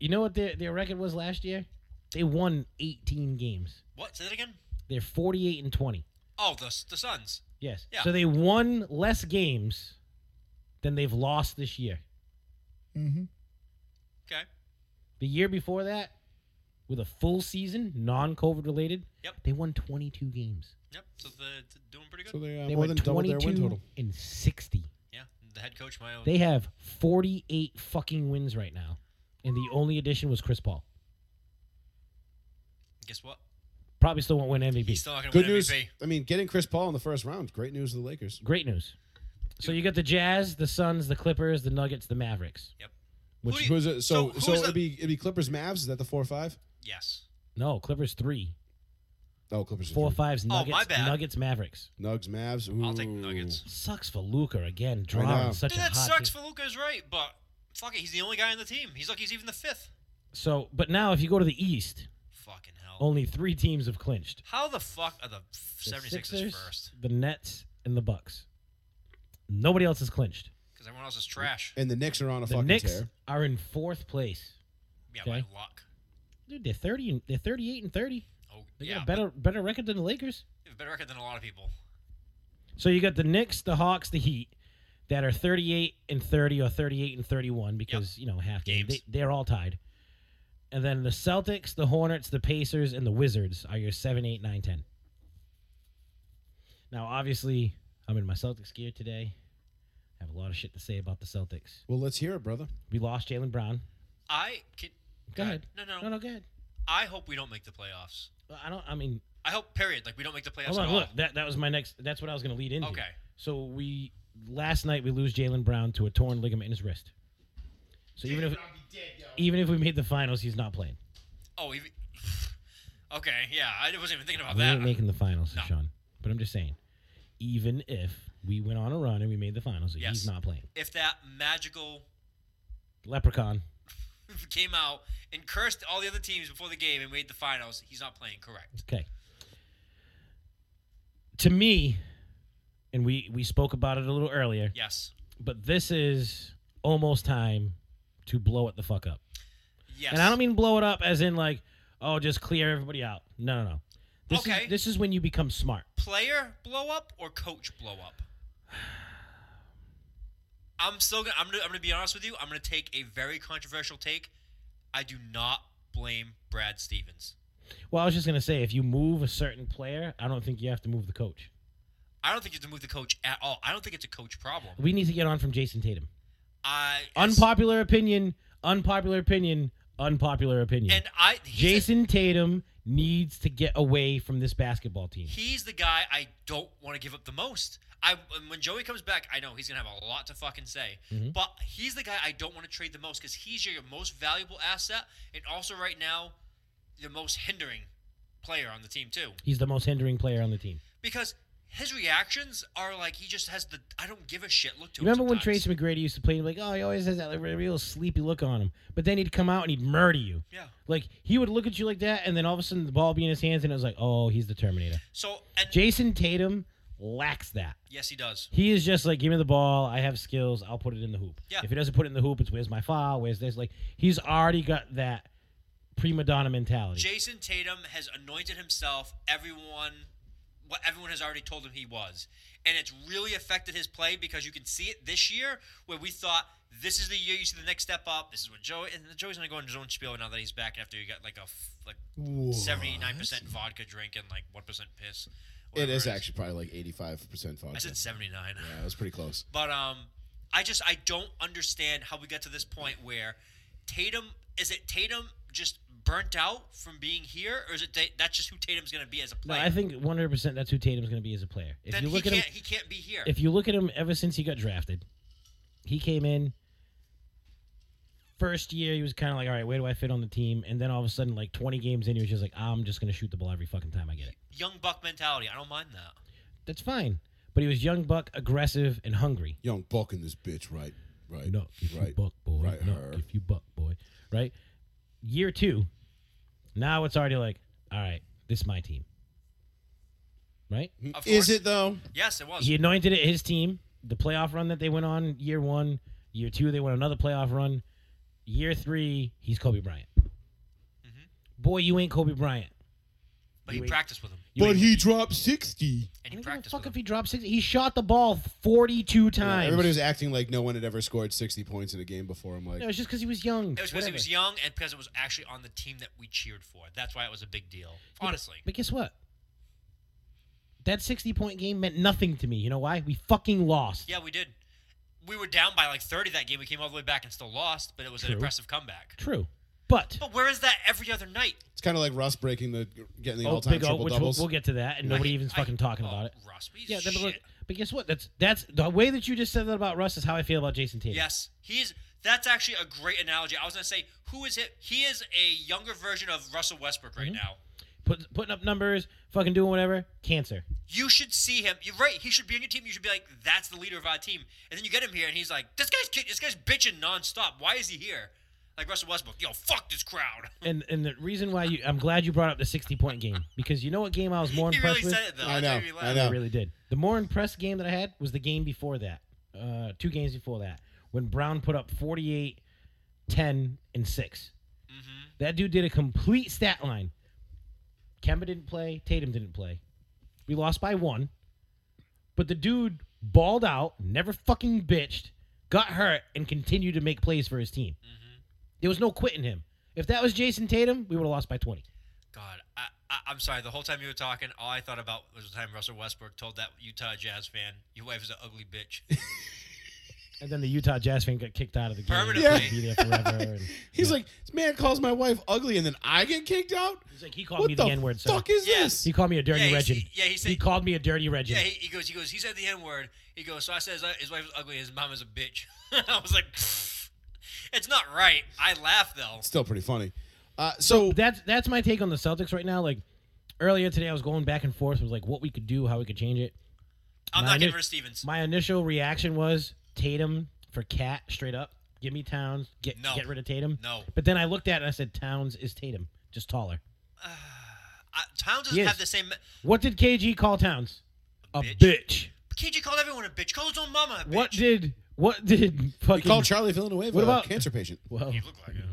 You know what their their record was last year? They won 18 games. What? Say that again? They're 48 and 20. Oh, the the Suns. Yes. Yeah. So they won less games than they've lost this year. Mm-hmm. Okay. The year before that, with a full season, non-COVID related, Yep. they won 22 games. Yep. So they're t- doing pretty good. So they, uh, They more went than doubled their win 22 total. and 60. yeah. The head coach, my own. They have 48 fucking wins right now, and the only addition was Chris Paul. Guess what? Probably still won't win He's MVP. still not going to Good win news. MVP. I mean, getting Chris Paul in the first round. Great news for the Lakers. Great news. So you got the Jazz, the Suns, the Clippers, the Nuggets, the Mavericks. Yep. Which Who do you- Who's it? So, who's so, the- it'd be it'd be Clippers Mavs. Is that the four five? Yes. no, Clippers three, Oh, Clippers. are four three. fives, my Nuggets, bad. Nuggets, Mavericks. Nugs Mavs. I'll take the Ooh. Nuggets. Sucks for Luca again, know. drawing such Dude, a that hot. sucks team. for Luca's right, but fuck it. He's the only guy on the team. He's like he's even the fifth. so, but now if you go to the East, Fucking hell. only three teams have clinched: How the fuck are the Oh. the 76ers Sixers, first? the Nets, and the Bucks. Nobody else has clinched. Because everyone else is trash. And the Knicks are on a The fucking Knicks tear. are in fourth place. Yeah, Okay. by luck. Dude, they're thirty. And, they're thirty-eight and thirty. Oh, They yeah, got a but better better record than the Lakers. they have a better record than a lot of people. So you got the Knicks, the Hawks, the Heat that are 38 and 30 or 38 and 31 because, you know, half game. Games. They, they're all tied. And then the Celtics, the Hornets, the Pacers, and the Wizards are your 7, 8, 9, 10. Now, obviously, I'm in my Celtics gear today. I have a lot of shit to say about the Celtics. Well, let's hear it, brother. We lost Jalen Brown. I can, Go ahead. No, no, No, no, go ahead. I hope we don't make the playoffs. Well, I don't, I mean, I hope, period. Like we don't make the playoffs hold on, at all. look. That, that was my next, that's what I was going to lead into. Okay. So we last night we lose Jalen Brown to a torn ligament in his wrist. So even if even if we made the finals, he's not playing. Oh, even, okay. Yeah, I wasn't even thinking about We ain't that. making the finals, No. Sean. But I'm just saying, even if we went on a run and we made the finals, Yes. he's not playing. If that magical Leprechaun. came out and cursed all the other teams before the game and made the finals, he's not playing correct. Okay. To me, and we we spoke about it a little earlier, Yes. but this is almost time to blow it the fuck up. Yes. And I don't mean blow it up as in like, oh, just clear everybody out. No, no, no. This Okay. is this is when you become smart. player blow up or coach blow up? I'm still gonna I'm, gonna. I'm gonna be honest with you. I'm gonna take a very controversial take. I do not blame Brad Stevens. Well, I was just gonna say, if you move a certain player, I don't think you have to move the coach. I don't think you have to move the coach at all. I don't think it's a coach problem. We need to get on from Jason Tatum. I it's- Unpopular opinion, unpopular opinion, unpopular opinion. and I he's a- Jason Tatum needs to get away from this basketball team. he's the guy I don't want to give up the most. I when Joey comes back, I know he's gonna have a lot to fucking say. Mhm. But he's the guy I don't want to trade the most because he's your most valuable asset, and also right now, the most hindering player on the team too. He's the most hindering player on the team. Because his reactions are like he just has the I don't give a shit look to You remember him. when sometimes. Tracy McGrady used to play? Like, oh, he always has that like, real sleepy look on him. But then he'd come out and he'd murder you. Yeah. Like he would look at you like that, and then all of a sudden the ball be in his hands, and it was like, oh, he's the Terminator. So and Jason Tatum lacks that. yes, he does. He is just like, give me the ball. I have skills. I'll put it in the hoop. Yeah. If he doesn't put it in the hoop, it's where's my foul? Where's this? Like, he's already got that prima donna mentality. Jason Tatum has anointed himself everyone what everyone has already told him he was. And it's really affected his play because you can see it this year where we thought this is the year you see the next step up. This is what Joey and Joey's gonna go into his own spiel now that he's back after he got like a f- like seventy nine percent vodka drink and like one percent piss. It whatever is actually probably like 85% vodka. I said seventy nine. yeah, it was pretty close. But um, I just I don't understand how we got to this point where Tatum is it Tatum just burnt out from being here, or is it that, that's just who Tatum's going to be as a No, player? I think 100% that's who Tatum's going to be as a player. If then you he look at can't him, he can't be here. if you look at him ever since he got drafted, he came in first year he was kind of like, all right, where do I fit on the team? And then all of a sudden, like 20 games in, he was just like, I'm just going to shoot the ball every fucking time I get it. Young buck mentality. I don't mind that. That's fine. But he was young buck, aggressive, and hungry. Young buck in this bitch, right? Right. Knock if you right. buck, boy. Right, Knock her. if you buck, boy. Right? Year two, now it's already like, all right, this is my team. Right? Of Mm, Is course. it though? Yes, it was. He anointed it his team. The playoff run that they went on, year one, year two, they went another playoff run. Year three, he's Kobe Bryant. Mm-hmm. Boy, you ain't Kobe Bryant. but he wait. practiced with him, You ain't- he dropped 60. and I don't he give a practiced with fuck him. if he dropped six. He shot the ball 42 times. everybody was acting like no one had ever scored 60 points in a game before. I'm like, no, it's just because he was young. it was because he Whatever. was young, and because it was actually on the team that we cheered for. That's why it was a big deal. Honestly, But guess what? That 60 point game meant nothing to me. You know why? We fucking lost. yeah, we did. We were down by like thirty that game. We came all the way back and still lost, but it was an True. impressive comeback. True. But But where is that every other night? it's kind of like Russ breaking the getting the oh, all-time Big O, triple which we'll, doubles. we'll get to that, and nobody I- even's I- fucking talking oh, about it. Russ, we Yeah, shit. but, look, but guess what? That's that's the way that you just said that about Russ is how I feel about Jason Tatum. yes, he's. That's actually a great analogy. I was gonna say, who is it? He is a younger version of Russell Westbrook Mm-hmm. right now. Put, putting up numbers, fucking doing whatever. Cancer. You should see him. You're right. He should be on your team. You should be like, that's the leader of our team. And then you get him here, and he's like, this guy's kid- this guy's bitching nonstop. Why is he here? Like Russell Westbrook. Yo, fuck this crowd. And and the reason why you, I'm glad you brought up the 60 point game because you know what game I was more he impressed really with. said it though. I That know, made me laugh. I know. I really did. The more impressed game that I had was the game before that. Uh, two games before that, when Brown put up 48, 10, and 6. That dude did a complete stat line. Kemba didn't play. Tatum didn't play. We lost by one. But the dude balled out, never fucking bitched, got hurt, and continued to make plays for his team. There was no quitting him. If that was Jason Tatum, we would have lost by 20. God, I, I, I'm sorry. The whole time you were talking, all I thought about was the time Russell Westbrook told that Utah Jazz fan, "Your wife is an ugly bitch." And then the Utah Jazz fan got kicked out of the game. Permanently. He couldn't Be there forever. and- He's yeah. like, this man calls my wife ugly, and then I get kicked out. He's like, he called What me the the N word. So fuck is Yeah. this? he called me a dirty Yeah, he- regin. yeah, he said- he called me a dirty regin. yeah, he, he goes. He goes. He said the N word. He goes. So I said his, his wife was ugly. His mom is a bitch. I was like, it's not right. I laugh though. Still pretty funny. Uh, so that's that's my take on the Celtics right now. Like earlier today, I was going back and forth with like what we could do, how we could change it. I'm Mine not is- giving her Stevens. My initial reaction was Tatum for Cat straight up. Give me Towns. Get No. get rid of Tatum. No. But then I looked at it and I said Towns is Tatum, just taller. I, Towns doesn't Yes. have the same. What did KG call Towns? A Bitch. bitch. KG called everyone a bitch. Called his own mama a bitch. What did what did fucking he called Charlie Villanueva What about- a cancer patient. well, You look like it.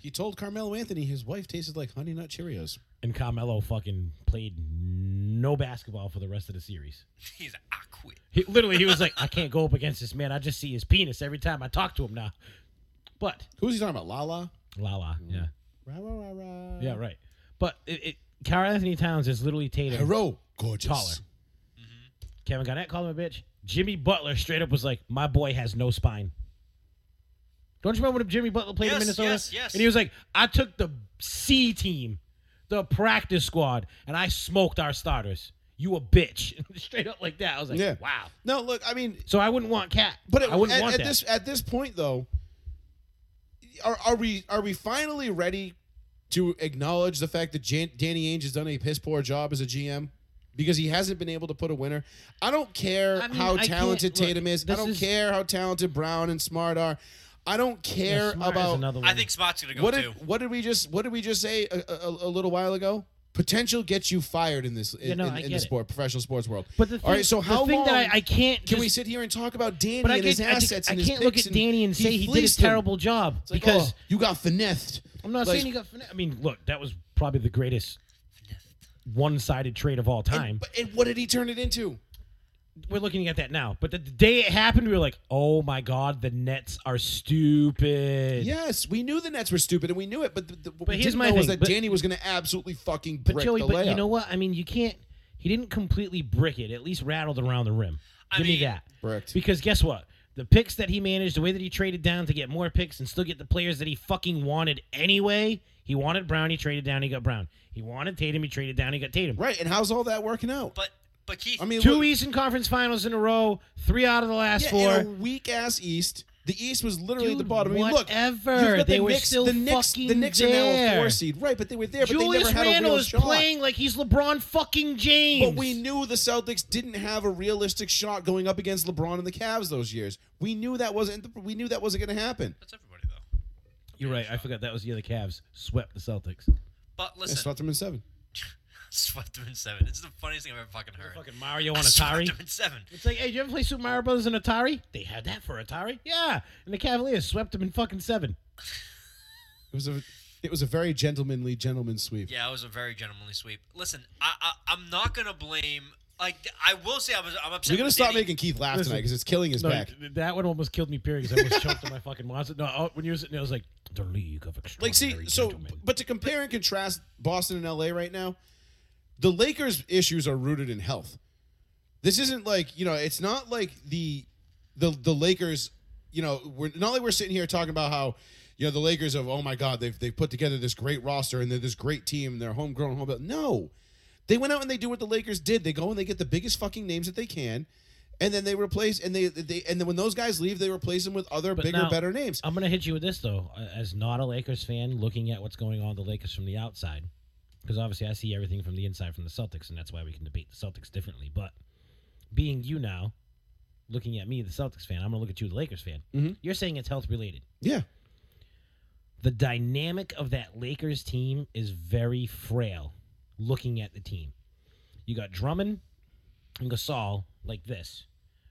He told Carmelo Anthony his wife tasted like Honey Nut Cheerios. and Carmelo fucking played no basketball for the rest of the series. He's like, I quit. He, literally, he was like, I can't go up against this man. I just see his penis every time I talk to him now. But Who's he talking about? Lala. la la, yeah, Rah, rah, rah, rah. yeah, right. But it, it Carl Anthony Towns is literally Tatum. Hero, gorgeous. Taller. Kevin Garnett called him a bitch. Jimmy Butler straight up was like, "My boy has no spine." Don't you remember when Jimmy Butler played in Yes, Minnesota? yes, yes. And he was like, "I took the C team, the practice squad, and I smoked our starters. You a bitch." straight up like that. I was like, Yeah. "Wow." No, look, I mean, So I wouldn't want Cat. But it, I wouldn't at, want at that. this at this point though, are, are we are we finally ready to acknowledge the fact that Jan- Danny Ainge has done a piss poor job as a GM? Because he hasn't been able to put a winner. I don't care I mean, how I can't- talented look, Tatum is. I this don't is- care how talented Brown and Smart are. I don't Yeah, care Smart is about another one. I think Smart's gonna go what too. did what did we just what did we just say a, a, a little while ago? Potential gets you fired in this in, Yeah, no, in, I in get the it. sport professional sports world. But the thing, All right, so how the thing long that I, I can't can we just- sit here and talk about Danny But I and his can- I, think- assets I and his can't look picks at Danny and say he, did a fleeced him. terrible job It's like, because oh, you got finessed. I'm not Like, saying he got. Fin- I mean, look, that was probably the greatest one-sided trade of all time. But and what did he turn it into? We're looking at that now. But the the day it happened, we were like, "Oh my god, the Nets are stupid." Yes, we knew the Nets were stupid, and we knew it. But, the, the, what we here's didn't my know was thing, that but- Danny was going to absolutely fucking brick but Joey, the but you layup. know what? I mean, you can't. He didn't completely brick it. At least rattled around the rim. I Give me mean- that. Bricked. Because guess what? The picks that he managed, the way that he traded down to get more picks and still get the players that he fucking wanted anyway. He wanted Brown, he traded down, he got Brown. He wanted Tatum, he traded down, he got Tatum. right, and how's all that working out? But but Keith, I mean, Two look- Eastern Conference Finals in a row, three out of the last yeah, four. in a weak ass East. The East was literally the Dude, bottom. I mean, look, whatever. you've got They the were Knicks, still the Knicks, the fucking Knicks are now a there. four seed, right? But they were there, but Julius they never had a Randle real is shot. playing like he's LeBron fucking James. But we knew the Celtics didn't have a realistic shot going up against LeBron and the Cavs those years. We knew that wasn't. We knew that wasn't going to happen. that's everybody though. You're right. I forgot that was the other Cavs swept the Celtics. But I listen, swept them in seven. swept them in seven. This is the funniest thing I've ever fucking heard. Fucking Mario on I swept Atari. them in seven. It's like, hey, did you ever play Super Mario Brothers on Atari? They had that for Atari. Yeah, and the Cavaliers swept them in fucking seven. It was a. It was a very gentlemanly gentleman sweep. Yeah, it was a very gentlemanly sweep. Listen, I, I I'm not gonna blame. Like I will say, I was I'm upset. We're gonna with stop Danny. making Keith laugh Listen. tonight because it's killing his No, back. th- that one almost killed me pure because I was choked on my fucking monster. No, oh, when you were sitting there, I was like, the League of Like, Extraordinary see, so Gentlemen. but to compare and contrast Boston and LA right now, the Lakers' issues are rooted in health. This isn't like you know, it's not like the the the Lakers. You know, we're not like we're sitting here talking about how you know the Lakers of oh my god they've they've put together this great roster and they're this great team. They're homegrown, homebuilt. No, they went out and they do what the Lakers did. They go and they get the biggest fucking names that they can. And then they replace, and they, they and then when those guys leave, they replace them with other But bigger, now- better names. I'm gonna hit you with this though, uh, as not a Lakers fan, looking at what's going on with the Lakers from the outside, because obviously I see everything from the inside from the Celtics, and that's why we can debate the Celtics differently. But being you now, looking at me, the Celtics fan, I'm gonna look at you, the Lakers fan. Mhm. You're saying it's health related. Yeah, The dynamic of that Lakers team is very frail. Looking at the team, you got Drummond and Gasol like this,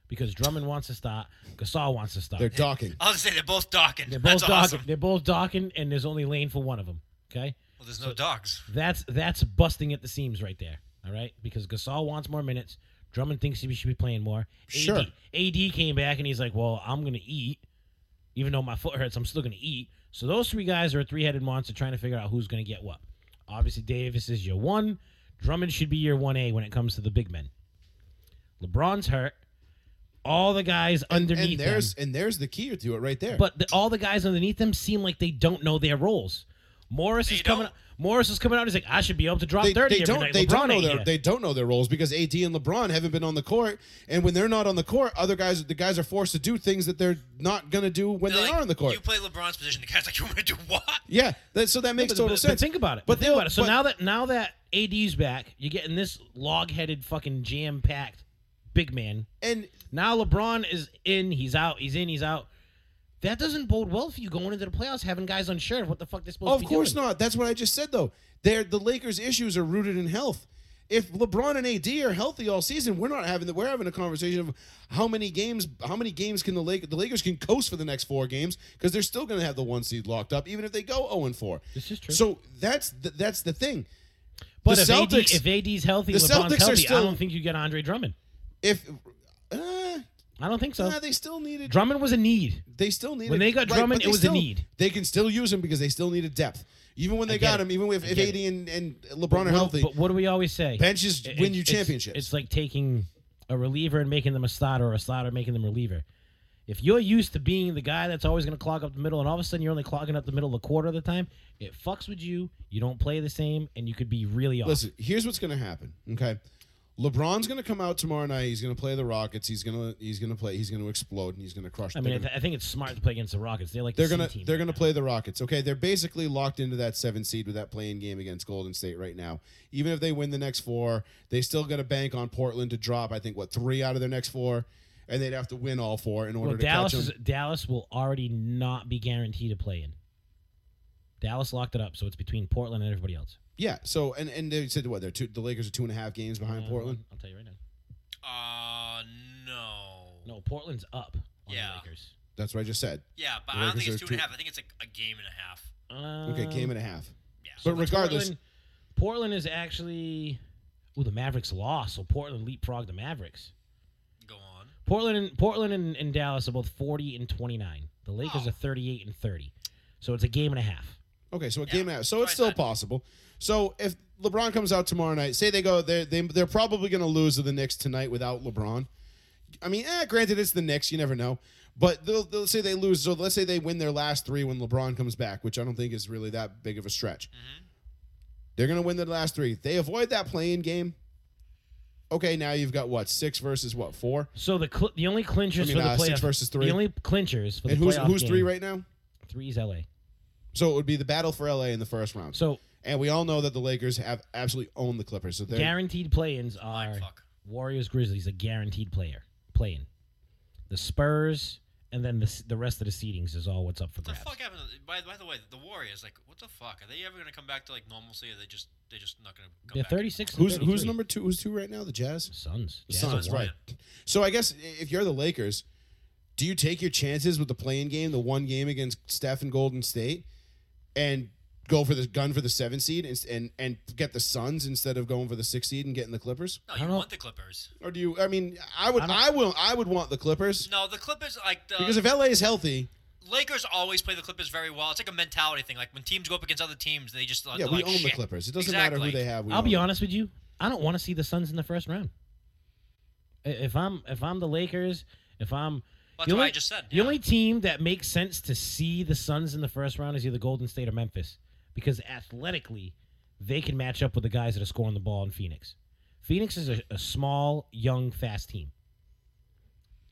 because Drummond wants to start, Gasol wants to start. They're docking. I was gonna say they're both docking. They're both That's docking. awesome. They're both docking, and there's only lane for one of them. Okay, Well, there's no dogs. that's that's busting at the seams right there. All right, because Gasol wants more minutes. Drummond thinks he should be playing more. AD, Sure. AD came back and he's like, "Well, I'm gonna eat, even though my foot hurts. I'm still gonna eat." So those three guys are a three-headed monster trying to figure out who's gonna get what. Obviously, Davis is your one. Drummond should be your one A when it comes to the big men. LeBron's hurt. All the guys underneath and them- there's and there's the key to it right there. but the, all the guys underneath them seem like they don't know their roles. Morris They is coming. don't. Morris is coming out. He's like, I should be able to drop they, thirty they every don't night. they LeBron don't know ain't their here." they don't know their roles because AD and LeBron haven't been on the court, and when they're not on the court, other guys the guys are forced to do things that they're not gonna do when They're they like, are on the court. You play LeBron's position. The guy's like, you want to do what? yeah, that, so that makes But- total but- but sense. think about it. But But think they'll- about it. So but- now that now that AD's back, you're getting this log-headed, fucking jam-packed big man. and Now LeBron is in. He's out. He's in. He's out. That doesn't bode well for you going into the playoffs, having guys unsure of what the fuck they're supposed Of to be course doing. not. That's what I just said though. They're, the Lakers' issues are rooted in health. If LeBron and AD are healthy all season, we're not having the, we're having a conversation of how many games how many games can the Lakers the Lakers can coast for the next four games because they're still going to have the one seed locked up even if they go zero and four. This is true. So that's the, that's the thing. But the if, Celtics- AD, if AD's healthy, the LeBron's Celtics are healthy, I still- don't think you get Andre Drummond. If uh, I don't think so. nah, they still needed Drummond was a need. they still needed When they got Drummond, but it was a still- need. They can still use him because they still needed depth. Even when they I get got it. him, even if, I if get AD and, and LeBron are healthy, But what do we always say? benches It- win it- you it's- championships. It's like taking a reliever and making them a starter, or a starter making them a reliever. If you're used to being the guy that's always going to clog up the middle, and all of a sudden you're only clogging up the middle a quarter of the time, it fucks with you. You don't play the same, and you could be really off. Listen, here's what's going to happen. Okay, LeBron's going to come out tomorrow night. He's going to play the Rockets. He's going to he's going to play. He's going to explode and he's going to crush. I them. mean, I, They're th- I think it's smart to play against the Rockets. They're like the they're C gonna team. they're gonna play the Rockets. Okay, they're basically locked into that seven seed with that playing game against Golden State right now. Even if they win the next four, they still got to bank on Portland to drop. I think what three out of their next four, and they'd have to win all four in order Well, to Dallas catch is, them. Dallas will already not be guaranteed to play in. Dallas locked it up, so it's between Portland and everybody else. Yeah. So and and they said what they're two, the Lakers are two and a half games behind Uh, Portland. I'll tell you right now. Uh, no. No, Portland's up on Yeah. the Lakers. That's what I just said. Yeah, but The I don't Lakers think it's are two and a two- half. I think it's like a game and a half. Okay, Um, game and a half. Yeah. But regardless, Portland, Portland is actually. Ooh, the Mavericks lost, so Portland leapfrogged the Mavericks. Go on. Portland and Portland and, and Dallas are both forty and twenty nine. The Lakers Oh. are thirty eight and thirty, so it's a game and a half. Okay, so a Yeah, game out. So try it's still that. possible. So if LeBron comes out tomorrow night, say they go, they they they're probably going to lose to the Knicks tonight without LeBron. I mean, eh, granted it's the Knicks, you never know, but they'll, they'll say they lose. So let's say they win their last three when LeBron comes back, which I don't think is really that big of a stretch. They're going to win their last three. If They avoid that playing game. Okay, now you've got what six versus what four, So the cl- the only clinchers I mean, for the uh, playoff six versus three. The only clinchers for and the who's playoff who's three game- right now? Three is L.A. So it would be the battle for LA in the first round. So and we all know that the Lakers have absolutely owned the Clippers. So they're guaranteed play-ins are Mind fuck. Warriors Grizzlies a guaranteed player playing. The Spurs and then the s- the rest of the seedings is all what's up for What the grabs. fuck happened? to- By, by the way, the Warriors. Like, what the fuck? Are they ever gonna come back to like normalcy? Or they just they just not gonna come They're back? thirty six. Who's who's number two? Who's two right now? The Jazz. Suns. The Jazz are Suns, one. right? So I guess if you're the Lakers, do you take your chances with the playing game, the one game against Steph and Golden State, and go for the gun for the seven seed and and, and get the Suns instead of going for the six seed and getting the Clippers? No, I you don't know. want the Clippers. Or do you? I mean, I would, I don't- I, will, I would want the Clippers No, the Clippers like the because if LA is healthy, Lakers always play the Clippers very well. It's like a mentality thing. Like when teams go up against other teams, they just like, yeah, they're we like, own the "Shit." Clippers. It doesn't matter who Exactly. they have. We I'll be own them. honest with you. I don't want to see the Suns in the first round. I- If I'm if I'm the Lakers, if I'm Well, that's the what only, I just said. the yeah. only team that makes sense to see the Suns in the first round is either Golden State or Memphis because athletically they can match up with the guys that are scoring the ball in Phoenix. Phoenix is a, a small, young, fast team.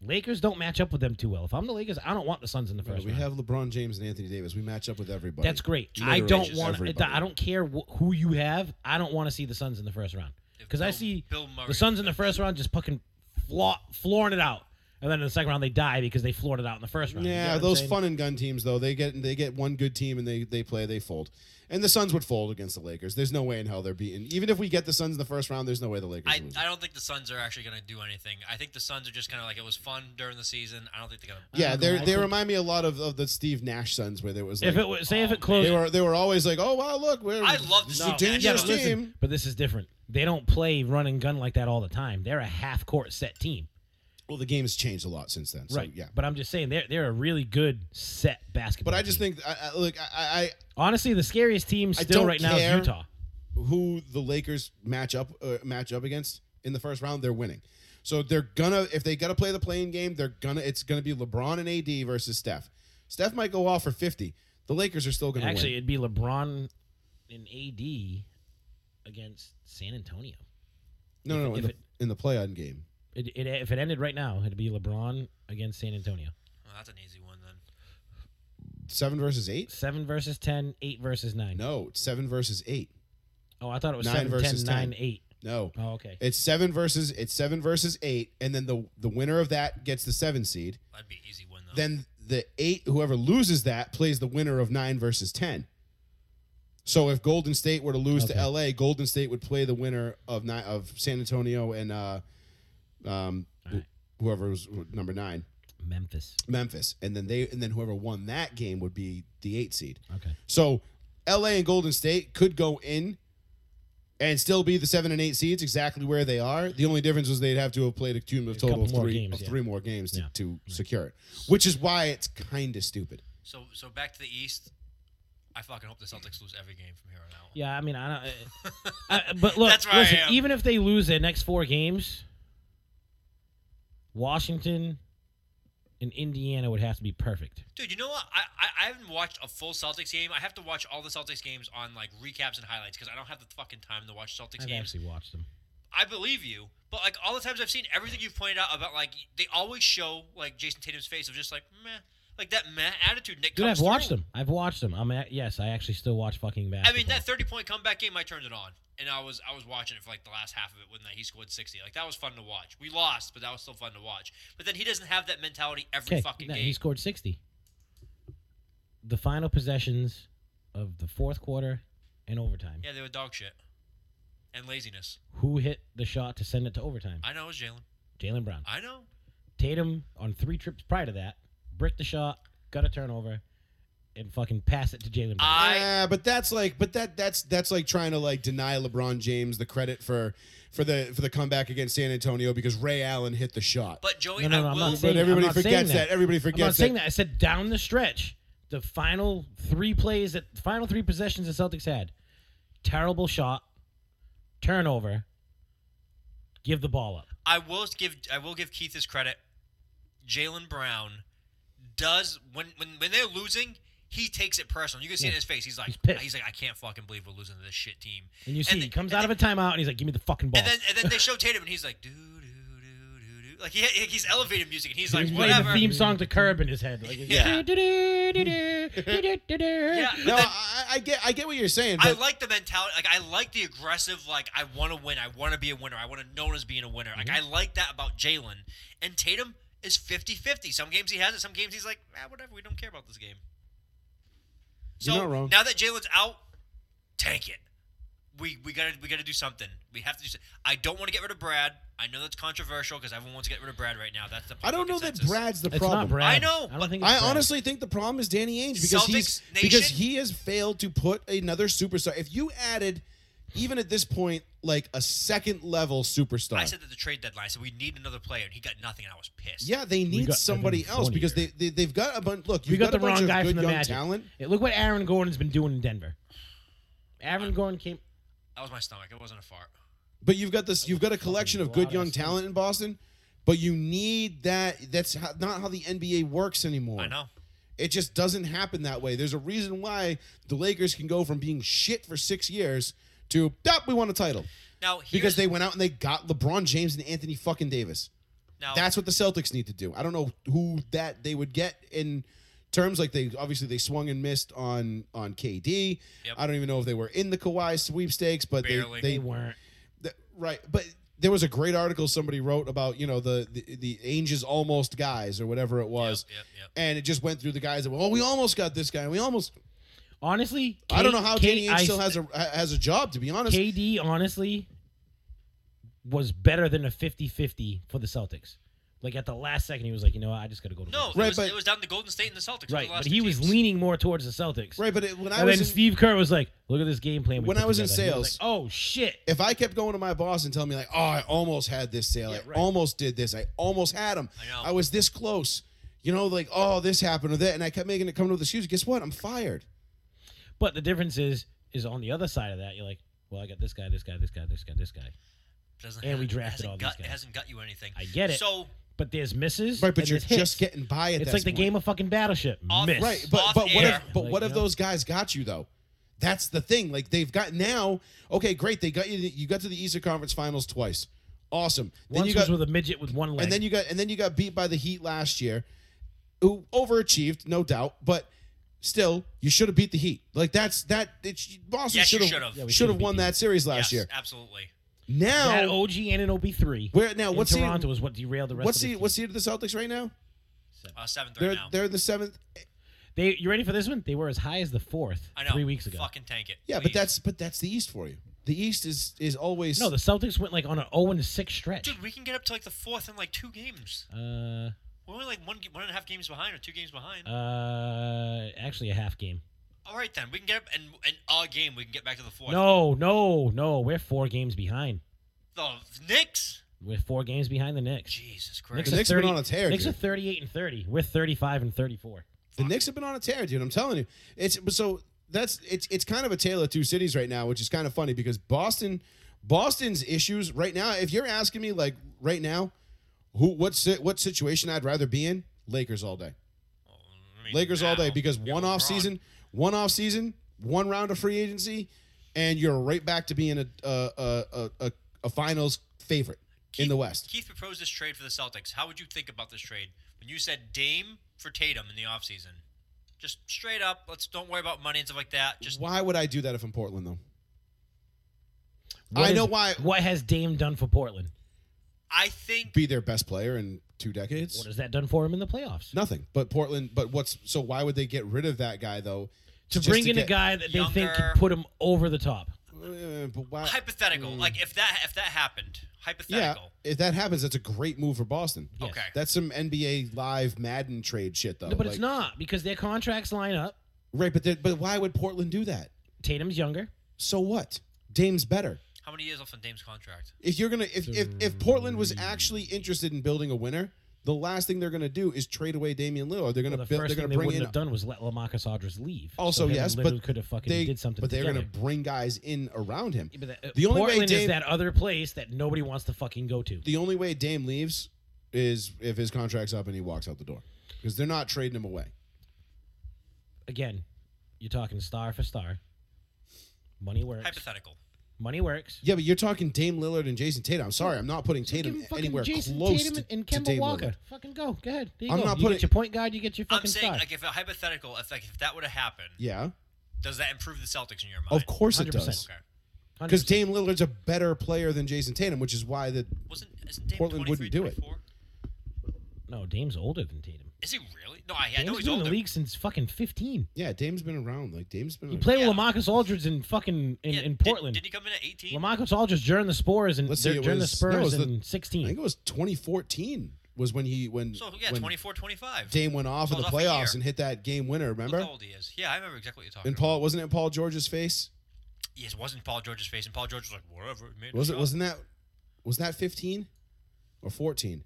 Lakers don't match up with them too well. If I'm the Lakers, I don't want the Suns in the Right, first we round. have LeBron James and Anthony Davis. We match up with everybody. That's great. Literally I don't just want. everybody. I don't care wh- who you have. I don't want to see the Suns in the first round If because I Bill- see Bill Murray the Suns in the first round just fucking flaw, flooring it out. And then in the second round, they die because they floored it out in the first round. You get Yeah, what I'm those saying? fun and gun teams though they get they get one good team and they they play they fold, and the Suns would fold against the Lakers. There's no way in hell they're beaten. Even if we get the Suns in the first round, there's no way the Lakers. I, lose. I don't think the Suns are actually going to do anything. I think the Suns are just kind of like it was fun during the season. I don't think they're going to. yeah, don't know. they I they think- remind me a lot of, of the Steve Nash Suns where there was like, If it was, say if Oh, it closed, they were they were always like, oh wow, look, we're I love this is the a yeah, Steve Nash dangerous but listen, team. but this is different. They don't play run and gun like that all the time. They're a half court set team, Well, the game has changed a lot since then. So, right? Yeah. But I'm just saying they're they're a really good set basketball. But I just team. think, I, I, look, I, honestly, the scariest team I still don't right now care. is Utah. I who the Lakers match up uh, match up against in the first round, they're winning. So they're gonna if they gotta play the playing game, they're gonna it's gonna be LeBron and AD versus Steph. Steph might go off for fifty. The Lakers are still gonna Actually, win. it'd be LeBron and AD against San Antonio. No, no, no. if In the, it- in the play on game, It, it, if it ended right now, it'd be LeBron against San Antonio. Well, that's an easy one then. seven versus eight. Seven versus ten, eight versus nine. No, it's seven versus eight. Oh, I thought it was Nine seven, versus 10, nine, 10. eight. No, Oh, okay. it's seven versus it's seven versus eight, and then the the winner of that gets the seven seed. That'd be an easy one though. then the eight whoever loses that plays the winner of nine versus ten. So if Golden State were to lose Okay. to L.A., Golden State would play the winner of nine of San Antonio and uh, um, wh- Alright. whoever was number nine, Memphis. Memphis, and then they and then whoever won that game would be the eight seed. Okay. So L.A. and Golden State could go in. And still be the seven and eight seeds exactly where they are. The only difference was they'd have to have played a cumulative A total of couple more three, games, of yeah. three more games to, Yeah. to secure it, which is why it's kind of stupid. so so back to the East. I fucking hope the Celtics lose every game from here on out. Yeah, I mean, I don't. I, I- but look, That's where I listen, am. even if they lose their next four games, Washington and Indiana would have to be perfect. Dude, you know what? I, I, I haven't watched a full Celtics game. I have to watch all the Celtics games on like recaps and highlights because I don't have the fucking time to watch Celtics I've games. actually watched them. I believe you, but like all the times I've seen everything you've pointed out about like they always show like Jason Tatum's face of just like meh, like that meh attitude. Nick, Dude, comes I've watched through. them. I've watched them. I'm at, yes, I actually still watch fucking I basketball. mean, that thirty-point comeback game, I turned it on, and I was I was watching it for like the last half of it when that he scored sixty. Like that was fun to watch. We lost, but that was still fun to watch. But then he doesn't have that mentality every Okay, fucking no, game. he scored 60. The final possessions of the fourth quarter and overtime. yeah, they were dog shit and laziness. Who hit the shot to send it to overtime? I know it was Jalen. Jalen Brown. I know. Tatum on three trips prior to that, bricked the shot, got a turnover, and fucking passed it to Jalen. Brown. I yeah, Uh, but that's like, but that that's that's like trying to like deny LeBron James the credit for for the for the comeback against San Antonio because Ray Allen hit the shot. But, but Joey, No, no, no, I I'm will. not saying- everybody I'm not saying forgets that. that. Everybody I'm not forgets saying that. that. I said down the stretch, the final three plays that the final three possessions the Celtics had, terrible shot, turnover, give the ball up. I will give I will give Keith his credit. Jalen Brown does when when when they're losing, he takes it personal. You can see it in his face. He's like He's he's, pissed. like I can't fucking believe we're losing to this shit team. And you see, he the- comes and out of a timeout and he's like, "Give me the fucking ball." And then and then they show Tatum and he's like doo doo doo doo doo. Like he, he's elevated music and he's like He's playing whatever. the theme song to Curb in his head. Like, Yeah. Yeah, yeah. but no, then- I, I get I get what you're saying. I But like the mentality. Like I like the aggressive. Like I want to win. I want to be a winner. I want to known as being a winner. Like Mm-hmm. I like that about Jalen and Tatum is 50-50. Some games he has it. Some games he's like, ah, whatever. We don't care about this game. So You're not wrong. now that Jalen's out, tank it. We we gotta we gotta do something. We have to do. Something. I don't want to get rid of Brad. I know that's controversial because everyone wants to get rid of Brad right now. That's the. I don't know public that consensus. Brad's the It's problem. not Brad. I know, I don't but think it's I Brad. honestly think the problem is Danny Ainge because Celtics he's Nation? because he has failed to put another superstar. If you added, even at this point, like a second level superstar, I said that the trade deadline. I said we need another player, and he got nothing, and I was pissed. yeah, they need got somebody Evan else Fournier. because they, they they've got a bunch. Look, We you've got, the a bunch wrong of guy good from the young Magic. talent. Yeah, look what Aaron Gordon's been doing in Denver. Aaron Gordon came. That was my stomach. It wasn't a fart. But you've got this. You've got a collection of good Wow, young that's- talent in Boston, but you need that. That's how, not how the NBA works anymore. I know. It just doesn't happen that way. There's a reason why the Lakers can go from being shit for six years to, "Yup, we won a title. Now Because here's- they went out and they got LeBron James and Anthony fucking Davis. now, That's what the Celtics need to do. I don't know who that they would get in terms like they obviously they swung and missed on on KD. Yep. I don't even know if they were in the Kawhi sweepstakes, but they, Barely. they They weren't. th- right. But there was a great article somebody wrote about you know the the, the Angels almost guys or whatever it was, Yep, yep, and it just went through the guys that well we almost got this guy and we almost Honestly, I don't know how K- Danny Ainge I- still has a has a job to be honest. KD honestly was better than a 50-50 for the Celtics. Like at the last second, he was like, you know, what? I just got to go to No, work." Right, it, was, but- it was down to Golden State and the Celtics. right. the last But two he was teams. leaning more towards the Celtics. right, but it, when I and was then in, Steve Kerr was like, "Look at this game plan." we When put I was in together." He sales- like, oh shit! if I kept going to my boss and telling me like, "Oh, I almost had this sale. Yeah, I right. almost did this. I almost had him. I know. was this close." You know, like, "Oh, this happened or that," and I kept making it come to the excuse. Guess what? I'm fired. But the difference is, is on the other side of that, you're like, "Well, I got this guy, this guy, this guy, this guy, this guy." Doesn't and we it drafted hasn't all these got, guys. It hasn't got you anything. I get it. So But there's misses. Right, but and you're there's hits. just getting by at It's that like the point. game of fucking Battleship. Off- Miss. Right, but off but what air. if but Like, what if no. those guys got you though? That's the thing. Like they've got now. Okay, great. They got you. You got to the Eastern Conference Finals twice. Awesome. Then Once you got was with a midget with one leg. and then you got and then you got beat by the Heat last year, who overachieved, no doubt, but still you should have beat the Heat. Like that's that. It's, Boston Yes, you should should've. Yeah, have we should have should've won beat that series last yes, year. absolutely. that Now OG and an OB three. where now in what's Toronto the is what derailed the rest. what's of the the what's seed of the Celtics right now? Uh, seventh They're right now. they're the seventh. They you ready for this one? They were as high as the fourth I know. three weeks ago. Fucking tank it. Yeah, but please. that's but that's the East for you. The East is is always No, the Celtics went like on an 0 and 6 stretch. dude. We can get up to like the fourth in like two games. Uh, We're only like one, ge- one and a half games behind or two games behind. uh, actually a half game. All right then, we can get up and and a game we can get back to the fourth. No, no, no. We're four games behind. the Knicks. We're four games behind the Knicks. Jesus Knicks Christ. The are Knicks have been 30 on a tear, Knicks are dude. 38 and 30. We're 35 and 34. The Knicks have been on a tear, dude. I'm telling you. It's but so that's it's it's kind of a tale of two cities right now, which is kind of funny because Boston Boston's issues right now, if you're asking me like right now, who what si- what situation I'd rather be in? Lakers all day. Well, I mean, Lakers all day now, because you're one off wrong. season, one off season, one round of free agency and you're right back to being a a a a, a finals favorite in the West. Keith proposed this trade for the Celtics. How would you think about this trade when you said Dame for Tatum in the offseason? Just straight up, let's don't worry about money and stuff like that. Just Why would I do that if I'm Portland though? What I is- know why- What has Dame done for Portland? I think Be their best player in two decades. What has that done for him in the playoffs? Nothing. But Portland. But what's so? Why would they get rid of that guy though? to Just bring in get- a guy that they think younger. can put him over the top. Uh, but why? hypothetical. Mm. Like if that if that happened, yeah. hypothetical. If that happens, that's a great move for Boston. Yes. Okay. That's some NBA live Madden trade shit though. No, but Like- it's not because their contracts line up. right. But they- but why would Portland do that? Tatum's younger. So what? Dame's better. How many years left on Dame's contract? If you're gonna if if, if Portland was actually interested in building a winner, the last thing they're gonna do is trade away Damian Lillard. They're gonna Well, build, the first they're thing gonna they bring wouldn't in have done was let Lamarcus Aldridge leave. Also, so him and yes, but Lillard could have fucking they did something. but they're together. gonna bring guys in around him. Yeah, but that, uh, The only way Portland Dame- is that other place that nobody wants to fucking go to. the only way Dame leaves is if his contract's up and he walks out the door because they're not trading him away. Again, you're talking star for star. Money works. Hypothetical. Money works. Yeah, but you're talking Dame Lillard and Jason Tatum. I'm sorry, I'm not putting So give Tatum him fucking anywhere Jason close Tatum to, and to Kemba Dame Walker. Lillard. Fucking go. Go ahead. There you I'm go. not you putting- get your point guard. You get your fucking I'm saying star. like if a hypothetical, if like if that would have happened, Yeah, does that improve the Celtics in your mind? of course it 100%. does. Okay. Because 100%. Dame Lillard's a better player than Jason Tatum, which is why the Wasn't isn't Dame Portland wouldn't 23, do it. 24? no, Dame's older than Tatum. Is he really? No, I, I Dame's know he's been in older. the league since fucking 15. yeah Dame's been around. Like Dame's been. He a- played Hmm. Yeah. with Lamarcus Aldridge in fucking in, Yeah, in did- Portland. Did, he come in at 18? Lamarcus Aldridge during the Spurs and Let's see, it during was- the no, it was Spurs the- in I 16. think it was 2014 was when he when so yeah, when 24, 25. Dame went off in Well, the it's off a year. playoffs and hit that game winner. Look Remember? how old he is. Yeah, I remember exactly what you're talking And about. Paul wasn't it in Paul George's face? Yes, it wasn't Paul George's face, and Paul George was like, whatever. he made Was it shot." wasn't that was that 15 or 14?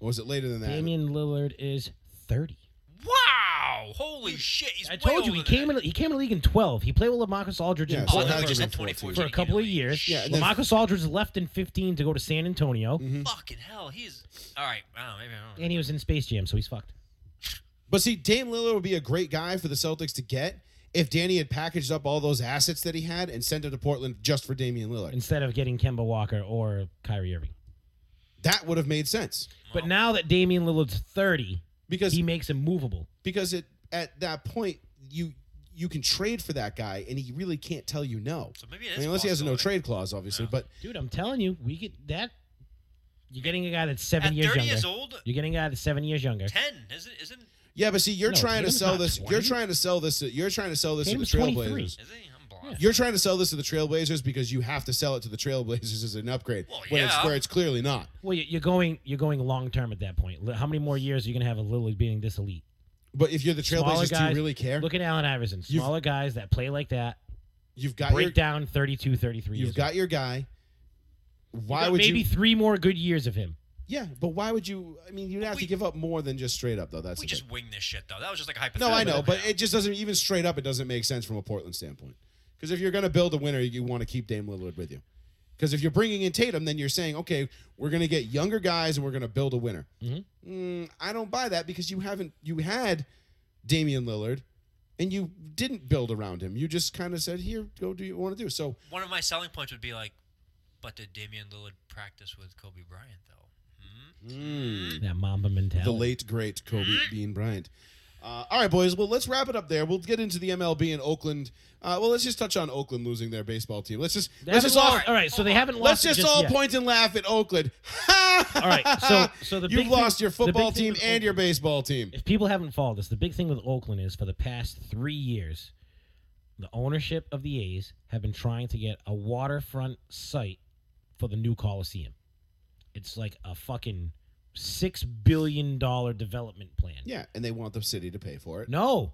Or was it later than that? Damian Lillard is 30. Wow! Holy shit! He's I way told you older he than came that. in. He came in the league in 12. He played with Lamarcus Aldridge Yeah, in so Oh, I it thought had you to be Portland said been 14. 24 for a couple of years. Yeah, mm-hmm. and then- Lamarcus Aldridge left in 15 to go to San Antonio, Fucking hell, he's all right. I don't know, maybe I don't know. and he was in Space Jam, so he's fucked. But see, Dame Lillard would be a great guy for the Celtics to get if Danny had packaged up all those assets that he had and sent it to Portland just for Damian Lillard. Instead of getting Kemba Walker or Kyrie Irving. that would have made sense But now that Damian Lillard's 30, because he makes him movable. because it at that point you you can trade for that guy and he really can't tell you no. So maybe it I is mean, unless he has a no possibility. trade clause, obviously. But Dude, I'm telling you, we get that You're getting a guy that's At seven 30 years younger. years old, You're getting a guy that's seven years younger. 10, isn't isn't Yeah, but see, you're No, trying to Tatum's sell not this. 20. You're trying to sell this. To, you're trying to sell this Tatum's to the 23. Trailblazers. is he? I'm blind. You're trying to sell this to the Trailblazers because you have to sell it to the Trailblazers as an upgrade, Well, where, it's, yeah. where it's clearly not. Well, you- you're going you're going long term at that point. Li- How many more years are you going to have a Lillard being this elite? But if you're the Smaller Trailblazers, do guys- you really care? Look at Allen Iverson. You've- Smaller guys that play like that You've got break your, down 32, 33 years. you've got your guy. old. Why Got would maybe you? three more good years of him? Yeah, but why would you? I mean, you'd have to we- give up more than just straight up, though. That's we the just thing. wing this shit though. That was just like a no, hypothetical. I know, but Yeah. it just doesn't even straight up. It doesn't make sense from a Portland standpoint. Because if you're going to build a winner, you want to keep Dame Lillard with you. Because if you're bringing in Tatum, then you're saying, okay, we're going to get younger guys and we're going to build a winner. Mhm. Mm-hmm. Mm, I don't buy that because you haven't. You had Damian Lillard, and you didn't build around him. You just kind of said, here, go do what you want to do. So one of my selling points would be like, but did Damian Lillard practice with Kobe Bryant though? Hmm? That Mamba mentality. the late great Kobe Bean Bryant. Uh, all right, boys. Well, let's wrap it up there. We'll get into the MLB in Oakland. Uh, well, let's just touch on Oakland losing their baseball team. Let's just They let's haven't just all lost- all right, so they haven't let's lost. it just, all yet. point and laugh at Oakland. All right, so so the you've big lost thing- your the big football thing team with and your Oakland- baseball team. If people haven't followed this, the big thing with Oakland is for the past three years, the ownership of the A's have been trying to get a waterfront site for the new Coliseum. It's like a fucking six billion dollar development plan. Yeah, and they want the city to pay for it. No.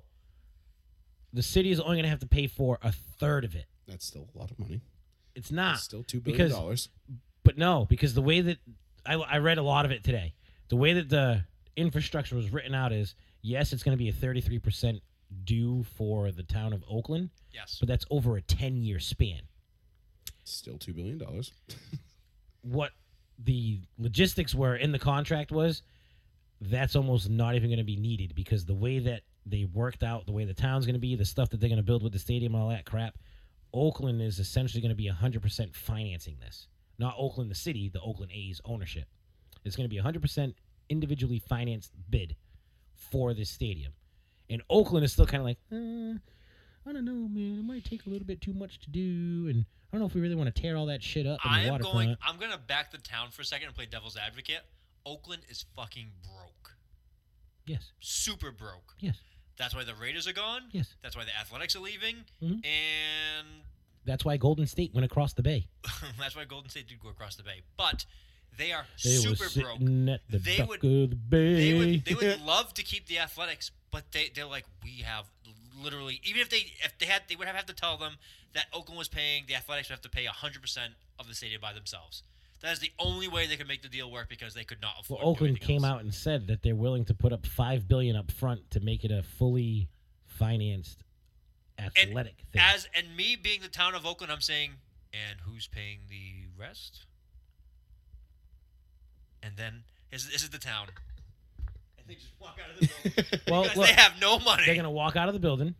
The city is only going to have to pay for a third of it. That's still a lot of money. It's not. It's still two billion Ah, because- dollars. But no, because the way that I, I read a lot of it today, the way that the infrastructure was written out is yes, it's going to be a 33% due for the town of Oakland, Yes. but that's over a 10 year span. Still two billion dollars. What the logistics were in the contract was that's almost not even going to be needed because the way that they worked out, the way the town's going to be, the stuff that they're going to build with the stadium, and all that crap, Oakland is essentially going to be 100% financing this. Not Oakland, the city, the Oakland A's ownership. It's going to be 100% individually financed bid for this stadium. And Oakland is still kind of like, uh, I don't know, man. It might take a little bit too much to do. And I don't know if we really want to tear all that shit up in I the am waterfront. going. I'm gonna back the town for a second and play devil's advocate. Oakland is fucking broke, yes, super broke. yes, That's why the Raiders are gone. yes. That's why the Athletics are leaving, Mhm. and That's why Golden State went across the bay. that's why Golden State did go across the bay. But they are They were super broke. sitting at the They back would- of the bay. They would, they would love to keep the Athletics, but they they're like we have literally even if they if they had they would have to tell them that Oakland was paying the Athletics would have to pay 100 percent of the stadium by themselves. That is the only way they could make the deal work because they could not well, afford. to do Oakland anything came else. out and said that they're willing to put up five billion up front to make it a fully financed athletic thing. as and me being the town of Oakland, I'm saying, and who's paying the rest? And then this, is- this is the town. And they just walk out of the building well, because look, they have no money. they're gonna walk out of the building.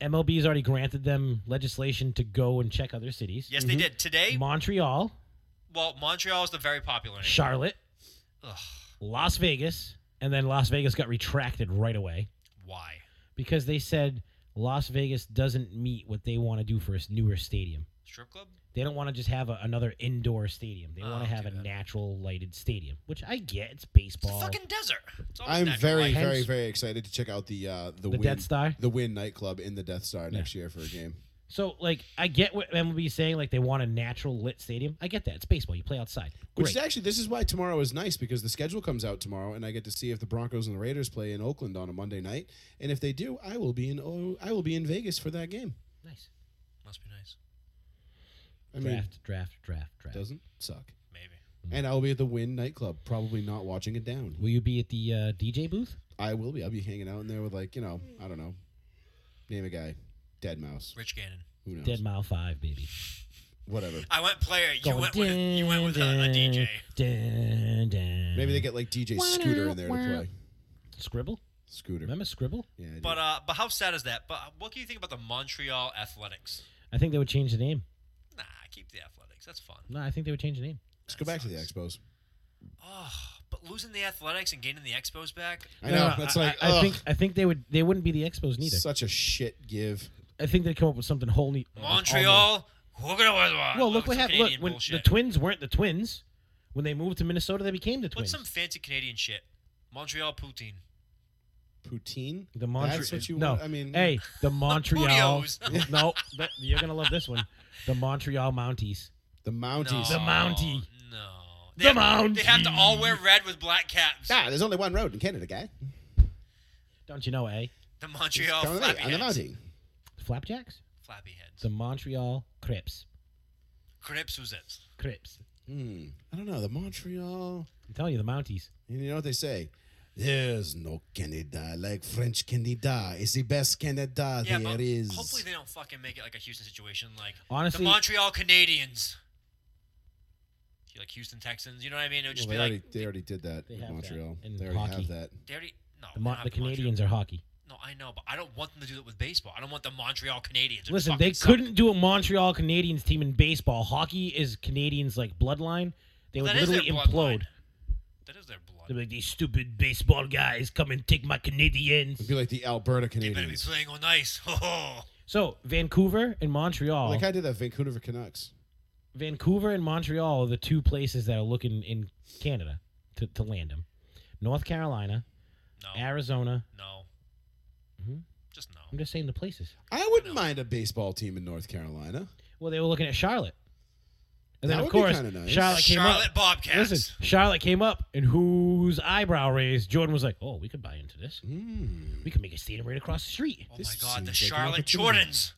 MLB has already granted them legislation to go and check other cities. yes, they Mhm. did today. Montreal, Well, Montreal is the very popular. name. Charlotte, Ugh, Las Vegas, and then Las Vegas got retracted right away why? because they said Las Vegas doesn't meet what they want to do for a s- newer stadium. Strip club? Well, They don't want to just have a, another indoor stadium. They Oh, want to have too a bad. natural lighted stadium, which I get. It's It's baseball. a fucking desert. It's always I'm natural very, light. Hence- very, very excited to check out the uh, the, the win, Death Star. the Win nightclub in the Death Star next year for a game. So, like, I get what MLB is saying. Like, they want a natural lit stadium. I get that. It's baseball. You play outside. Which Great. is actually this is why tomorrow is nice because the schedule comes out tomorrow and I get to see if the Broncos and the Raiders play in Oakland on a Monday night and if they do I will be in oh, I will be in Vegas for that game. nice. Must be nice. I mean draft, Mm. draft, draft, draft. doesn't suck. Maybe. And I will be at the Win nightclub probably not watching it down. Will you be at the uh, DJ booth? I will be I'll be hanging out in there with like you know I don't know name a guy dead mouse Rich Gannon. who knows Dead Mile Five, baby. whatever I went player. You Going went with you went with a, dun, a DJ. dun, dun. maybe they get like DJ Scooter in there to play Scribble. Scooter Remember Scribble? yeah I do. But uh, but how sad is that? But uh, what can you think about the Montreal Athletics? I think they would change the name. Nah, keep the Athletics. That's fun. No, I think they would change the name. let's go back to the Expos Oh, but losing the Athletics and gaining the Expos back. I No, know no, that's I- like I, I ugh, think I think they would they wouldn't be the Expos neither. such a shit give I think they'd come up with something whole new. Oh, Montreal. We're gonna win one. Well, look It's what happened. Look, Canadian when the bullshit. twins weren't the twins, When they moved to Minnesota, they became the Twins. What's some fancy Canadian shit? Montreal poutine. Poutine. the Montreal. That's what you no, want. I mean, hey, the Montreal. Purios. no, but you're gonna love this one. The Montreal Mounties. the Mounties. The Mountie. No. The have, They have to Mountie. all wear red with black caps. Ah, there's only one road in Canada, guy. Don't you know, eh? The Montreal Down the flappy lake, on the heads. Mountie. Flapjacks. Flappy heads. The Montreal Crips. Crêpe Suzette. Crips. Hmm. I don't know. The Montreal. I'm telling you, the Mounties. You know what they say? There's no Canada like French Canada. It's the best Canada Yeah, there but is. hopefully they don't fucking make it like a Houston situation, like Honestly- the Montreal Canadians. You Like Houston Texans, you know what I mean? It would Well, just they, be already, like they already did that They with have that Montreal. in they already hockey. have that. they already no. The, they Mon- don't have the Montreal- Canadians are hockey. No, I know, but I don't want them to do that with baseball. I don't want the Montreal Canadians. It Listen, fucking they sucks. couldn't do a Montreal Canadiens team in baseball. Hockey is Canadians' like bloodline. They Well, would that is literally their implode. bloodline. That is their blood. They'd be like, these stupid baseball guys come and take my Canadians. It'd be like the Alberta They better be Canadians. playing on ice. Oh, So Vancouver and Montreal. Like I did that Vancouver Canucks. Vancouver and Montreal are the two places that are looking in Canada to, to land him. North Carolina, no, Arizona. no, Mhm. just I'm no. just saying the places. I wouldn't mind a baseball team in North Carolina. Well, they were looking at Charlotte. And then That of would be course kinda nice. Charlotte came Charlotte up. Bobcats. Listen, Charlotte came up and whose eyebrow raised, Jordan was like, Oh, we could buy into this. Mm. We could make a stadium right across the street. Oh my This God, the seems like an Charlotte opportunity. Jordans.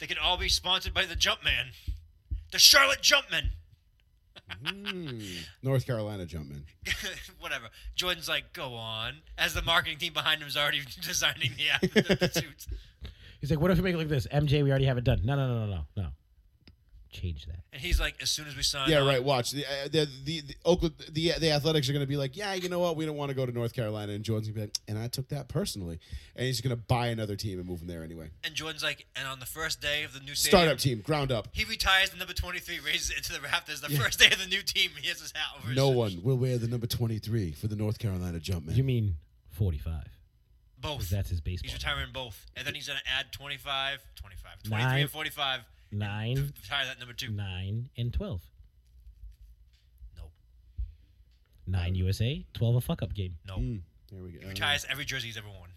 They could all be sponsored by the Jumpman. The Charlotte Jumpman. Mm. North Carolina Jumpman. Whatever. Jordan's like, go on. As the marketing team behind him is already designing the, app, the, the suits. He's like, What if we make it like this? MJ, we already have it done. No, no, no, no, no, no. Change that. And he's like, as soon as we sign Yeah, on, right. Watch the uh, the the, the Oakland the the Athletics are going to be like, yeah, you know what? We don't want to go to North Carolina, and Jordan's going to be like, and I took that personally, and he's going to buy another team and move him there anyway. And Jordan's like, and on the first day of the new stadium, Startup team, ground up. he retires the number 23, raises it to the rafters. The first day of the new team, he has his hat over his No head. one will wear the number twenty three for the North Carolina Jumpman. You mean forty five. Both. That's his baseball. He's retiring both. And then he's going to add 25, 25, 23, Nine. and 45. Nine, Retire that number two. nine, and twelve. Nope. Nine USA, twelve a fuck up game. Nope. Mm, there we go. Uh, He retires every jersey he's ever worn.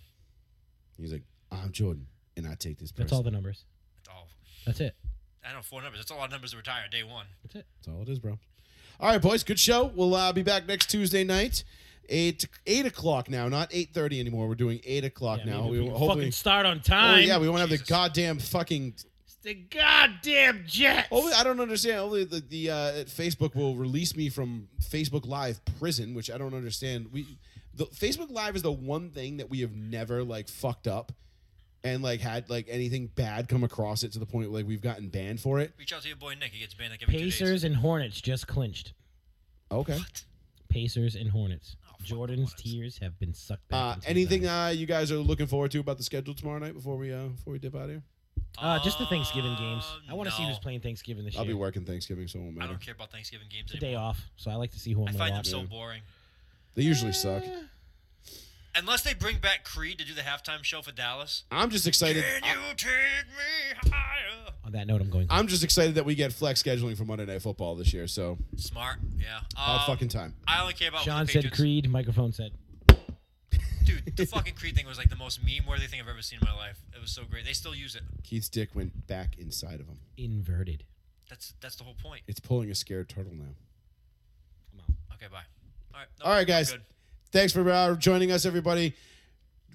He's like, I'm Jordan, and I take this. Person. That's all the numbers. That's all. That's it. I know four numbers. That's a lot of numbers to retire day one. That's it. That's all it is, bro. All right, boys. Good show. We'll uh, be back next Tuesday night, eight eight o'clock now, not eight thirty anymore. We're doing eight o'clock Yeah, now. maybe if We, can hopefully, fucking start on oh, time. yeah, we won't have the Jesus. goddamn fucking. It's the goddamn Jets. Only, Oh, I don't understand. Only the, the uh, Facebook will release me from Facebook Live prison, which I don't understand. We the Facebook Live is the one thing that we have never like fucked up and like had like anything bad come across it to the point where like we've gotten banned for it. Reach out to your boy Nick. He gets banned like every two days. Pacers and Hornets just clinched. Okay. Pacers and Hornets. Oh, fuck the Jordan's Hornets. tears have been sucked back. Uh, into the anything ground. uh, you guys are looking forward to about the schedule tomorrow night before we uh, before we dip out of here? Uh, just the Thanksgiving games. I want to see Uh, no. who's playing Thanksgiving this I'll be year. working Thanksgiving, so it won't I matter. don't care about Thanksgiving games It's a day anymore. off, so I like to see who I'm I going find to them watch. so yeah. boring. They usually suck. Eh. Unless they bring back Creed to do the halftime show for Dallas. I'm just excited. Can you take me higher? On that note, I'm going. I'm just excited that we get flex scheduling for Monday Night Football this year. So Smart. Yeah. about Um, fucking time. I only care about Sean the said Patriots. Creed. Microphone said. Dude, the fucking Creed thing was like the most meme-worthy thing I've ever seen in my life. It was so great. They still use it. Keith's dick went back inside of him. inverted. That's that's the whole point. It's pulling a scared turtle now. I'm out. Okay, bye. All right. no, All right, I'm guys. good. Thanks for uh, joining us, everybody.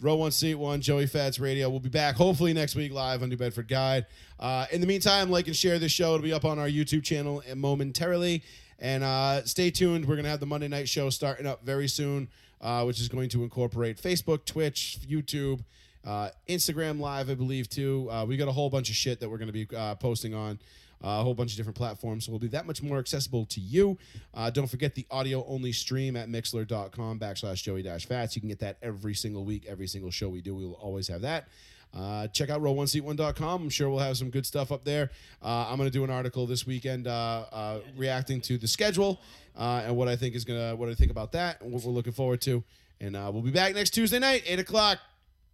Row one, seat one, Joey Fats Radio. We'll be back hopefully next week live on New Bedford Guide. Uh, in the meantime, like and share this show. It'll be up on our YouTube channel and momentarily. And uh, stay tuned. We're going to have the Monday night show starting up very soon, uh, which is going to incorporate Facebook, Twitch, YouTube, uh, Instagram Live, I believe, too. Uh, we got a whole bunch of shit that we're going to be uh, posting on uh, a whole bunch of different platforms. So we'll be that much more accessible to you. Uh, don't forget the audio only stream at mixler.com backslash Joey dash fats. You can get that every single week, every single show we do. We will always have that. Uh, check out roll1seat1.com. I'm sure we'll have some good stuff up there. Uh, I'm going to do an article this weekend uh, uh, reacting to the schedule uh, and what I think is going to, what I think about that and what we're looking forward to. And uh, we'll be back next Tuesday night, 8 o'clock.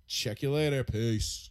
Check you later. Peace.